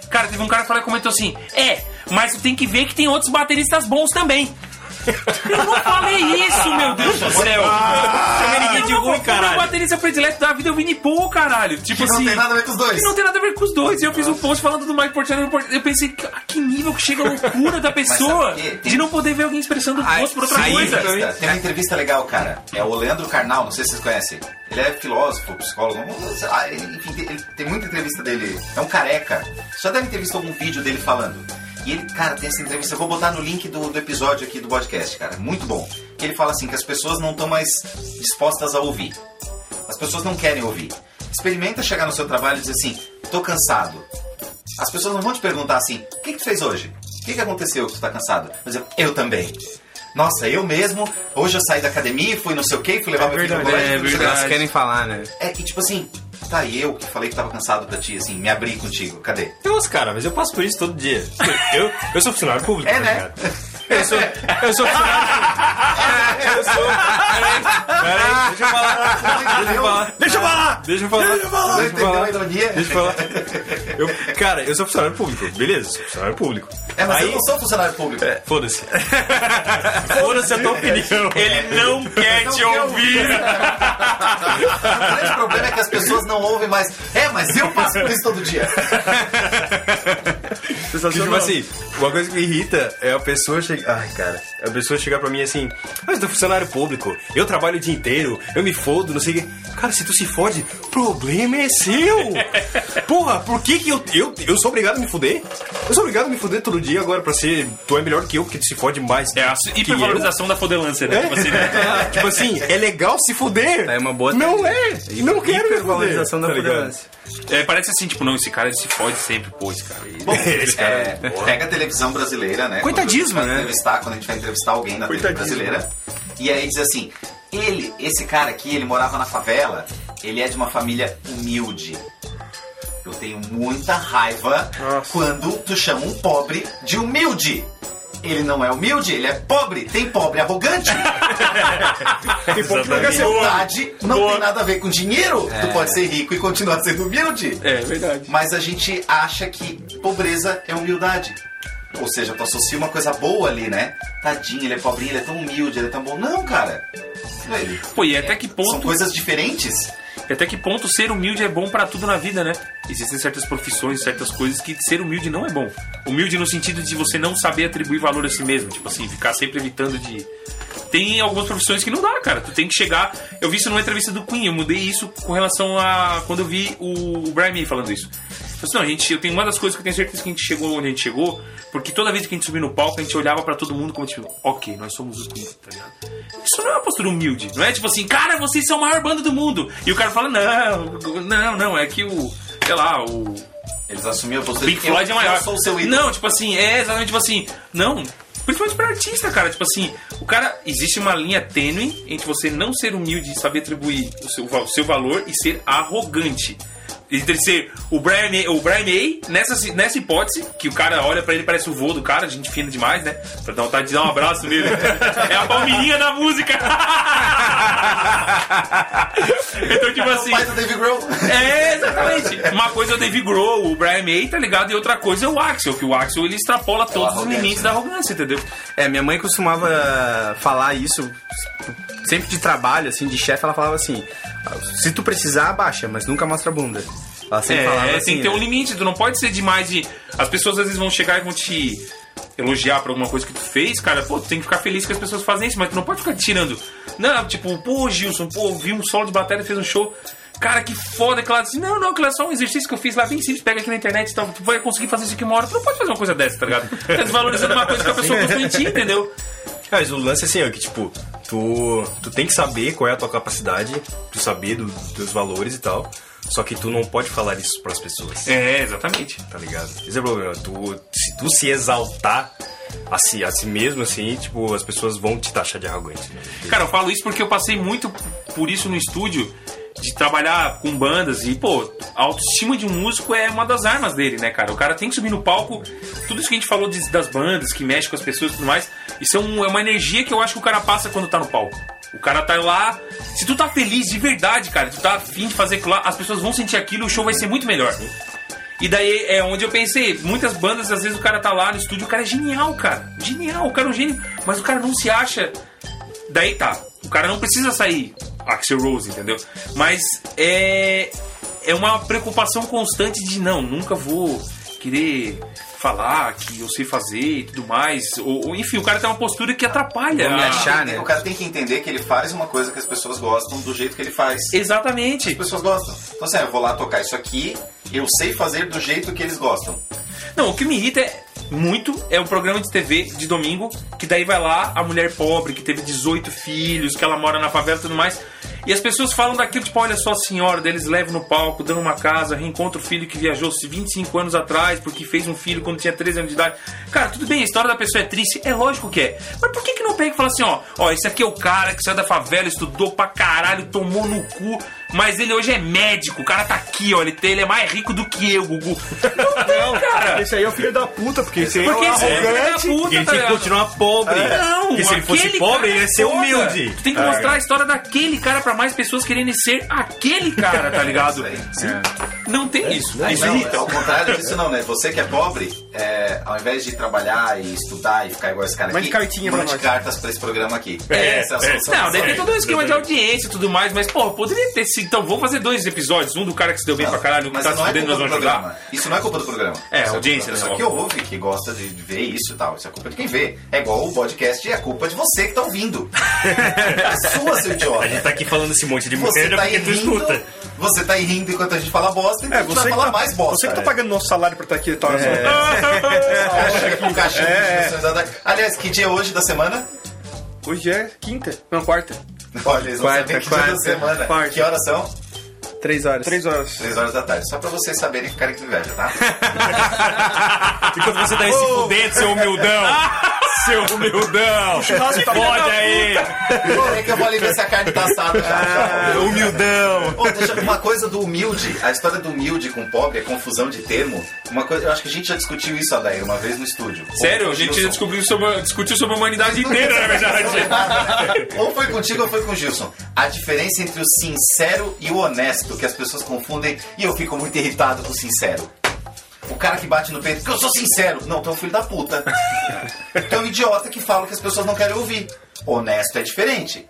Cara, teve um cara que falou e comentou assim: É, mas tu tem que ver que tem outros bateristas bons também. Eu não falei isso, meu Deus do céu! é Chamei ninguém de ruim, caralho. O baterista predileto da vida é o Vini Paul, caralho. Tipo Não assim. tem nada a ver com os dois. E não tem nada a ver com os dois. E eu fiz um post falando do Mike Portnoy. Eu pensei, que- a que nível que chega a loucura da pessoa sabe por quê? Tem- de não poder ver alguém expressando o Ai, gosto por outra sim, coisa. cara. Entrevista. Tem uma entrevista legal, cara. É o Leandro Carnal, não sei se vocês conhecem. Ele é filósofo, psicólogo, sei lá, ele- enfim, tem- ele- tem muita entrevista dele. É um careca. Já deve ter visto algum vídeo dele falando. E ele, cara, tem essa entrevista. Eu vou botar no link do, do episódio aqui do podcast, cara. Muito bom. Que ele fala assim: que as pessoas não estão mais dispostas a ouvir. As pessoas não querem ouvir. Experimenta chegar no seu trabalho e dizer assim: tô cansado. As pessoas não vão te perguntar assim: o que, que tu fez hoje? O que, que aconteceu que tu tá cansado? Mas eu, eu também. Nossa, eu mesmo. Hoje eu saí da academia, fui não sei o que, fui levar meu filho no colégio. fui não sei o quê." Elas querem falar, né? É, e tipo assim, tá e eu que falei que tava cansado pra ti, assim, me abri contigo, cadê? Nossa, cara, mas eu passo por isso todo dia. Eu, eu sou funcionário público, É, tá né? ligado? Eu sou, eu sou funcionário público. Eu sou. Peraí, peraí, deixa eu falar. Deixa eu falar. Deixa eu falar! Deixa eu falar. Deixa Você eu entendeu a falar. ironia? Deixa eu falar. Eu- cara, eu sou funcionário público, beleza? Sou funcionário público. É, mas Aí, eu não sou funcionário público. É, É, Foda-se. Foda-se a tua opinião. Ele não quer Não te quer ouvir. O grande problema é que as pessoas não ouvem mais. É, mas eu passo por isso todo dia. Que, tipo assim, uma coisa que me irrita é a pessoa chegar. Ai, cara. A pessoa chegar pra mim assim. Mas tu é funcionário público, eu trabalho o dia inteiro, eu me fodo, não sei o que. Cara, se tu se fode, problema é seu! Porra, por que que eu, eu. Eu sou obrigado a me foder? Eu sou obrigado a me foder todo dia agora pra ser. Tu é melhor que eu, porque tu se fode mais. É a que eu? hipervalorização da fodelância, né? Tipo assim, né? Tipo assim, é legal se foder. É uma boa Não é! técnica. Não quero me Hipervalorização da foder, tá ligado? liderança. É, parece assim, tipo, não, esse cara ele se fode sempre, pô, esse cara. ele- Bom, Esse cara é, pega a televisão brasileira, né? Coitadismo, quando a gente vai né? Entrevistar, quando a gente vai entrevistar alguém na TV Coitadismo. brasileira. E aí diz assim, ele, esse cara aqui, ele morava na favela, ele é de uma família humilde. Eu tenho muita raiva Nossa. quando tu chama um pobre de humilde. Ele não é humilde, ele é pobre. Tem pobre arrogante. Tem pouco pra cacete. Humildade não tem nada a ver com dinheiro. Tu pode ser rico e continuar sendo humilde. É verdade. Mas a gente acha que pobreza é humildade. Ou seja, tu associa uma coisa boa ali, né? Tadinho, ele é pobrinho, ele é tão humilde, ele é tão bom. Não, cara. Ele- Pô, e até que São ponto coisas diferentes. E até que ponto ser humilde é bom pra tudo na vida, né? Existem certas profissões, certas coisas que ser humilde não é bom. Humilde no sentido de você não saber atribuir valor a si mesmo, tipo assim, ficar sempre evitando de. Tem algumas profissões que não dá, cara. Tu tem que chegar. Eu vi isso numa entrevista do Queen, eu mudei isso com relação a. Quando eu vi o o Brian May falando isso. Eu falei assim, não, gente, eu tenho uma das coisas que eu tenho certeza que a gente chegou onde a gente chegou, porque toda vez que a gente subiu no palco, a gente olhava pra todo mundo como tipo, ok, nós somos os Queen, tá ligado? Isso não é uma postura humilde, não é tipo assim, cara, vocês são a maior banda do mundo. E o cara fala, não, não, não, é que o, sei lá, o Eles assumiram a postura Pink de eu- Floyd é maior. Eu sou o seu ídolo. não, tipo assim, é exatamente tipo assim, não, principalmente pra artista, cara, tipo assim, o cara, existe uma linha tênue entre você não ser humilde e saber atribuir o seu, va- o seu valor e ser arrogante. Entre ser o Brian May, o Brian May nessa, si- nessa hipótese, que o cara olha pra ele parece o vô do cara, gente fina demais, né? Pra dar vontade de dar um abraço nele. É a palmeirinha da música. então, tipo assim. Pai do Dave Grohl. É, exatamente. Uma coisa é o Dave Grohl, o Brian May, tá ligado? E outra coisa é o Axel, que o Axel ele extrapola todos os arrogante, limites da arrogância, entendeu? É, minha mãe costumava falar isso sempre de trabalho, assim, de chefe, ela falava assim: se tu precisar, abaixa, mas nunca mostra a bunda. Ela sempre falava É, assim. tem que ter um né? limite, tu não pode ser demais de. As pessoas às vezes vão chegar e vão te elogiar por alguma coisa que tu fez, cara. Pô, tu tem que ficar feliz que as pessoas fazem isso, mas tu não pode ficar tirando. Não, tipo, pô, Gilson, pô, vi um solo de bateria, fez um show. Cara, que foda, aquela. Não, não, aquilo é só um exercício que eu fiz lá bem simples, pega aqui na internet e tal. Tu vai conseguir fazer isso aqui uma hora. Tu não pode fazer uma coisa dessa, tá ligado? Tá desvalorizando uma coisa que a pessoa custou em ti, entendeu? Mas o lance é assim, ó, que tipo, tu, tu tem que saber qual é a tua capacidade, tu saber do- dos teus valores e tal, só que tu não pode falar isso pras pessoas, É, exatamente. tá ligado? Esse é o problema, tu, se tu se exaltar a si, a si mesmo, assim, tipo, as pessoas vão te taxar de arrogante. né? Cara, eu falo isso porque eu passei muito por isso no estúdio de trabalhar com bandas e, pô, a autoestima de um músico é uma das armas dele, né, cara? O cara tem que subir no palco, tudo isso que a gente falou de- das bandas, que mexe com as pessoas e tudo mais, isso é, um- é uma energia que eu acho que o cara passa quando tá no palco. O cara tá lá, se tu tá feliz de verdade, cara, tu tá afim de fazer aquilo lá, as pessoas vão sentir aquilo e o show vai ser muito melhor. E daí é onde eu pensei, muitas bandas, às vezes o cara tá lá no estúdio, o cara é genial, cara. Genial, o cara é um gênio, mas o cara não se acha. Daí tá, o cara não precisa sair Axel Rose, entendeu? Mas é é uma preocupação constante de não, nunca vou querer falar que eu sei fazer e tudo mais. Ou, ou, enfim, o cara tem uma postura que atrapalha. Vou me a- achar. Ah, né? O cara tem que entender que ele faz uma coisa que as pessoas gostam do jeito que ele faz. Exatamente. As pessoas gostam. Então, assim, eu vou lá tocar isso aqui, eu sei fazer do jeito que eles gostam. Não, o que me irrita é muito é o programa de TV de domingo, que daí vai lá a mulher pobre, que teve 18 filhos, que ela mora na favela e tudo mais. E as pessoas falam daquilo, tipo, olha só a senhora, daí eles levam no palco, dando uma casa, reencontra o filho que viajou 25 anos atrás, porque fez um filho quando tinha 13 anos de idade. Cara, tudo bem, a história da pessoa é triste, é lógico que é. Mas por que, que não pega e fala assim, ó, ó, esse aqui é o cara que saiu da favela, estudou pra caralho, tomou no cu, mas ele hoje é médico, o cara tá aqui, ó, ele, tem- ele é mais rico do que eu, Gugu. Não tem, cara! Esse aí é o filho da puta, porque esse aí Porque é um esse é filho da arrogante. Porque puta, ele tá tem que ligado? continuar pobre. Não, Porque se ele aquele fosse pobre, cara ele ia ser é foda. humilde. Tu tem que mostrar a história daquele cara pra mais pessoas quererem ser aquele cara, tá É ligado? Não tem isso. Isso Não, irrita. ao contrário disso não, né? Você que é pobre, é, ao invés de trabalhar e estudar e ficar igual esse cara Mande aqui, cartinha pra mande nós. cartas pra esse programa aqui. É, Essa é a é. solução. Não, daí tem todo um esquema de audiência e tudo mais, mas, pô, poderia ter sido. Então, vou fazer dois episódios: um do cara que se deu bem pra caralho, um que Mas tá se não é fudendo, culpa nós do vamos programa. ajudar. Isso não é culpa do programa. É, Isso audiência, culpa da pessoa né? que ouve, que gosta de ver isso e tal. Isso é culpa de quem vê. É igual o podcast, é culpa de você que tá ouvindo. é sua, seu A gente idiota. tá aqui falando esse monte de Você merda tá aí porque tu rindo, escuta. você tá aí rindo enquanto a gente fala bosta, então É, a gente vai você que, falar tá, mais bosta. você que tá É. pagando nosso salário pra estar aqui tá? e tal. Chega com caixinha de inscrições da- Aliás, que dia é hoje da semana? Hoje é quinta, não, quarta. Olha, eles vão Quarta, saber que dia quarta, da semana. quarta. né? Que horas são? Três horas. Três horas. Três horas da tarde. Só pra vocês saberem e ficarem com inveja, tá? Enquanto você tá aí se fudendo, seu humildão. seu humildão! Pode aí! Peraí é que eu vou ali ver se a carne tá assada já. já. Ah, Humildão! Pô, deixa- uma coisa do humilde, a história do humilde com pobre, a confusão de termo. Uma coisa, eu acho que a gente já discutiu isso, Adair, uma vez no estúdio. Sério, Ou a gente Gilson. já descobriu sobre, discutiu sobre a humanidade inteira, né, na verdade. Ou foi contigo ou foi com o Gilson. A diferença entre o sincero e o honesto, que as pessoas confundem, e eu fico muito irritado com o sincero. O cara que bate no peito, que eu sou sincero. Não, tu é um filho da puta. tu é um idiota que fala o que as pessoas não querem ouvir. Honesto é diferente.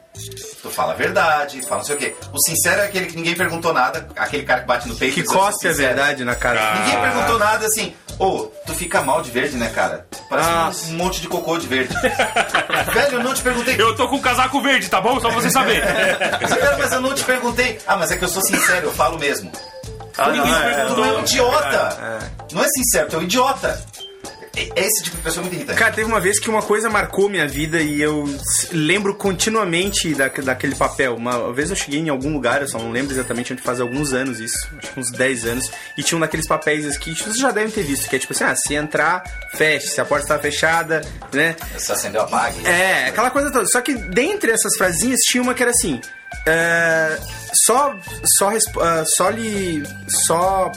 Tu fala a verdade, fala não sei o quê. O sincero é aquele que ninguém perguntou nada, aquele cara que bate no peito Que e diz, "Eu sou costa a sincero." verdade na cara. Ah, Ninguém perguntou nada assim. Ô, tu fica mal de verde, né, cara? Parece Nossa. Ah. um monte de cocô de verde. Velho, eu não te perguntei. Eu tô com um casaco verde, tá bom? Só pra você saber. Cara, mas eu não te perguntei. Ah, mas é que eu sou sincero, eu falo mesmo. Ninguém tu é um perguntou. idiota. Não é sincero, tu é um idiota. É é esse tipo de pessoa muito irritante. Cara, teve uma vez que uma coisa marcou minha vida e eu s- lembro continuamente da, daquele papel. Uma vez eu cheguei em algum lugar, eu só não lembro exatamente onde faz alguns anos isso, acho que uns 10 anos, e tinha um daqueles papéis que vocês já devem ter visto, que é tipo assim, ah, se entrar, feche, se a porta está fechada, né? Você acendeu a bag. É, aquela coisa toda. Só que dentre essas frasinhas tinha uma que era assim. é, só. Só, resp- ah, só lhe. Só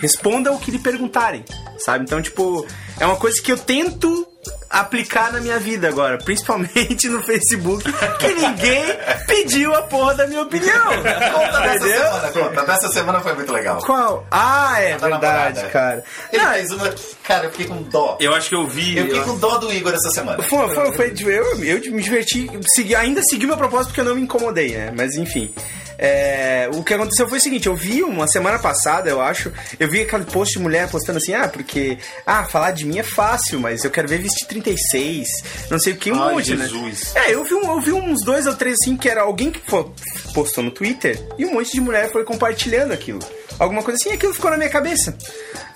responda o que lhe perguntarem. Sabe? Então, tipo, é uma coisa que eu tento aplicar na minha vida agora, principalmente no Facebook, que ninguém pediu a porra da minha opinião. Conta dessa Entendeu? semana, conta. Dessa semana foi muito legal. Qual? Ah, é Da namorada. verdade, cara. Ele Não, fez uma... Cara, eu fiquei com dó. Eu acho que eu vi. Eu eu fiquei com dó do Igor essa semana. Foi, foi, um foi, eu, eu me diverti, segui, ainda segui meu propósito porque eu não me incomodei, né? Mas enfim. É, o que aconteceu foi o seguinte, eu vi uma semana passada, eu acho, eu vi aquele post de mulher postando assim, ah, porque, ah, falar de mim é fácil, mas eu quero ver vestir 36, não sei o que, um Ai, monte, Jesus. né? É, eu vi, um- eu vi uns dois ou três assim, que era alguém que fo- postou no Twitter, e um monte de mulher foi compartilhando aquilo. Alguma coisa assim, e aquilo ficou na minha cabeça.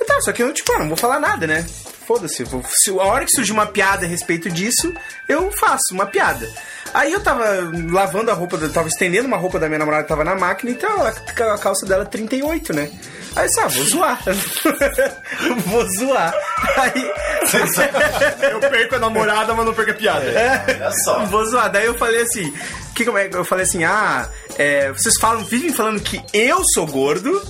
E Tá, só que eu, tipo, ah, não vou falar nada, né? Foda-se, eu vou- se a hora que surge uma piada a respeito disso, eu faço uma piada. Aí eu tava lavando a roupa, eu tava estendendo uma roupa da minha namorada, tava na máquina, então a, a calça dela é 38, né? Aí eu disse, ah, vou zoar. vou zoar. Aí... Eu perco a namorada, mas não perco a piada. Olha só. Vou zoar. Daí eu falei assim. Que, como é, que- eu falei assim, ah, é, vocês falam, vivem falando que eu sou gordo,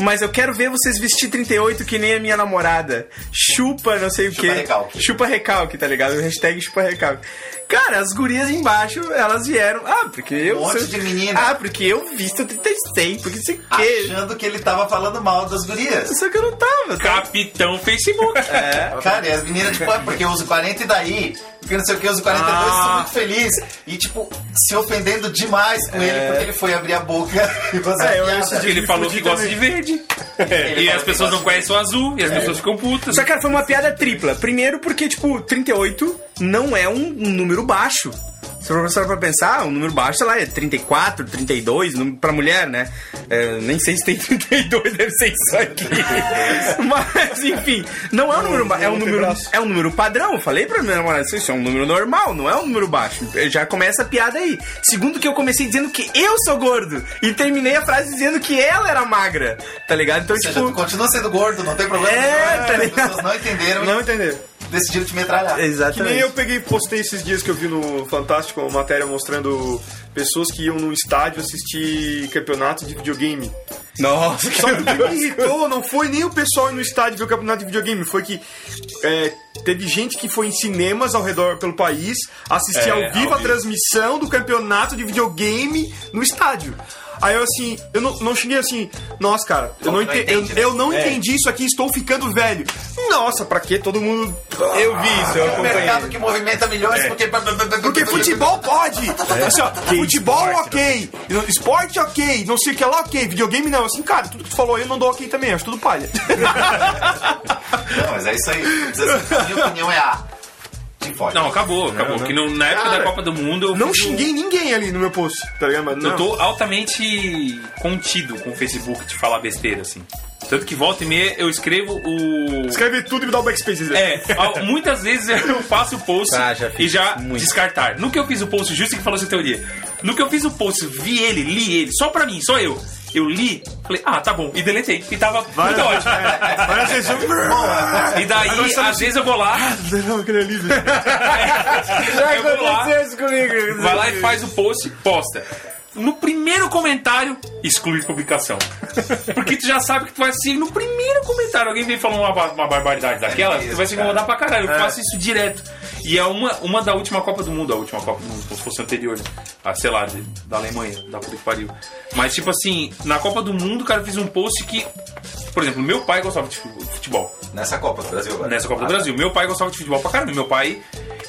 mas eu quero ver vocês vestir 38 que nem a minha namorada. Chupa não sei o Chupa quê. recalque. Chupa recalque, tá ligado? Hashtag chupa recalque. Cara, as gurias embaixo, elas vieram. Ah, porque eu. Um monte sou- de menina. Ah, porque eu visto 36, porque sei o quê. Achando que ele tava falando mal das gurias. Só que eu não tava. tá? Capitão Facebook. Cara, e as meninas, tipo, ah, porque eu uso 40 e daí, porque não sei o que, eu uso 42 e Ah. sou muito feliz. E, tipo, se ofendendo demais com É. ele, porque ele foi abrir a boca e fazer É, eu piada. acho Ele falou que gosta de verde. Ele E fala as que pessoas gosta não de conhecem o azul, e as pessoas ficam putas. Só que cara, foi uma piada tripla. Primeiro, porque, tipo, 38 não é um, um número baixo. Se o professor for pensar, um número baixo, sei lá, é 34, 32, num- pra mulher, né? É, nem sei se tem 32, deve ser isso aqui. Mas, enfim, não é um número baixo, é um número, é um número padrão. Eu falei pra minha namorada, isso isso é um número normal, não é um número baixo. Já começa a piada aí. Segundo que eu comecei dizendo que eu sou gordo e terminei a frase dizendo que ela era magra, tá ligado? Então, Ou seja, tu tipo... continua sendo gordo, não tem problema. É, nenhum. tá As ligado? pessoas não entenderam Não e entendeu. decidiram te metralhar. É É, Que Exatamente. nem eu peguei, postei esses dias que eu vi no Fantástico uma matéria mostrando pessoas que iam num estádio assistir campeonato de videogame. Nossa, Só que o que me irritou não foi nem o pessoal ir no estádio ver o campeonato de videogame, foi que é, teve gente que foi em cinemas ao redor pelo país assistir É, ao vivo ao a vivo. transmissão do campeonato de videogame no estádio. Aí eu assim, eu não, não cheguei assim, nossa, cara, eu Não, não, não ente- entende, eu- né? eu não É. entendi isso aqui, estou ficando velho. Nossa, pra que todo mundo. Eu vi isso, eu É um mercado que movimenta É. milhões porque... Porque futebol pode! É. Assim, ó, futebol né? ok, esporte ok, não sei o que lá ok, videogame não. Assim, cara, tudo que tu falou aí eu não dou ok também, acho tudo palha. Não, mas é isso aí. Diz assim, a minha opinião é A. Te fode. Não, acabou, acabou. Que não, na época Cara, da Copa do Mundo eu Não fiz um- xinguei ninguém ali no meu post, tá ligado? Mas não. Eu tô altamente contido com o Facebook de falar besteira, assim. Tanto que volta e meia eu escrevo o. Escreve tudo e me dá o backspace. né? É, ao- muitas vezes eu faço o post Ah, já e fiz já muito. descartar. No que eu fiz o post, justo que falou essa teoria. No que eu fiz o post, vi ele, li ele, só pra mim, só eu. Eu li, falei, ah, tá bom. E deletei. E tava Várias- muito ótimo. é, várias vezes eu... E daí, Agora você tá não às vezes eu vou lá, Não, aquele ali, velho. Já eu vou lá, aconteceu isso comigo. vai lá e faz o post, posta. No primeiro comentário, exclui publicação. Porque tu já sabe que tu vai se. No primeiro comentário, alguém vem falando uma, ba- uma barbaridade daquela, isso, tu vai se cara. incomodar pra caralho. É. Eu faço isso direto. E é uma, uma da última Copa do Mundo, a última Copa do Mundo, como se fosse anterior, né? Ah, sei lá, de- da Alemanha, da puta que pariu. Mas, tipo assim, na Copa do Mundo, cara, eu fiz um post que. Por exemplo, meu pai gostava de fu- futebol Nessa Copa do Brasil agora. nessa Copa do Brasil. Meu pai gostava de futebol pra caramba. Meu pai,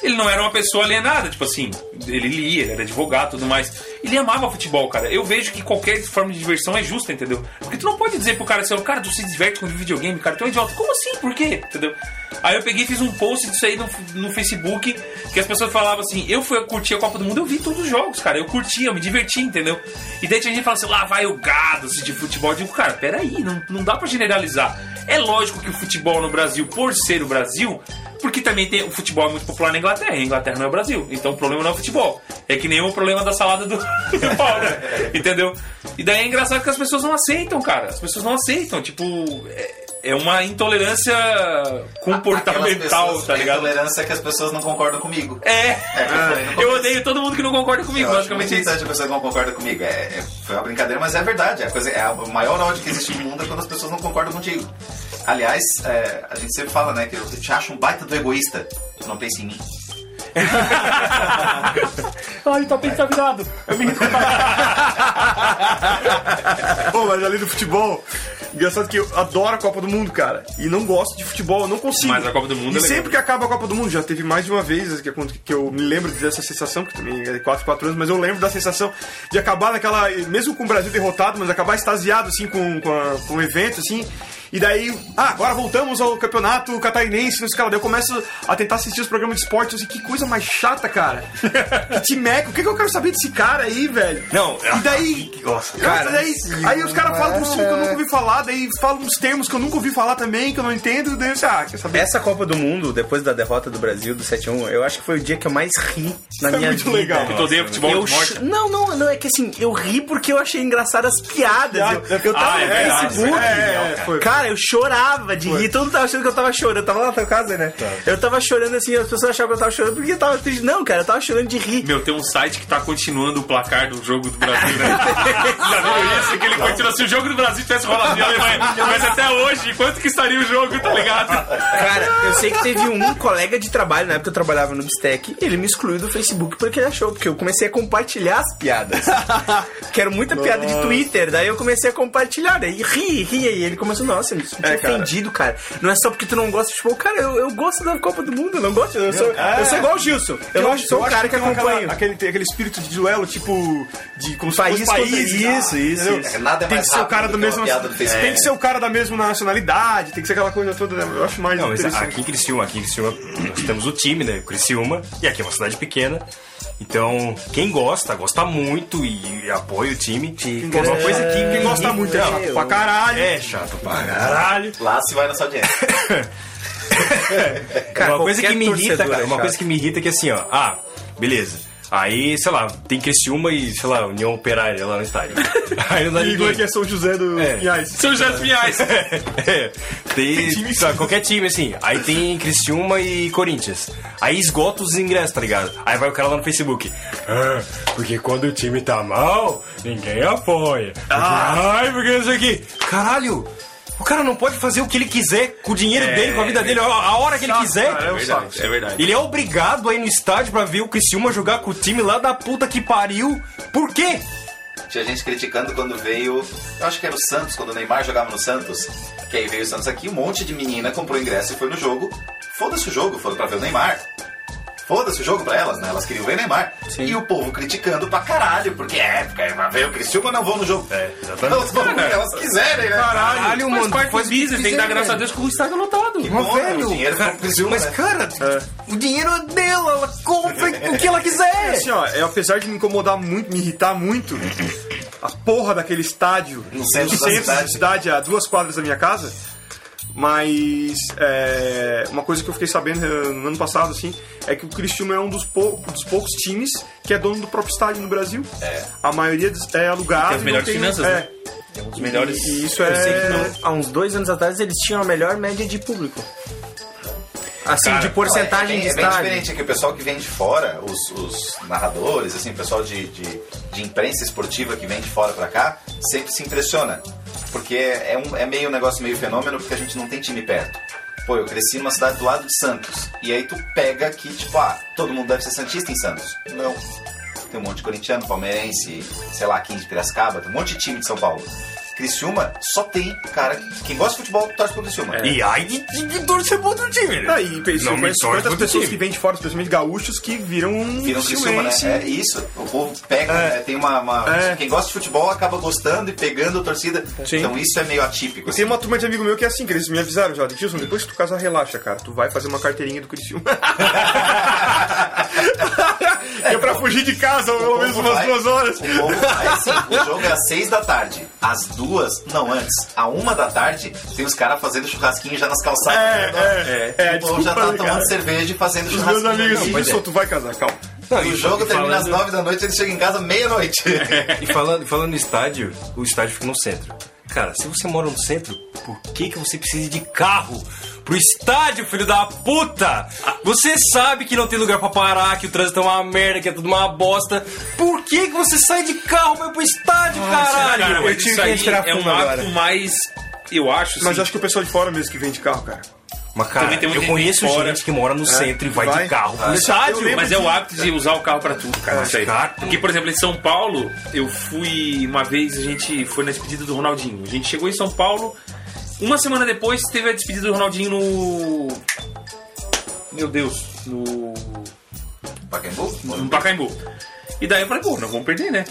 ele não era uma pessoa alienada, tipo assim, ele lia, ele era advogado e tudo mais. Ele amava futebol, cara. Eu vejo que qualquer forma de diversão é justa, entendeu? Porque tu não pode dizer pro cara assim, cara, tu se diverte com videogame, cara, tu é um idiota. Como assim? Por quê? Entendeu? Aí eu peguei e fiz um post disso aí no, no Facebook, que as pessoas falavam assim, eu fui curtir a Copa do Mundo, eu vi todos os jogos, cara. Eu curtia, eu me diverti, entendeu? E daí tinha gente que falava assim, lá vai o gado se de futebol. Eu digo, cara, peraí, não, não dá pra generalizar. É lógico que o futebol no Brasil, por ser o Brasil, porque também tem o futebol é muito popular na Inglaterra, e a Inglaterra não é o Brasil. Então o problema não é o futebol. É que nem o problema da salada do, do pau, né? Entendeu? E daí é engraçado que as pessoas não aceitam, cara. As pessoas não aceitam, tipo. É... é uma intolerância Aquelas comportamental, pessoas- tá A ligado? intolerância é que as pessoas não concordam comigo. É. É, que eu falei no Eu começo. odeio todo mundo que não concorda comigo, Eu acho que basicamente é muita isso. gente, pessoas não concordam comigo. É, é- foi uma brincadeira, mas é verdade. É a, coisa, é a maior ódio que existe no mundo é quando as pessoas não concordam contigo. Aliás, é, a gente sempre fala, né, que eu te acho um baita do egoísta. Tu não pensa em mim. Ah, ele tá pensando virado. Eu me Pô, mas além do futebol, engraçado que eu adoro a Copa do Mundo, cara. E não gosto de futebol, eu não consigo. Mas a Copa do Mundo E é legal. sempre que acaba a Copa do Mundo, já teve mais de uma vez que, acon- que eu me lembro dessa sensação, que também é 4, 4 anos, mas eu lembro da sensação de acabar naquela. Mesmo com o Brasil derrotado, mas acabar extasiado, assim, com, com, a- com o evento, assim. E daí, ah, agora voltamos ao campeonato catarinense, não sei o que lá. Daí eu começo a tentar assistir os programas de esporte, assim, que coisa mais chata, cara. que timeco, o que, que eu quero saber desse cara aí, velho? Não, é E daí, cara, daí, aí os caras falam uns filmes que eu nunca ouvi falar, daí falam uns termos que eu nunca ouvi falar também, que eu não entendo, daí você, ah, quer saber? Essa Copa do Mundo, depois da derrota do Brasil do 7x1, eu acho que foi o dia que eu mais ri na Isso é minha muito vida. legal. Tu odeia futebol eu de ch- morte? Não, não, não, é que assim, eu ri porque eu achei engraçadas as piadas. Eu, eu tava Ah, é no verdade, Facebook. é, é, foi. Cara, eu chorava de rir. Todo mundo tava achando que eu tava chorando. Eu tava lá na tua casa, né? Tá. Eu tava chorando assim, as pessoas achavam que eu tava chorando porque eu tava triste. Não, cara, eu tava chorando de rir. Meu, tem um site que tá continuando o placar do jogo do Brasil, né? Já viu isso? Que ele continua. Se o jogo do Brasil tivesse rolado na Alemanha, mas até hoje, quanto que estaria o jogo, tá ligado? Cara, eu sei que teve um colega de trabalho, na época eu trabalhava no Bistec, ele me excluiu do Facebook porque ele achou, porque eu comecei a compartilhar as piadas. Quero muita piada de Twitter, daí eu comecei a compartilhar, daí ri, ri, e ele começou, nossa, eu me senti É, cara. ofendido, cara. Não é só porque tu não gosta de futebol, cara, eu, eu gosto da Copa do Mundo, eu não gosto, eu sou, eu é. sou igual o Gilson, eu, não sou o cara que tem aquela- acompanha. aquele, tem aquele espírito de duelo, tipo, de como se País fosse contra- país, isso, isso, entendeu? isso. Nada é tem que mais ser o rápido cara do que uma mesmo piada do Facebook. tem que ser o cara da mesma nacionalidade, tem que ser aquela coisa toda, né? eu acho mais Não, mas interessante. aqui em Criciúma, aqui em Criciúma, nós temos o time, né? Criciúma, e aqui é uma cidade pequena. Então, quem gosta, gosta muito e apoia o time. Pô, uma coisa que Quem gosta muito é Não, chato pra caralho. É chato pra caralho. Lá se vai na sua audiência. Cara, uma coisa que qualquer me irrita, torcedor cara, é uma chato. coisa que me irrita é que assim, ó, ah, beleza. Aí, sei lá, tem Criciúma e, sei lá, União Operária lá no estádio. Aí não dá Igual ninguém. que é São José do É. Pinhais. São José dos Pinhais. É, tem, sabe, qualquer time, assim. Aí tem Criciúma e Corinthians. Aí esgota os ingressos, tá ligado? Aí vai o cara lá no Facebook. "Ah, porque quando o time tá mal, ninguém apoia. Porque- Ai, porque isso aqui. Caralho! O cara não pode fazer o que ele quiser com o dinheiro dele, com a vida dele, a- a hora que ele quiser. cara, é um saco. É verdade. Ele é obrigado a ir no estádio pra ver o Criciúma jogar com o time lá da puta que pariu. Por quê? Tinha gente criticando quando veio. Eu acho que era o Santos, quando o Neymar jogava no Santos. Que aí veio o Santos aqui, um monte de menina comprou ingresso e foi no jogo. Foda-se o jogo, foram pra ver o Neymar. Foda-se o jogo pra elas, né? Elas queriam ver o Neymar. E o povo criticando pra caralho, porque é, porque vai ver o Cristiúma, não vou no jogo. É, exatamente. Elas vão porque elas quiserem, né? Caralho, Mas parte do business, tem que dar quiser, graças a velho. Deus que o estádio é lotado. Mas, Bom, velho, o dinheiro cara, vai pro Criciúma, É. mas né? cara, o dinheiro é dela, ela compra o que ela quiser. Assim, ó, é, apesar de me incomodar muito, me irritar muito, a porra daquele estádio no centro da da cidade. cidade, a duas quadras da minha casa. Mas é, uma coisa que eu fiquei sabendo eh, no ano passado, assim, é que o Criciúma é um dos, pou- dos poucos times que é dono do próprio estádio no Brasil. A maioria dos- é alugado. E tem as e não melhores tem- finanças, é. né? É um dos Melhores. melhores. E isso Eu sei que é. não. Há uns dois anos atrás eles tinham a melhor média de público. Assim, Cara, de porcentagem é, bem- de é bem estádio. diferente, é que o pessoal que vem de fora, os, os narradores, assim, o pessoal de, de, de imprensa esportiva que vem de fora pra cá, sempre se impressiona. Porque é, é um, é meio um negócio meio fenômeno, porque a gente não tem time perto. Pô, eu cresci numa cidade do lado de Santos. E aí tu pega que, tipo, ah, todo mundo deve ser Santista em Santos. Não. Tem um monte de corintiano, palmeirense, sei lá, 15 de Piracicaba, tem um monte de time de São Paulo. Criciúma só tem, cara, quem gosta de futebol torce pro Criciúma. E ai de, de, de torcer pro outro time, né? Ah, e Não me 50, torce pro outro pessoas time. que vêm de fora, especialmente gaúchos, que viram um Viram Criciúma, né? É isso. O povo pega, né? tem uma. uma- É. Quem gosta de futebol acaba gostando e pegando a torcida. Sim. Então isso é meio atípico. Assim. Tem uma turma de amigo meu que é assim, que eles me avisaram já. Dilson, depois que tu casar, relaxa, cara. Tu vai fazer uma carteirinha do Criciúma. é pra fugir de casa, pelo menos povo umas vai- duas horas. O, povo- aí, assim, o jogo é às seis da tarde. Às duas, não antes, à uma da tarde, tem os caras fazendo churrasquinho já nas calçadas. né, É, é, é, o povo já desculpa, tá né, tomando cara. cerveja e fazendo Os churrasquinho. meus amigos Não, assim, pois é. Dilson, tu vai casar, calma. Não, O e- jogo e termina às falando- nove da noite, ele chega em casa meia-noite. É. E falando, falando no estádio, o estádio fica no centro. Cara, se você mora no centro, por que, que você precisa de carro pro estádio, filho da puta? Você sabe que não tem lugar pra parar, que o trânsito é uma merda, que é tudo uma bosta. Por que, que você sai de carro pra ir pro estádio, caralho? Cara, eu mas tive isso que aí respirar é fundo um ato agora. mais. Eu acho. Mas assim, eu acho que o pessoal de fora mesmo que vem de carro, cara. Mas, cara, Também tem muita eu gente conheço gente, fora. que mora no centro e É, vai, vai. de carro pro Ah, estádio. eu lembro Mas é que- o hábito de usar o carro pra tudo, cara. Isso aí. chato. Porque, por exemplo, em São Paulo, eu fui. Uma vez a gente foi na despedida do Ronaldinho. A gente chegou em São Paulo, uma semana depois teve a despedida do Ronaldinho no. Meu Deus, no. Pacaembu? no Pacaembu. E daí eu falei, pô, não vamos perder, né?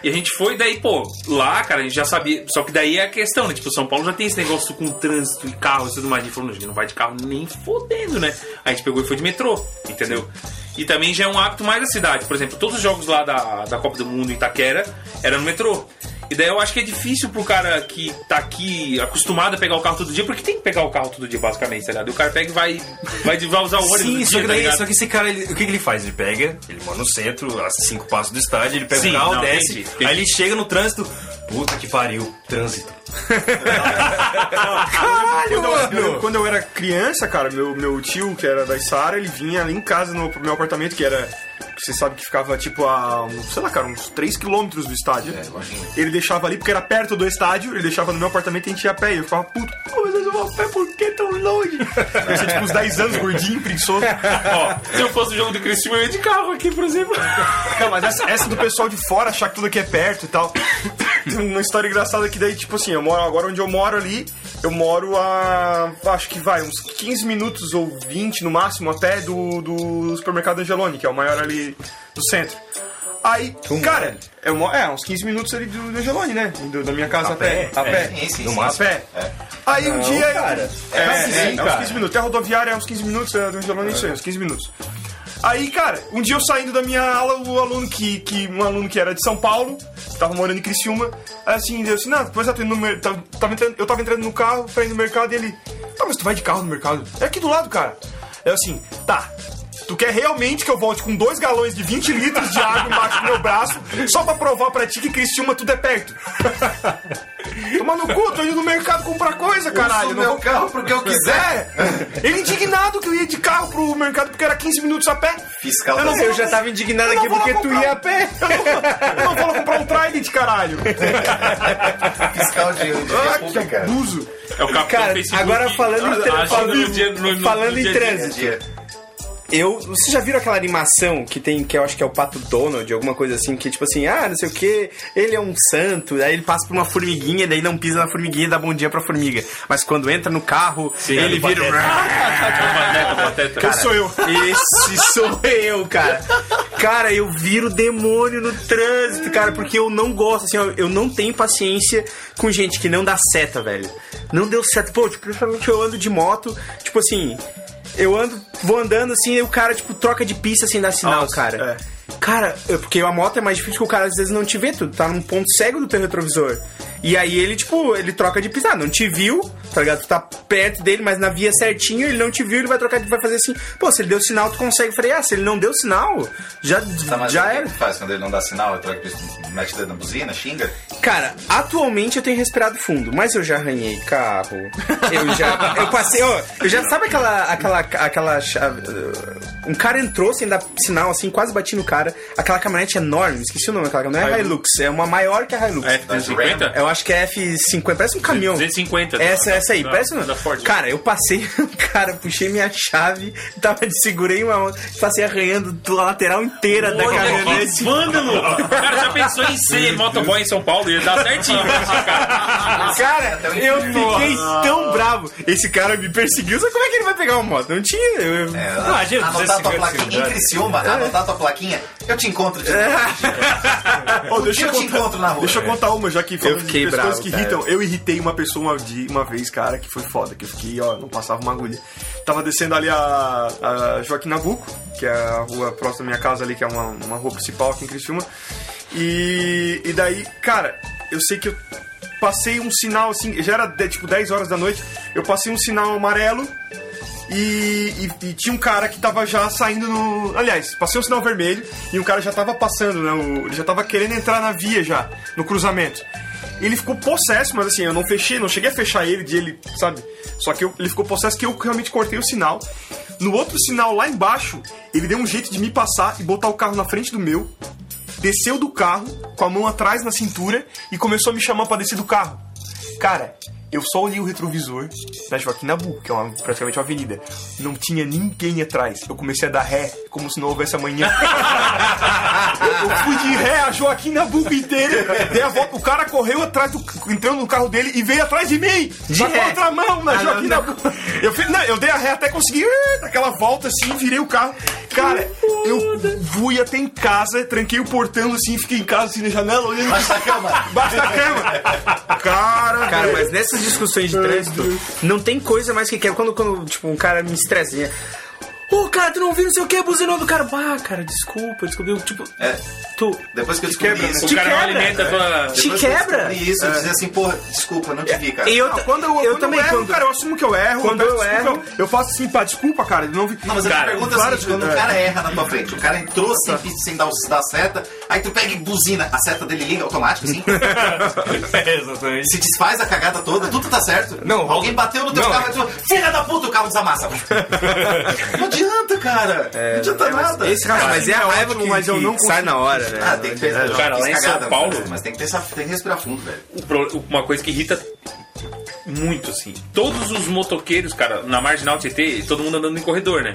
E a gente foi, daí, pô, lá, cara, a gente já sabia. Só que daí é a questão, né? Tipo, São Paulo já tem esse negócio com trânsito e carro e tudo mais. A gente falou, não, a gente não vai de carro nem fodendo, né? A gente pegou e foi de metrô, entendeu? E também já é um hábito mais da cidade. Por exemplo, todos os jogos lá da, da Copa do Mundo em Itaquera era no metrô. E daí eu acho que é difícil pro cara que tá aqui acostumado a pegar o carro todo dia, porque tem que pegar o carro todo dia, basicamente, tá ligado? E o cara pega e vai, vai, de- vai usar o ônibus. Sim, do só dia, que, tá daí, é ligado? só que esse cara, ele- o que, que ele faz? Ele pega, ele mora no centro, a cinco passos do estádio, ele pega Sim, o carro, Tipo assim, não, desce, entendi, entendi. aí ele chega no trânsito, puta que pariu, trânsito. Quando Caralho, eu, eu lembro mano! quando eu era criança, cara, meu, meu tio, que era da Isara, ele vinha ali em casa no pro meu apartamento, que era. que Você sabe que ficava tipo a. um, sei lá, cara, uns 3km do estádio. É, longinho. ele deixava ali porque era perto do estádio, ele deixava no meu apartamento e a gente ia a pé. E eu ficava puto, pô, mas eu vou a pé, por que tão longe? eu tinha tipo uns 10 anos, gordinho, preguiçoso. Ó, se eu fosse o jogo do Criciúma, eu ia de carro aqui, por exemplo. Não, mas essa, essa do pessoal de fora achar que tudo aqui é perto e tal. Tem uma história engraçada que daí, tipo assim, eu moro agora onde eu moro ali, eu moro a. acho que vai, uns 15 minutos ou 20 no máximo até do, do supermercado Angeloni, que é o maior ali do centro. Aí, cara, eu mo- é, uns 15 minutos ali do, do Angeloni, né? Do- da minha casa a, pé. A pé. Sim, sim, No sim. A máximo. pé. Aí um dia. eu- cara. É, É, é, sim, é, uns cara. 15 minutos. Até a rodoviária é uns 15 minutos, é, do Angeloni, isso aí, uns 15 minutos. Aí, cara, um dia eu saindo da minha aula, o aluno que, que um aluno que era de São Paulo, que tava morando em Criciúma, aí assim, eu assim, não, depois eu tô indo no mer- tava- tava entrando- eu tava entrando no carro pra ir no mercado e ele, tá, mas tu vai de carro no mercado? É aqui do lado, cara. Eu assim, tá. Tu quer realmente que eu volte com dois galões de 20 litros de água embaixo do meu braço só pra provar pra ti que Criciúma tudo é perto? Toma no cu, tô indo no mercado comprar coisa, caralho. Uso não meu vou- carro porque eu quiser. é! Ele indignado que eu ia de carro pro mercado porque era 15 minutos a pé. Fiscal Eu não da- vou- Eu já tava indignado Eu não aqui vou lá porque tu comprar. um- ia a pé. É Eu não, vou- eu não vou lá comprar um Trident, caralho. É um Fiscal de, de Ah, via que pública. abuso. É o capitão Cara, Facebook. agora falando em, tra- Agindo no dia- no- no- falando no em dia a dia. Dia a trânsito, dia. eu, vocês já viram aquela animação que tem, que eu acho que é o Pato Donald, alguma coisa assim, que é tipo assim, ah, não sei o que, ele é um santo, aí ele passa por uma formiguinha, daí não pisa na formiguinha e dá bom dia pra formiga. Mas quando entra no carro, ele é do vira... Pateta, pateta. Cara, sou eu. Esse sou eu, cara. Cara, eu viro demônio no trânsito, cara, porque eu não gosto, assim, ó, eu não tenho paciência com gente que não dá seta, velho. Não deu seta. Pô, tipo, principalmente eu ando de moto, tipo assim, eu ando, vou andando assim, e o cara, tipo, troca de pista sem dar sinal, Nossa, cara. é Cara, eu- porque a moto é mais difícil que o cara às vezes não te vê, tu tá num ponto cego do teu retrovisor. E aí ele, tipo, ele troca de pisar. Não te viu, tá ligado? Tu tá perto dele, mas na via certinho, ele não te viu, ele vai trocar de. Vai fazer assim. Pô, se ele deu sinal, tu consegue frear. Se ele não deu sinal, já, Tá, mas o já que era. que faz quando ele não dá sinal? Ele troca de- mete o dedo na buzina, xinga? Cara, atualmente eu tenho respirado fundo, mas eu já arranhei carro. Eu já. Eu passei, ó. Eu já sabe aquela. aquela. aquela. chave- Um cara entrou sem dar sinal, assim, quase bati no cara. Aquela caminhonete enorme, esqueci o nome daquela caminhonete. É Hilux, é uma maior que a Hilux. A F-250? Eu acho que é F50, parece um caminhão. 250. Essa, essa aí, Da- parece um. da Ford. né? Cara, eu passei, cara, puxei minha chave, tava de segurei uma mão, passei arranhando a lateral inteira da Olha que caminhonete. vândalo! Cara, já pensou em ser motoboy em São Paulo? Ia dar certinho pra esse cara. É, Cara, eu fiquei tão bravo. Esse cara me perseguiu, só como é que ele vai pegar uma moto? Não tinha. eu- É. Não, imagina, anotar tua 250 plaquinha em cidades. Criciúma, anotar tua plaquinha, eu te encontro de Ó, deixa eu eu te contar- encontro na rua. Deixa eu contar uma, já que falando de é. fiquei pessoas bravo, que cara. irritam. Eu irritei uma pessoa uma, de- uma vez, cara, que foi foda, que eu fiquei, ó, não passava uma agulha. Tava descendo ali a, a Joaquim Nabuco, que é a rua próxima da minha casa ali, que é uma, uma rua principal aqui em Criciúma. E, e daí, cara, eu sei que eu passei um sinal assim, já era de- tipo 10 horas da noite, eu passei um sinal amarelo. E, e- e tinha um cara que tava já saindo no. Aliás, passei um sinal vermelho e um cara já tava passando, né? o- Ele já tava querendo entrar na via já, no cruzamento. Ele ficou possesso, mas assim, eu não fechei, não cheguei a fechar ele de ele, sabe? Só que eu- ele ficou possesso que eu realmente cortei o sinal. No outro sinal lá embaixo, ele deu um jeito de me passar e botar o carro na frente do meu, desceu do carro, com a mão atrás na cintura e começou a me chamar pra descer do carro. Cara, eu só olhei o retrovisor na Joaquim Nabu, que é uma- praticamente uma avenida. Não tinha ninguém atrás. Eu comecei a dar ré, como se não houvesse amanhã. eu fui de ré a Joaquim Nabu inteira. Dei a volta, o cara correu atrás, do, entrou no carro dele e veio atrás de mim. De na ré. contramão na Ah, Joaquim não, Nabu. Eu, fiz- não, eu dei a ré até conseguir eh, dar aquela volta assim, virei o carro. Cara, eu fui até em casa, tranquei o portão assim, fiquei em casa assim na janela, olhando Baixa a cama. Baixa da cama. Cara, Cara, mas nessas discussões de trânsito, não tem coisa mais que quero. Quando, quando tipo, um cara me estressa, né? Ô, cara, tu não viu não sei o que, buzinou do cara. Bah, cara, desculpa, descobriu. Tipo, É, tu. depois que eu descobri isso... O cara não quebra. alimenta a tua... Te depois que eu quebra! É. descobri isso, eu dizia assim, porra, desculpa, não te vi, cara. E eu, Não, quando eu, eu, quando também. eu erro, quando, cara, eu assumo que eu erro. Quando peço eu desculpa, erro- eu, eu faço assim, pá, desculpa, cara, eu não vi. Não, mas eu te Cara, pergunto várias assim, quando o vezes, cara erra na tua frente, o cara entrou sem, sem dar, o- dar a seta, aí tu pega e buzina, a seta dele liga automático, assim, É, exatamente. se desfaz a cagada toda, tudo tá certo. Não, Alguém bateu no teu não. carro e tu, filha da puta, o carro desamassa. não adianta, cara. não adianta nada. Esse cara, mas é a Cara, raiva ótimo, que, mas eu que não sai na hora, né? Ah, tem que pensar. Cara, lá em São cagada, Paulo- mas- Mas tem que pensar, tem que respirar fundo, velho. o pro- uma coisa que irrita muito, assim. Todos os motoqueiros, cara, na marginal TT, todo mundo andando em corredor, né?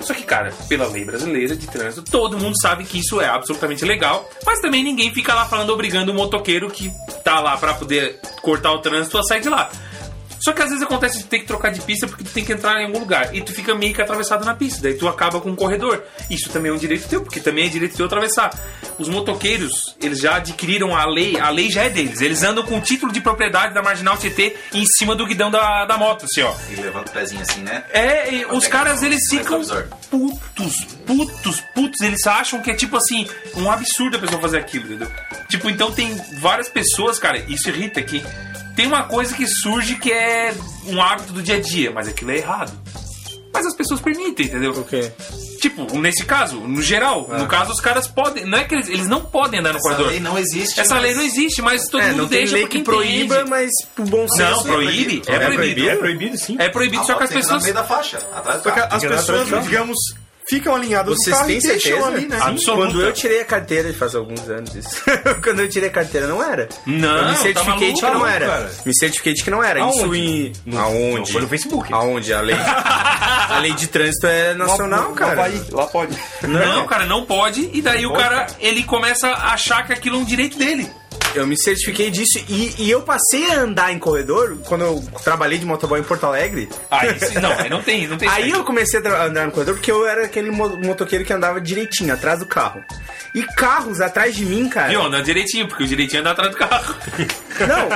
Só que, cara, pela lei brasileira de trânsito, todo mundo sabe que isso é absolutamente legal, mas também ninguém fica lá falando, obrigando o motoqueiro que tá lá pra poder cortar o trânsito a sair de lá. Só que às vezes acontece de ter que trocar de pista porque tu tem que entrar em algum lugar. E tu fica meio que atravessado na pista. Daí tu acaba com um corredor. Isso também é um direito teu, porque também é direito teu atravessar. Os motoqueiros, eles já adquiriram a lei, a lei já é deles. Eles andam com o título de propriedade da Marginal TT em cima do guidão da, da moto, assim, ó. E levanta o pezinho assim, né? É, e os pegar caras um eles ficam retrovisor. putos, putos, putos. Eles acham que é tipo assim, um absurdo a pessoa fazer aquilo, entendeu? Tipo, então tem várias pessoas, cara, isso irrita aqui. Tem uma coisa que surge que é um hábito do dia a dia, mas aquilo é errado. Mas as pessoas permitem, entendeu? quê? Tipo, nesse caso, no geral, no caso os caras podem, não é que eles, eles não podem andar no Essa corredor. lei não existe. Essa mas- lei não existe, mas todo É, mundo não tem deixa lei porque que proíba, entende. mas pro bom senso. Não, proíbe, é É proibido. É proibido, sim. É proibido, A só que moto as tem que andar No pessoas meio da faixa, atrás do Porque carro. as Fica na pessoas, tradição. digamos, ficam alinhadas Vocês no carro têm e deixam certeza? Ah, ali, né? Absoluta. Quando eu tirei a carteira, faz alguns anos isso. Quando eu tirei a carteira, não era. Não, eu me tá certifiquei de que maluco, não era. cara. Me certifiquei de que não era. Isso Aonde? em. No- Aonde? foi no Facebook. Aonde? A lei, a lei de trânsito é nacional, cara. lá pode. Não, cara, não pode. E daí o cara, ele começa a achar que aquilo é um direito dele. Eu me certifiquei disso e, e eu passei a andar em corredor quando eu trabalhei de motoboy em Porto Alegre. Aí, se- não, aí não tem, não tem. Aí jeito. eu comecei a tra- andar no corredor porque eu era aquele mo- motoqueiro que andava direitinho, atrás do carro. E carros atrás de mim, cara. Viu? Anda direitinho, porque o direitinho anda atrás do carro. Não.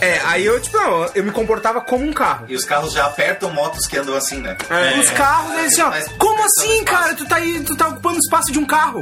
É, aí eu, tipo, não, eu me comportava como um carro. E os carros já apertam motos que andam assim, né? É. Os carros, eles assim, ó. Mas- Como mas- assim, cara? Tu tá aí, tu tá ocupando o espaço de um carro.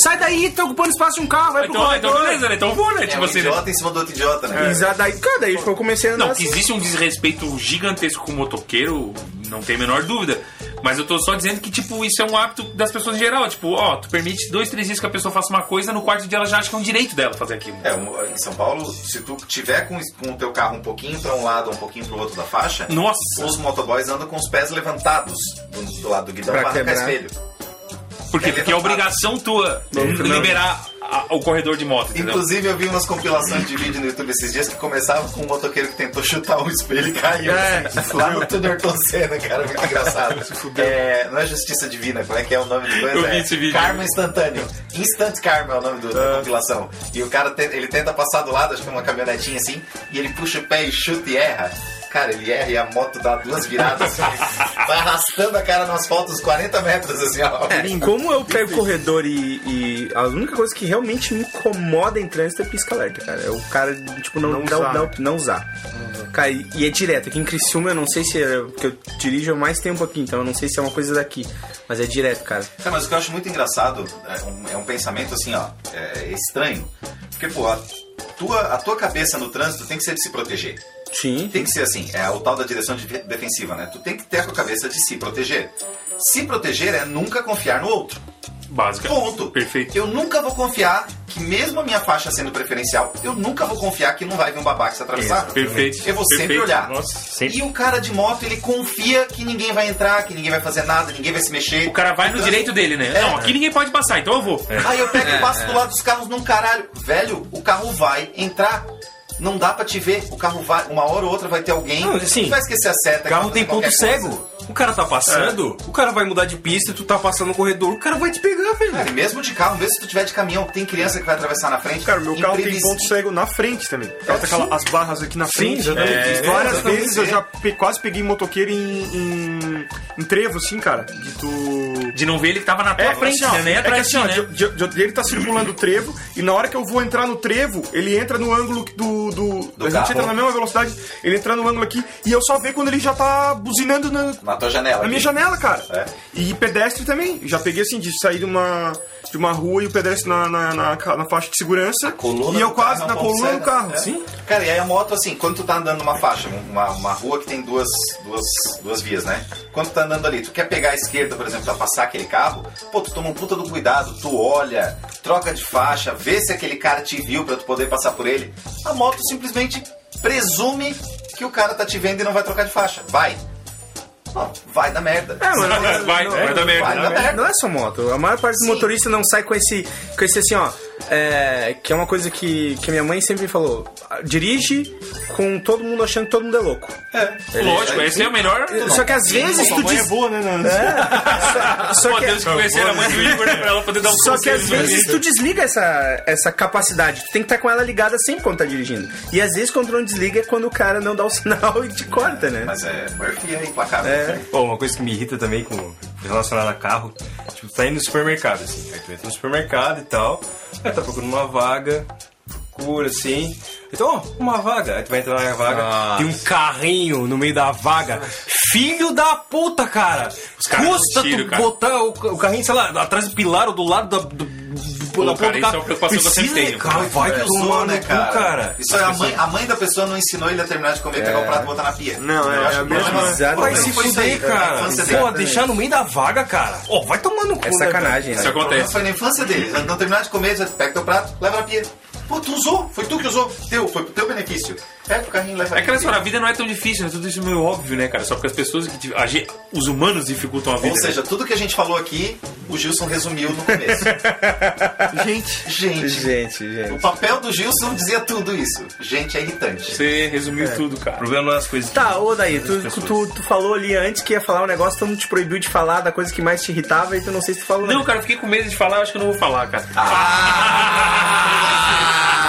Sai daí, tá ocupando espaço de um carro, É vai pro Então, então corredor. beleza, né? Então vou, né? Tipo um assim, É. né? idiota em cima do outro idiota, né? E já daí, cara, daí eu comecei a andar Não, que assim. existe um desrespeito gigantesco com o motoqueiro, não tem a menor dúvida. Mas eu tô só dizendo que, tipo, isso é um hábito das pessoas em geral. Tipo, ó, tu permite dois, três dias que a pessoa faça uma coisa, no quarto dia ela já acha que é um direito dela fazer aquilo. É, um- em São Paulo, se tu tiver com, com o teu carro um pouquinho pra um lado, um pouquinho pro outro da faixa, Nossa! os motoboys andam com os pés levantados do, do lado do guidão Pra pra arrancar quebrar. espelho. Por quê? É Porque é levantado. obrigação tua liberar a- o corredor de moto, entendeu? Inclusive, eu vi umas compilações de vídeo no YouTube esses dias que começavam com um motoqueiro que tentou chutar um espelho e caiu. É, Lá no Tudor Senna, cara, muito engraçado. É, não é Justiça Divina, como é que é o nome do coisa? Eu vi É esse vídeo. Karma Instantâneo. Instant Karma é o nome do, da compilação. E o cara, te- ele tenta passar do lado, acho que é uma caminhonetinha assim, e ele puxa o pé e chuta e erra. Cara, ele erra e a moto dá duas viradas. assim. vai arrastando a cara no asfalto uns 40 metros, assim, ó. É, como eu pego o corredor e, e a única coisa que realmente me incomoda em trânsito é pisca-alerta, cara. É o cara, tipo, não, não, Não não usar. não usar. Cara, e e é direto. Aqui em Criciúma, eu não sei se é... Porque eu dirijo há mais tempo aqui, então eu não sei se é uma coisa daqui. Mas é direto, cara. Cara, mas o que eu acho muito engraçado é um, é um pensamento assim, ó, é estranho. Porque, pô, a tua, a tua cabeça no trânsito tem que ser de se proteger. Sim. Tem que ser assim, é o tal da direção de- defensiva, né? Tu tem que ter a tua cabeça de se proteger. Se proteger é nunca confiar no outro. Básica. Ponto. Perfeito. Eu nunca vou confiar que, mesmo a minha faixa sendo preferencial, eu nunca vou confiar que não vai vir um babaca se atravessar. Perfeito. Eu vou sempre Perfeito. olhar. Nossa, sempre. E o cara de moto, ele confia que ninguém vai entrar, que ninguém vai fazer nada, ninguém vai se mexer. O cara vai no Então, direito dele, né? É. Não, aqui ninguém pode passar, então eu vou. Aí eu pego e passo do lado dos carros num caralho. Velho, o carro vai entrar. Não dá pra te ver. O carro vai. Uma hora ou outra vai ter alguém. Não, assim, Tu vai esquecer a seta. O que carro vai tem fazer ponto qualquer cego. coisa. O cara tá passando, o cara vai mudar de pista, tu tá passando no corredor, o cara vai te pegar, velho. Cara, e mesmo de carro, mesmo se tu tiver de caminhão, tem criança que vai atravessar na frente. Cara, meu carro tem Imprevis- ponto cego na frente também. O carro tá aquela- as barras aqui na frente. exatamente. É, É, várias exatamente. vezes eu já pe- quase peguei motoqueiro em, em, em trevo, assim, cara. Que tu. De não ver ele que tava na tua frente, assim, ó, né? Nem é que atrás de assim, ti, ó, né? de- de- de- ele tá circulando o trevo e na hora que eu vou entrar no trevo, ele entra no ângulo do. do, a gente carro. entra na mesma velocidade, ele entra no ângulo aqui e eu só vejo quando ele já tá buzinando na, Na tua janela. na minha aqui. janela, cara. É. E pedestre também. Já peguei assim, de sair de uma, de uma rua e o pedestre na, na, na, ca- na faixa de segurança. Coluna e eu do quase carro, na é um ponto coluna do cego, carro. né? Sim. Cara, e aí a moto, assim, quando tu tá andando numa faixa, uma, uma rua que tem duas, duas, duas vias, né? Quando tu tá andando ali, tu quer pegar a esquerda, por exemplo, pra passar aquele carro, pô, tu toma um puta do cuidado, tu olha, troca de faixa, vê se aquele cara te viu pra tu poder passar por ele. A moto simplesmente presume que o cara tá te vendo e não vai trocar de faixa. Vai. Ó, vai da merda. É, mas não- Vai, não- vai dar merda. Vai dar Né? merda. Não é só moto. A maior parte do Sim. motorista não sai com esse, com esse assim, ó. é, que é uma coisa que, que minha mãe sempre falou. Dirige com todo mundo achando que todo mundo é louco. Lógico, esse é o melhor. Só que às vezes tu Sua mãe diz... é boa, né? Nana? É. Só, Pô, só que, temos que conhecer a mãe do Igor, né? Pra ela poder dar um só que conselho às pra né? vezes ele. tu desliga essa, essa capacidade. Tu tem que estar com ela ligada sempre quando tá dirigindo. E às vezes quando não desliga é quando o cara não dá o sinal e te corta, né? Mas é Murphy é implacável. né? Pô, uma coisa que me irrita também com relacionada a carro, tipo, tá indo no supermercado, assim. Aí tu entra no supermercado e tal, aí tá procurando uma vaga, procura assim. Então, ó, uma vaga. Aí tu vai entrar na vaga, tem um carrinho no meio da vaga. Filho da puta, cara! caras dão Custa tiro, tu cara. botar o, ca- o carrinho, sei lá, atrás do pilar ou do lado da. Do, do, Pô, da cara, isso carro. é uma preocupação que eu sempre Precisa, tenho. Cara, vai É, tomar no né, cu, um cara. Isso é a mãe, a mãe da pessoa não ensinou ele a terminar de comer, pegar o prato e botar na pia. É. Não, é, Eu acho é que o problema- mesmo, né? o Vai problema se foi isso aí, fuder, cara. na infância dele. Pô, deixar no meio da vaga, cara. Ó, vai tomar no cu. É né, cara? sacanagem, Isso né? O problema acontece. foi na infância dele. Não terminar de comer, já pega teu prato, leva na pia. Pô, tu usou, foi tu que usou, teu, foi pro teu benefício. Pega o carrinho, leva É na que olha pia. só, a vida não é tão difícil, né? Tudo isso é meio óbvio, né, cara? Só porque as pessoas que. te- a ge- Os humanos dificultam a vida. Ou né? seja, tudo que a gente falou aqui, o Gilson resumiu no começo. Gente. gente, né? Gente, gente. o papel do Gilson dizia tudo isso. Gente é irritante. você resumiu tudo, O cara. problema não é as coisas. Tá, ô daí, tu, tu, tu falou ali antes que ia falar um negócio, todo mundo te proibiu de falar da coisa que mais te irritava e tu não sei se tu falou. né? Não, cara, eu fiquei com medo de falar, eu acho que eu não vou falar, cara.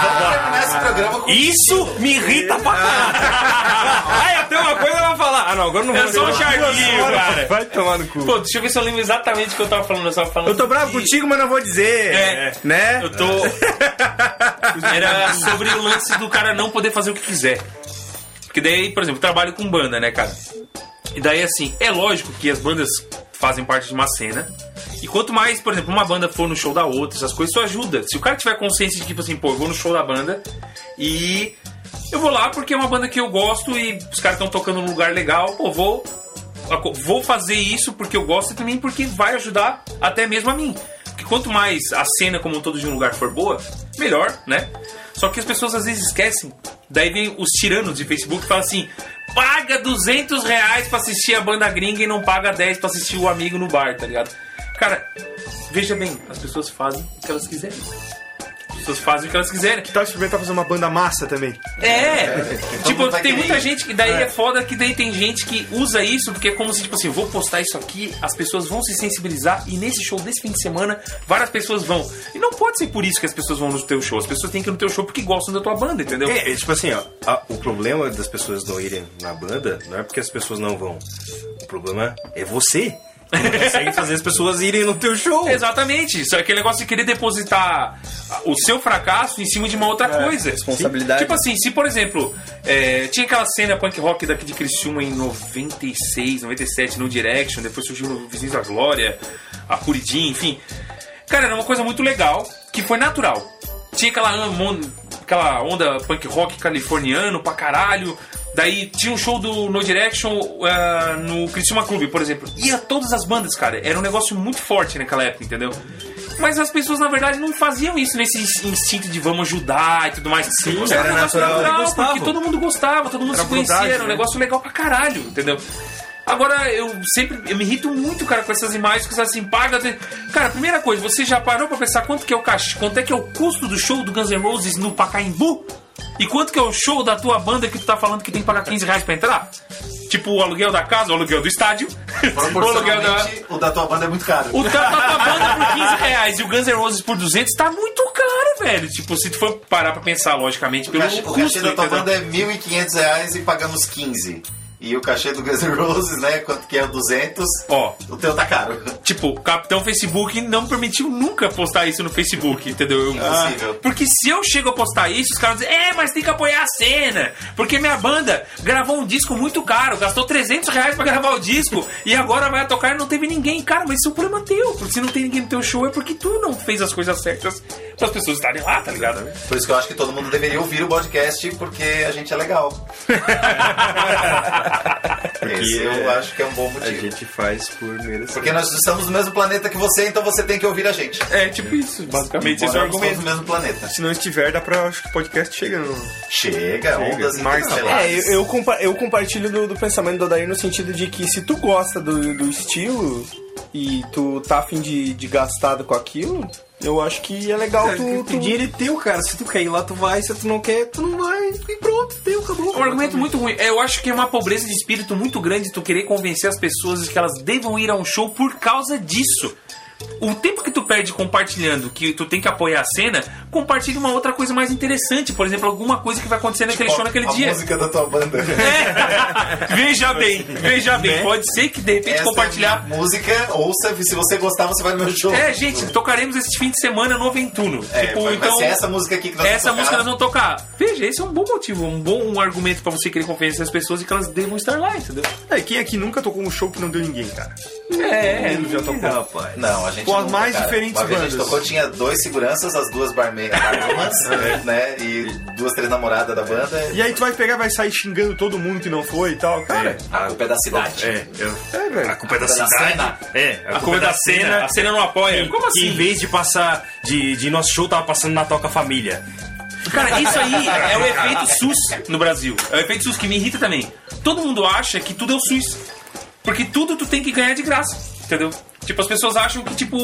Vamos terminar esse programa com Isso me irrita pra caralho. Ai, até uma coisa eu vou falar. Ah, não, agora eu não vou. Eu sou um falar. charguinho, Duas horas, cara. Vai tomar no cu. Pô, deixa eu ver se eu lembro exatamente o que eu tava falando. Eu tava falando. Eu tô bravo de- contigo, mas não vou dizer. É. Né? Eu tô. Era sobre o lance do cara não poder fazer o que quiser. Porque daí, por exemplo, trabalho com banda, né, cara? E daí, assim, é lógico que as bandas fazem parte de uma cena. E quanto mais, por exemplo, uma banda for no show da outra, essas coisas, isso ajuda. Se o cara tiver consciência de tipo assim, pô, eu vou no show da banda e eu vou lá porque é uma banda que eu gosto e os caras estão tocando num lugar legal, pô, vou aco- vou fazer isso porque eu gosto e também porque vai ajudar até mesmo a mim. Porque quanto mais a cena como um todo de um lugar for boa, melhor, né? Só que as pessoas às vezes esquecem. Daí vem os tiranos de Facebook e falam assim: paga 200 reais pra assistir a banda gringa e não paga 10 pra assistir o amigo no bar, tá ligado? Cara, veja bem, as pessoas fazem o que elas quiserem. As pessoas fazem o que elas quiserem. Tal experimentar fazer uma banda massa também. É, tipo, mundo Então vai tem querer muita ir. gente que daí é. foda que daí tem gente que usa isso porque é como se, tipo assim, eu vou postar isso aqui, as pessoas vão se sensibilizar e nesse show desse fim de semana, várias pessoas vão. E não pode ser por isso que as pessoas vão no teu show, as pessoas têm que ir no teu show porque gostam da tua banda, entendeu? É, é, tipo assim, ó, a- o problema das pessoas não irem na banda não é porque as pessoas não vão. O problema é você. que Não consegue fazer as pessoas irem no teu show. Exatamente, isso é aquele negócio de querer depositar o seu fracasso em cima de uma outra coisa. responsabilidade. Tipo assim, se por exemplo, é, tinha aquela cena punk rock daqui de Criciúma em 96, 97 no Direction, depois surgiu no Vizinhos da Glória, a Curidim, enfim. Cara, era uma coisa muito legal, que foi natural. Tinha aquela, mon- aquela onda punk rock californiano pra caralho. Daí tinha um show do No Direction ah, no Criciúma Clube, por exemplo. Ia todas as bandas, cara. Era um negócio muito forte naquela época, entendeu? Mas as pessoas, na verdade, não faziam isso nesse instinto de vamos ajudar e tudo mais. Sim, era natural. Gostavam. porque todo mundo gostava, todo mundo Era se conhecia, vontade, era um né? negócio legal pra caralho, entendeu? Agora, eu sempre. Eu me irrito muito, cara, com essas imagens que assim, paga. Cara, primeira coisa, você já parou pra pensar quanto que é o caixa, quanto é que é o custo do show do Guns N' Roses no Pacaembu? E quanto que é o show da tua banda que tu tá falando que tem que pagar 15 reais pra entrar? Tipo o aluguel da casa, o aluguel do estádio, o aluguel da. Proporcionalmente, o da tua banda é muito caro. O Tata da banda por 15 reais e o Guns N' Roses por 200 tá muito caro, velho. Tipo, se tu for parar pra pensar logicamente O pelo cachê, o custo, cachê da tua entendeu? banda é 1.500 reais e pagamos 15. E o cachê do Guns N' Roses, né? Quanto que é? 200. Ó. O teu tá caro. Tipo, o Capitão Facebook não permitiu nunca postar isso no Facebook, entendeu? Eu- Impossível. porque se eu chego a postar isso, os caras dizem, é, mas tem que apoiar a cena. Porque minha banda gravou um disco muito caro, gastou 300 reais pra gravar o disco, e agora vai tocar e não teve ninguém. Cara, mas isso é um problema teu. Porque se não tem ninguém no teu show é porque tu não fez as coisas certas pras pessoas estarem lá, tá ligado? Por isso que eu acho que todo mundo deveria ouvir o podcast, porque a gente é legal. Esse eu acho que é um bom A motivo. gente faz por merecer. Porque nós estamos no mesmo planeta que você, então você tem que ouvir a gente. É tipo isso, basicamente esse é o Moramos todos argumento. no mesmo planeta. Se não estiver, dá pra. Acho que o podcast chega no. Chega, ondas Marca. É, interestelares. eu, eu, compa- eu compartilho do, do pensamento do Adair no sentido de que se tu gosta do, do estilo e tu tá afim de, de gastar com aquilo, eu acho que é legal tu, tu... dinheiro é teu, cara. Se tu quer ir lá, tu vai. Se tu não quer, tu não vai. E pronto, teu, acabou. É um argumento muito ruim. É, Eu acho que é uma pobreza de espírito muito grande tu querer convencer as pessoas de que elas devam ir a um show por causa disso. O tempo que tu perde compartilhando que tu tem que apoiar a cena, compartilha uma outra coisa mais interessante. Por exemplo, alguma coisa que vai acontecer naquele show naquele Tipo, a dia. música da tua banda. É. veja bem, veja bem. Pode ser que de repente Essa é a compartilhar. minha música, ouça, se você gostar, você vai no meu show. É, gente, tocaremos esse fim de semana no Aventuno. É, tipo, vai, vai então. ser essa música aqui que nós Essa vamos música tocar. nós vão tocar. Veja, esse é um bom motivo, um bom argumento pra você querer convencer as pessoas de que elas devam estar lá, entendeu? É, quem aqui nunca tocou um show que não deu ninguém, cara? É, Ele já tocou. Rapaz. Não, a gente Com as nunca, mais cara. diferentes Uma vez A gente bandas. tocou, tinha dois seguranças, as duas barme- barmanas, É. né? E duas, três namoradas da banda. E aí tu vai pegar e vai sair xingando todo mundo que não foi e tal. Cara, A culpa é da cidade. É, eu- é, velho. a culpa é da A culpa é da cidade. cena. É, a, culpa é da cena. a cena não apoia. Como Que em assim? vez de passar de, de nosso show, tava passando na Toca Família. Cara, isso aí é o efeito SUS no Brasil. É o efeito SUS que me irrita também. Todo mundo acha que tudo é o SUS. Porque tudo tu tem que ganhar de graça, entendeu? Tipo, as pessoas acham que, tipo,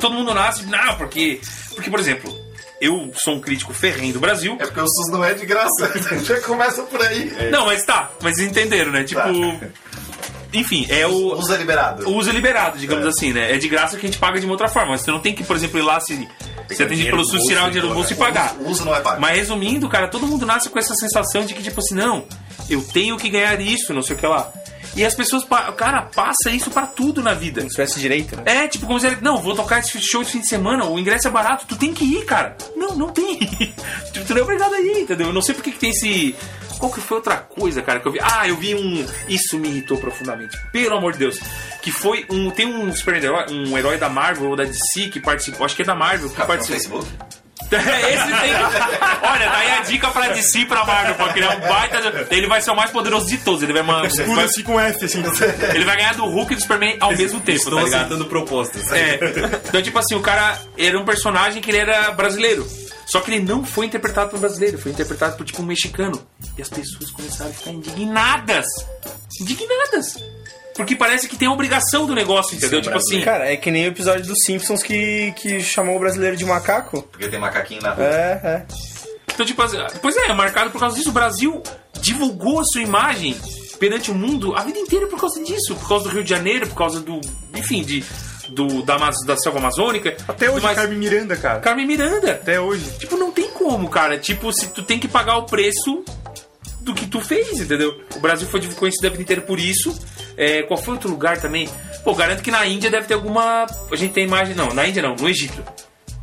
todo mundo nasce, não, porque. Porque, por exemplo, eu sou um crítico ferrenho do Brasil. É porque o SUS não é de graça. Já começa por aí. Não, mas tá, mas entenderam, né? Tipo. Tá. Enfim, é o. Usa liberado. O uso é liberado, digamos assim, né? É de graça que a gente paga de uma outra forma. Você não tem que, por exemplo, ir lá se, se atender dinheiro pelo do SUS, bolso tirar o e dinheiro do bolso e pagar. O uso não é pago. Mas resumindo, cara, todo mundo nasce com essa sensação de que, tipo assim, não, eu tenho que ganhar isso, não sei o que lá. E as pessoas, pa- cara, passa isso pra tudo na vida. tivesse direito, né? É, tipo, como se ele, não, vou tocar esse show esse fim de semana, o ingresso é barato, tu tem que ir, cara. Não, não tem. tipo, tu não é obrigado a ir, entendeu? Eu não sei por que que tem esse. Qual que foi outra coisa, cara, que eu vi? Ah, eu vi um. Isso me irritou profundamente. Pelo amor de Deus. Que foi um. Tem um super-herói, um herói da Marvel ou da DC que participou. Acho que é da Marvel que Ah, tá no participou. Facebook? Esse tem. Olha, daí a dica pra DC e pra Marvel, pra criar um baita. Ele vai ser o mais poderoso de todos. Ele vai, um man- Tudo assim com F, assim. ele vai ganhar do Hulk e do Superman ao mesmo tempo, Estou tá ligado? aceitando propostas. É. Então, tipo assim, o cara era um personagem que ele era brasileiro. Só que ele não foi interpretado por um brasileiro, foi interpretado por tipo um mexicano. E as pessoas começaram a ficar indignadas. Indignadas. Porque parece que tem a obrigação do negócio, entendeu? Tipo assim. Cara, é que nem o episódio dos Simpsons que, que chamou o brasileiro de macaco. Porque tem macaquinho na rua. É, é. Então, tipo assim, pois é, é marcado por causa disso. O Brasil divulgou a sua imagem perante o mundo a vida inteira por causa disso. Por causa do Rio de Janeiro, por causa do. Enfim, de. Do, da, Amaz- da selva amazônica. Até hoje, Mas- Carmen Miranda, cara. Carmen Miranda. Até hoje. Tipo, não tem como, cara. Tipo, se tu tem que pagar o preço do que tu fez, entendeu? O Brasil foi conhecido a vida inteira por isso. É, qual foi outro lugar também? Pô, garanto que na Índia deve ter alguma. A gente tem imagem. Não, na Índia não, no Egito.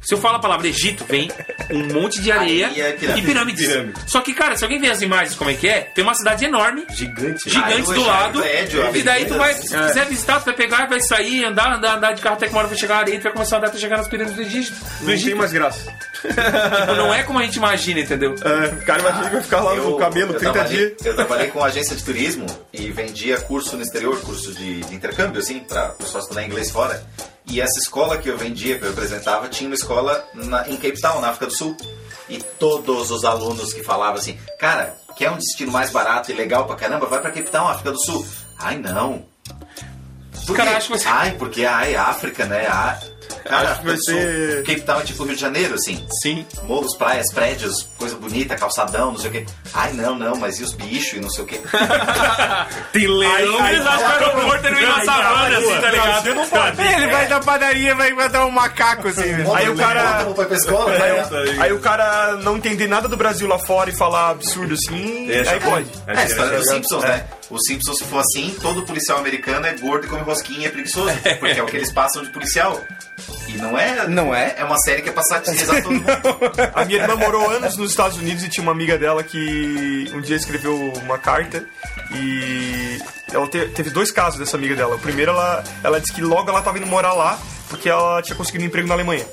Se eu falo a palavra Egito, vem um monte de areia Aí é pirâmide. e pirâmides. Pirâmide. Só que, cara, se alguém vê as imagens como é que é, tem uma cidade enorme Gigante. gigantes Aí do o lado. prédio, e daí tu vai, avenidas. se quiser visitar, tu vai pegar, vai sair, andar, andar, andar de carro até que uma hora vai chegar na areia, tu vai começar a andar até chegar nas pirâmides do Egito. Do Não tem Egito. mais graça. Tipo, não é como a gente imagina, entendeu? É, o cara imagina que vai ficar lá no cabelo 30 trabalhei, dias. Eu trabalhei com agência de turismo e vendia curso no exterior, curso de, de intercâmbio, assim, para pessoal estudar inglês fora. E essa escola que eu vendia, que eu apresentava, tinha uma escola na- em Cape Town, na África do Sul. E todos os alunos que falavam assim, cara, quer um destino mais barato e legal pra caramba? Vai pra Cape Town, África do Sul. Ai, não. Por Cara, quê? acho que você- Ai, porque ai, África, né? Ah, cara, Acho que África vai do Sul. ser- Cape Town é tipo Rio de Janeiro, assim Sim. morros, praias, prédios, coisa bonita, calçadão, não sei o quê. Ai, não, não, mas e os bichos e não sei o quê? Tem leão. Aí eles acham que o aeroporto ele vem na savana, assim, tá ligado? Ele vai na padaria e vai mandar um macaco assim, né? Aí o cara- É, Bota, Foi pra escola, né? Aí o cara não entender nada do Brasil lá fora e falar absurdo assim, É, aí só- pode. É a história dos Simpsons, É. né? Os Simpsons, se for assim, todo policial americano é gordo e come rosquinha e é preguiçoso. Porque é o que eles passam de policial. E não é... Não é. É uma série que é pra satisfazer todo mundo. A minha irmã morou anos nos Estados Unidos e tinha uma amiga dela que um dia escreveu uma carta e ela te- teve dois casos dessa amiga dela. O primeiro, ela, ela disse que logo ela estava indo morar lá porque ela tinha conseguido um emprego na Alemanha.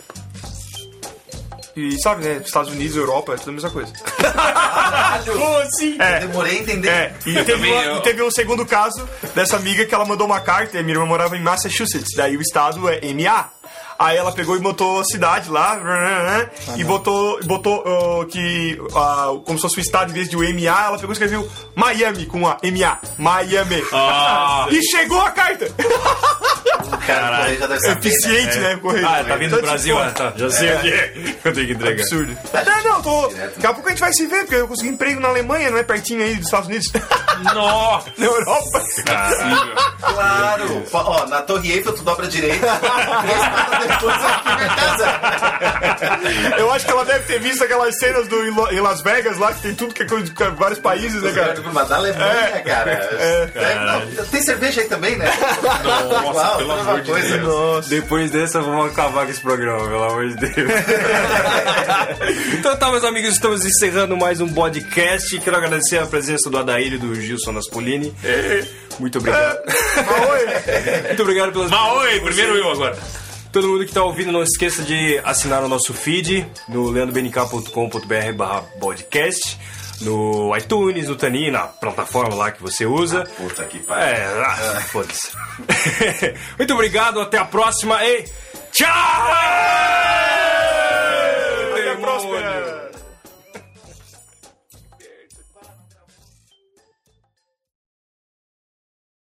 E sabe, né? Estados Unidos, Europa, é tudo a mesma coisa. Caralho! É. Demorei a entender. É, e teve, também uma- eu- e teve um segundo caso dessa amiga que ela mandou uma carta, e a minha irmã morava em Massachusetts, daí o estado é MA. Aí ela pegou e botou a cidade lá, e botou, botou ó, que, ah, como se fosse o estado em vez de o MA, ela pegou e escreveu Miami com a MA, Miami. E chegou a carta! Cara, aí já deve saber, né? Eficiente, né? Correio. Ah, tá vindo do Então, Brasil? tipo, Ah, tá. Já sei o que é. Eu tenho que entregar. Absurdo. Não, não, tô. Daqui a pouco a gente vai se ver, porque eu consegui emprego na Alemanha, não é pertinho aí dos Estados Unidos. Nossa! na Europa. Claro! Fa- Ó, na Torre Eiffel tu dobra direito. Três patas depois aqui na casa. Eu acho que ela deve ter visto aquelas cenas do, em Lo- em Las Vegas lá, que tem tudo que é coisa de ca- vários países, né, cara? Mas da Alemanha, É. cara. Deve- não, tem cerveja aí também, né? Nossa, pelo amor de coisa. Depois dessa, vamos acabar com esse programa, pelo amor de Deus. então tá, meus amigos, estamos encerrando mais um podcast. Quero agradecer a presença do Adaílio e do Gilson Naspolini. Muito obrigado. Muito obrigado pelas Mas oi, primeiro eu agora. Todo mundo que tá ouvindo, não esqueça de assinar o nosso feed no leandobnk.com.br barra podcast, no iTunes, no Tani, na plataforma lá que você usa. Puta que pariu. É, ah, foda-se. Muito obrigado, até a próxima e tchau!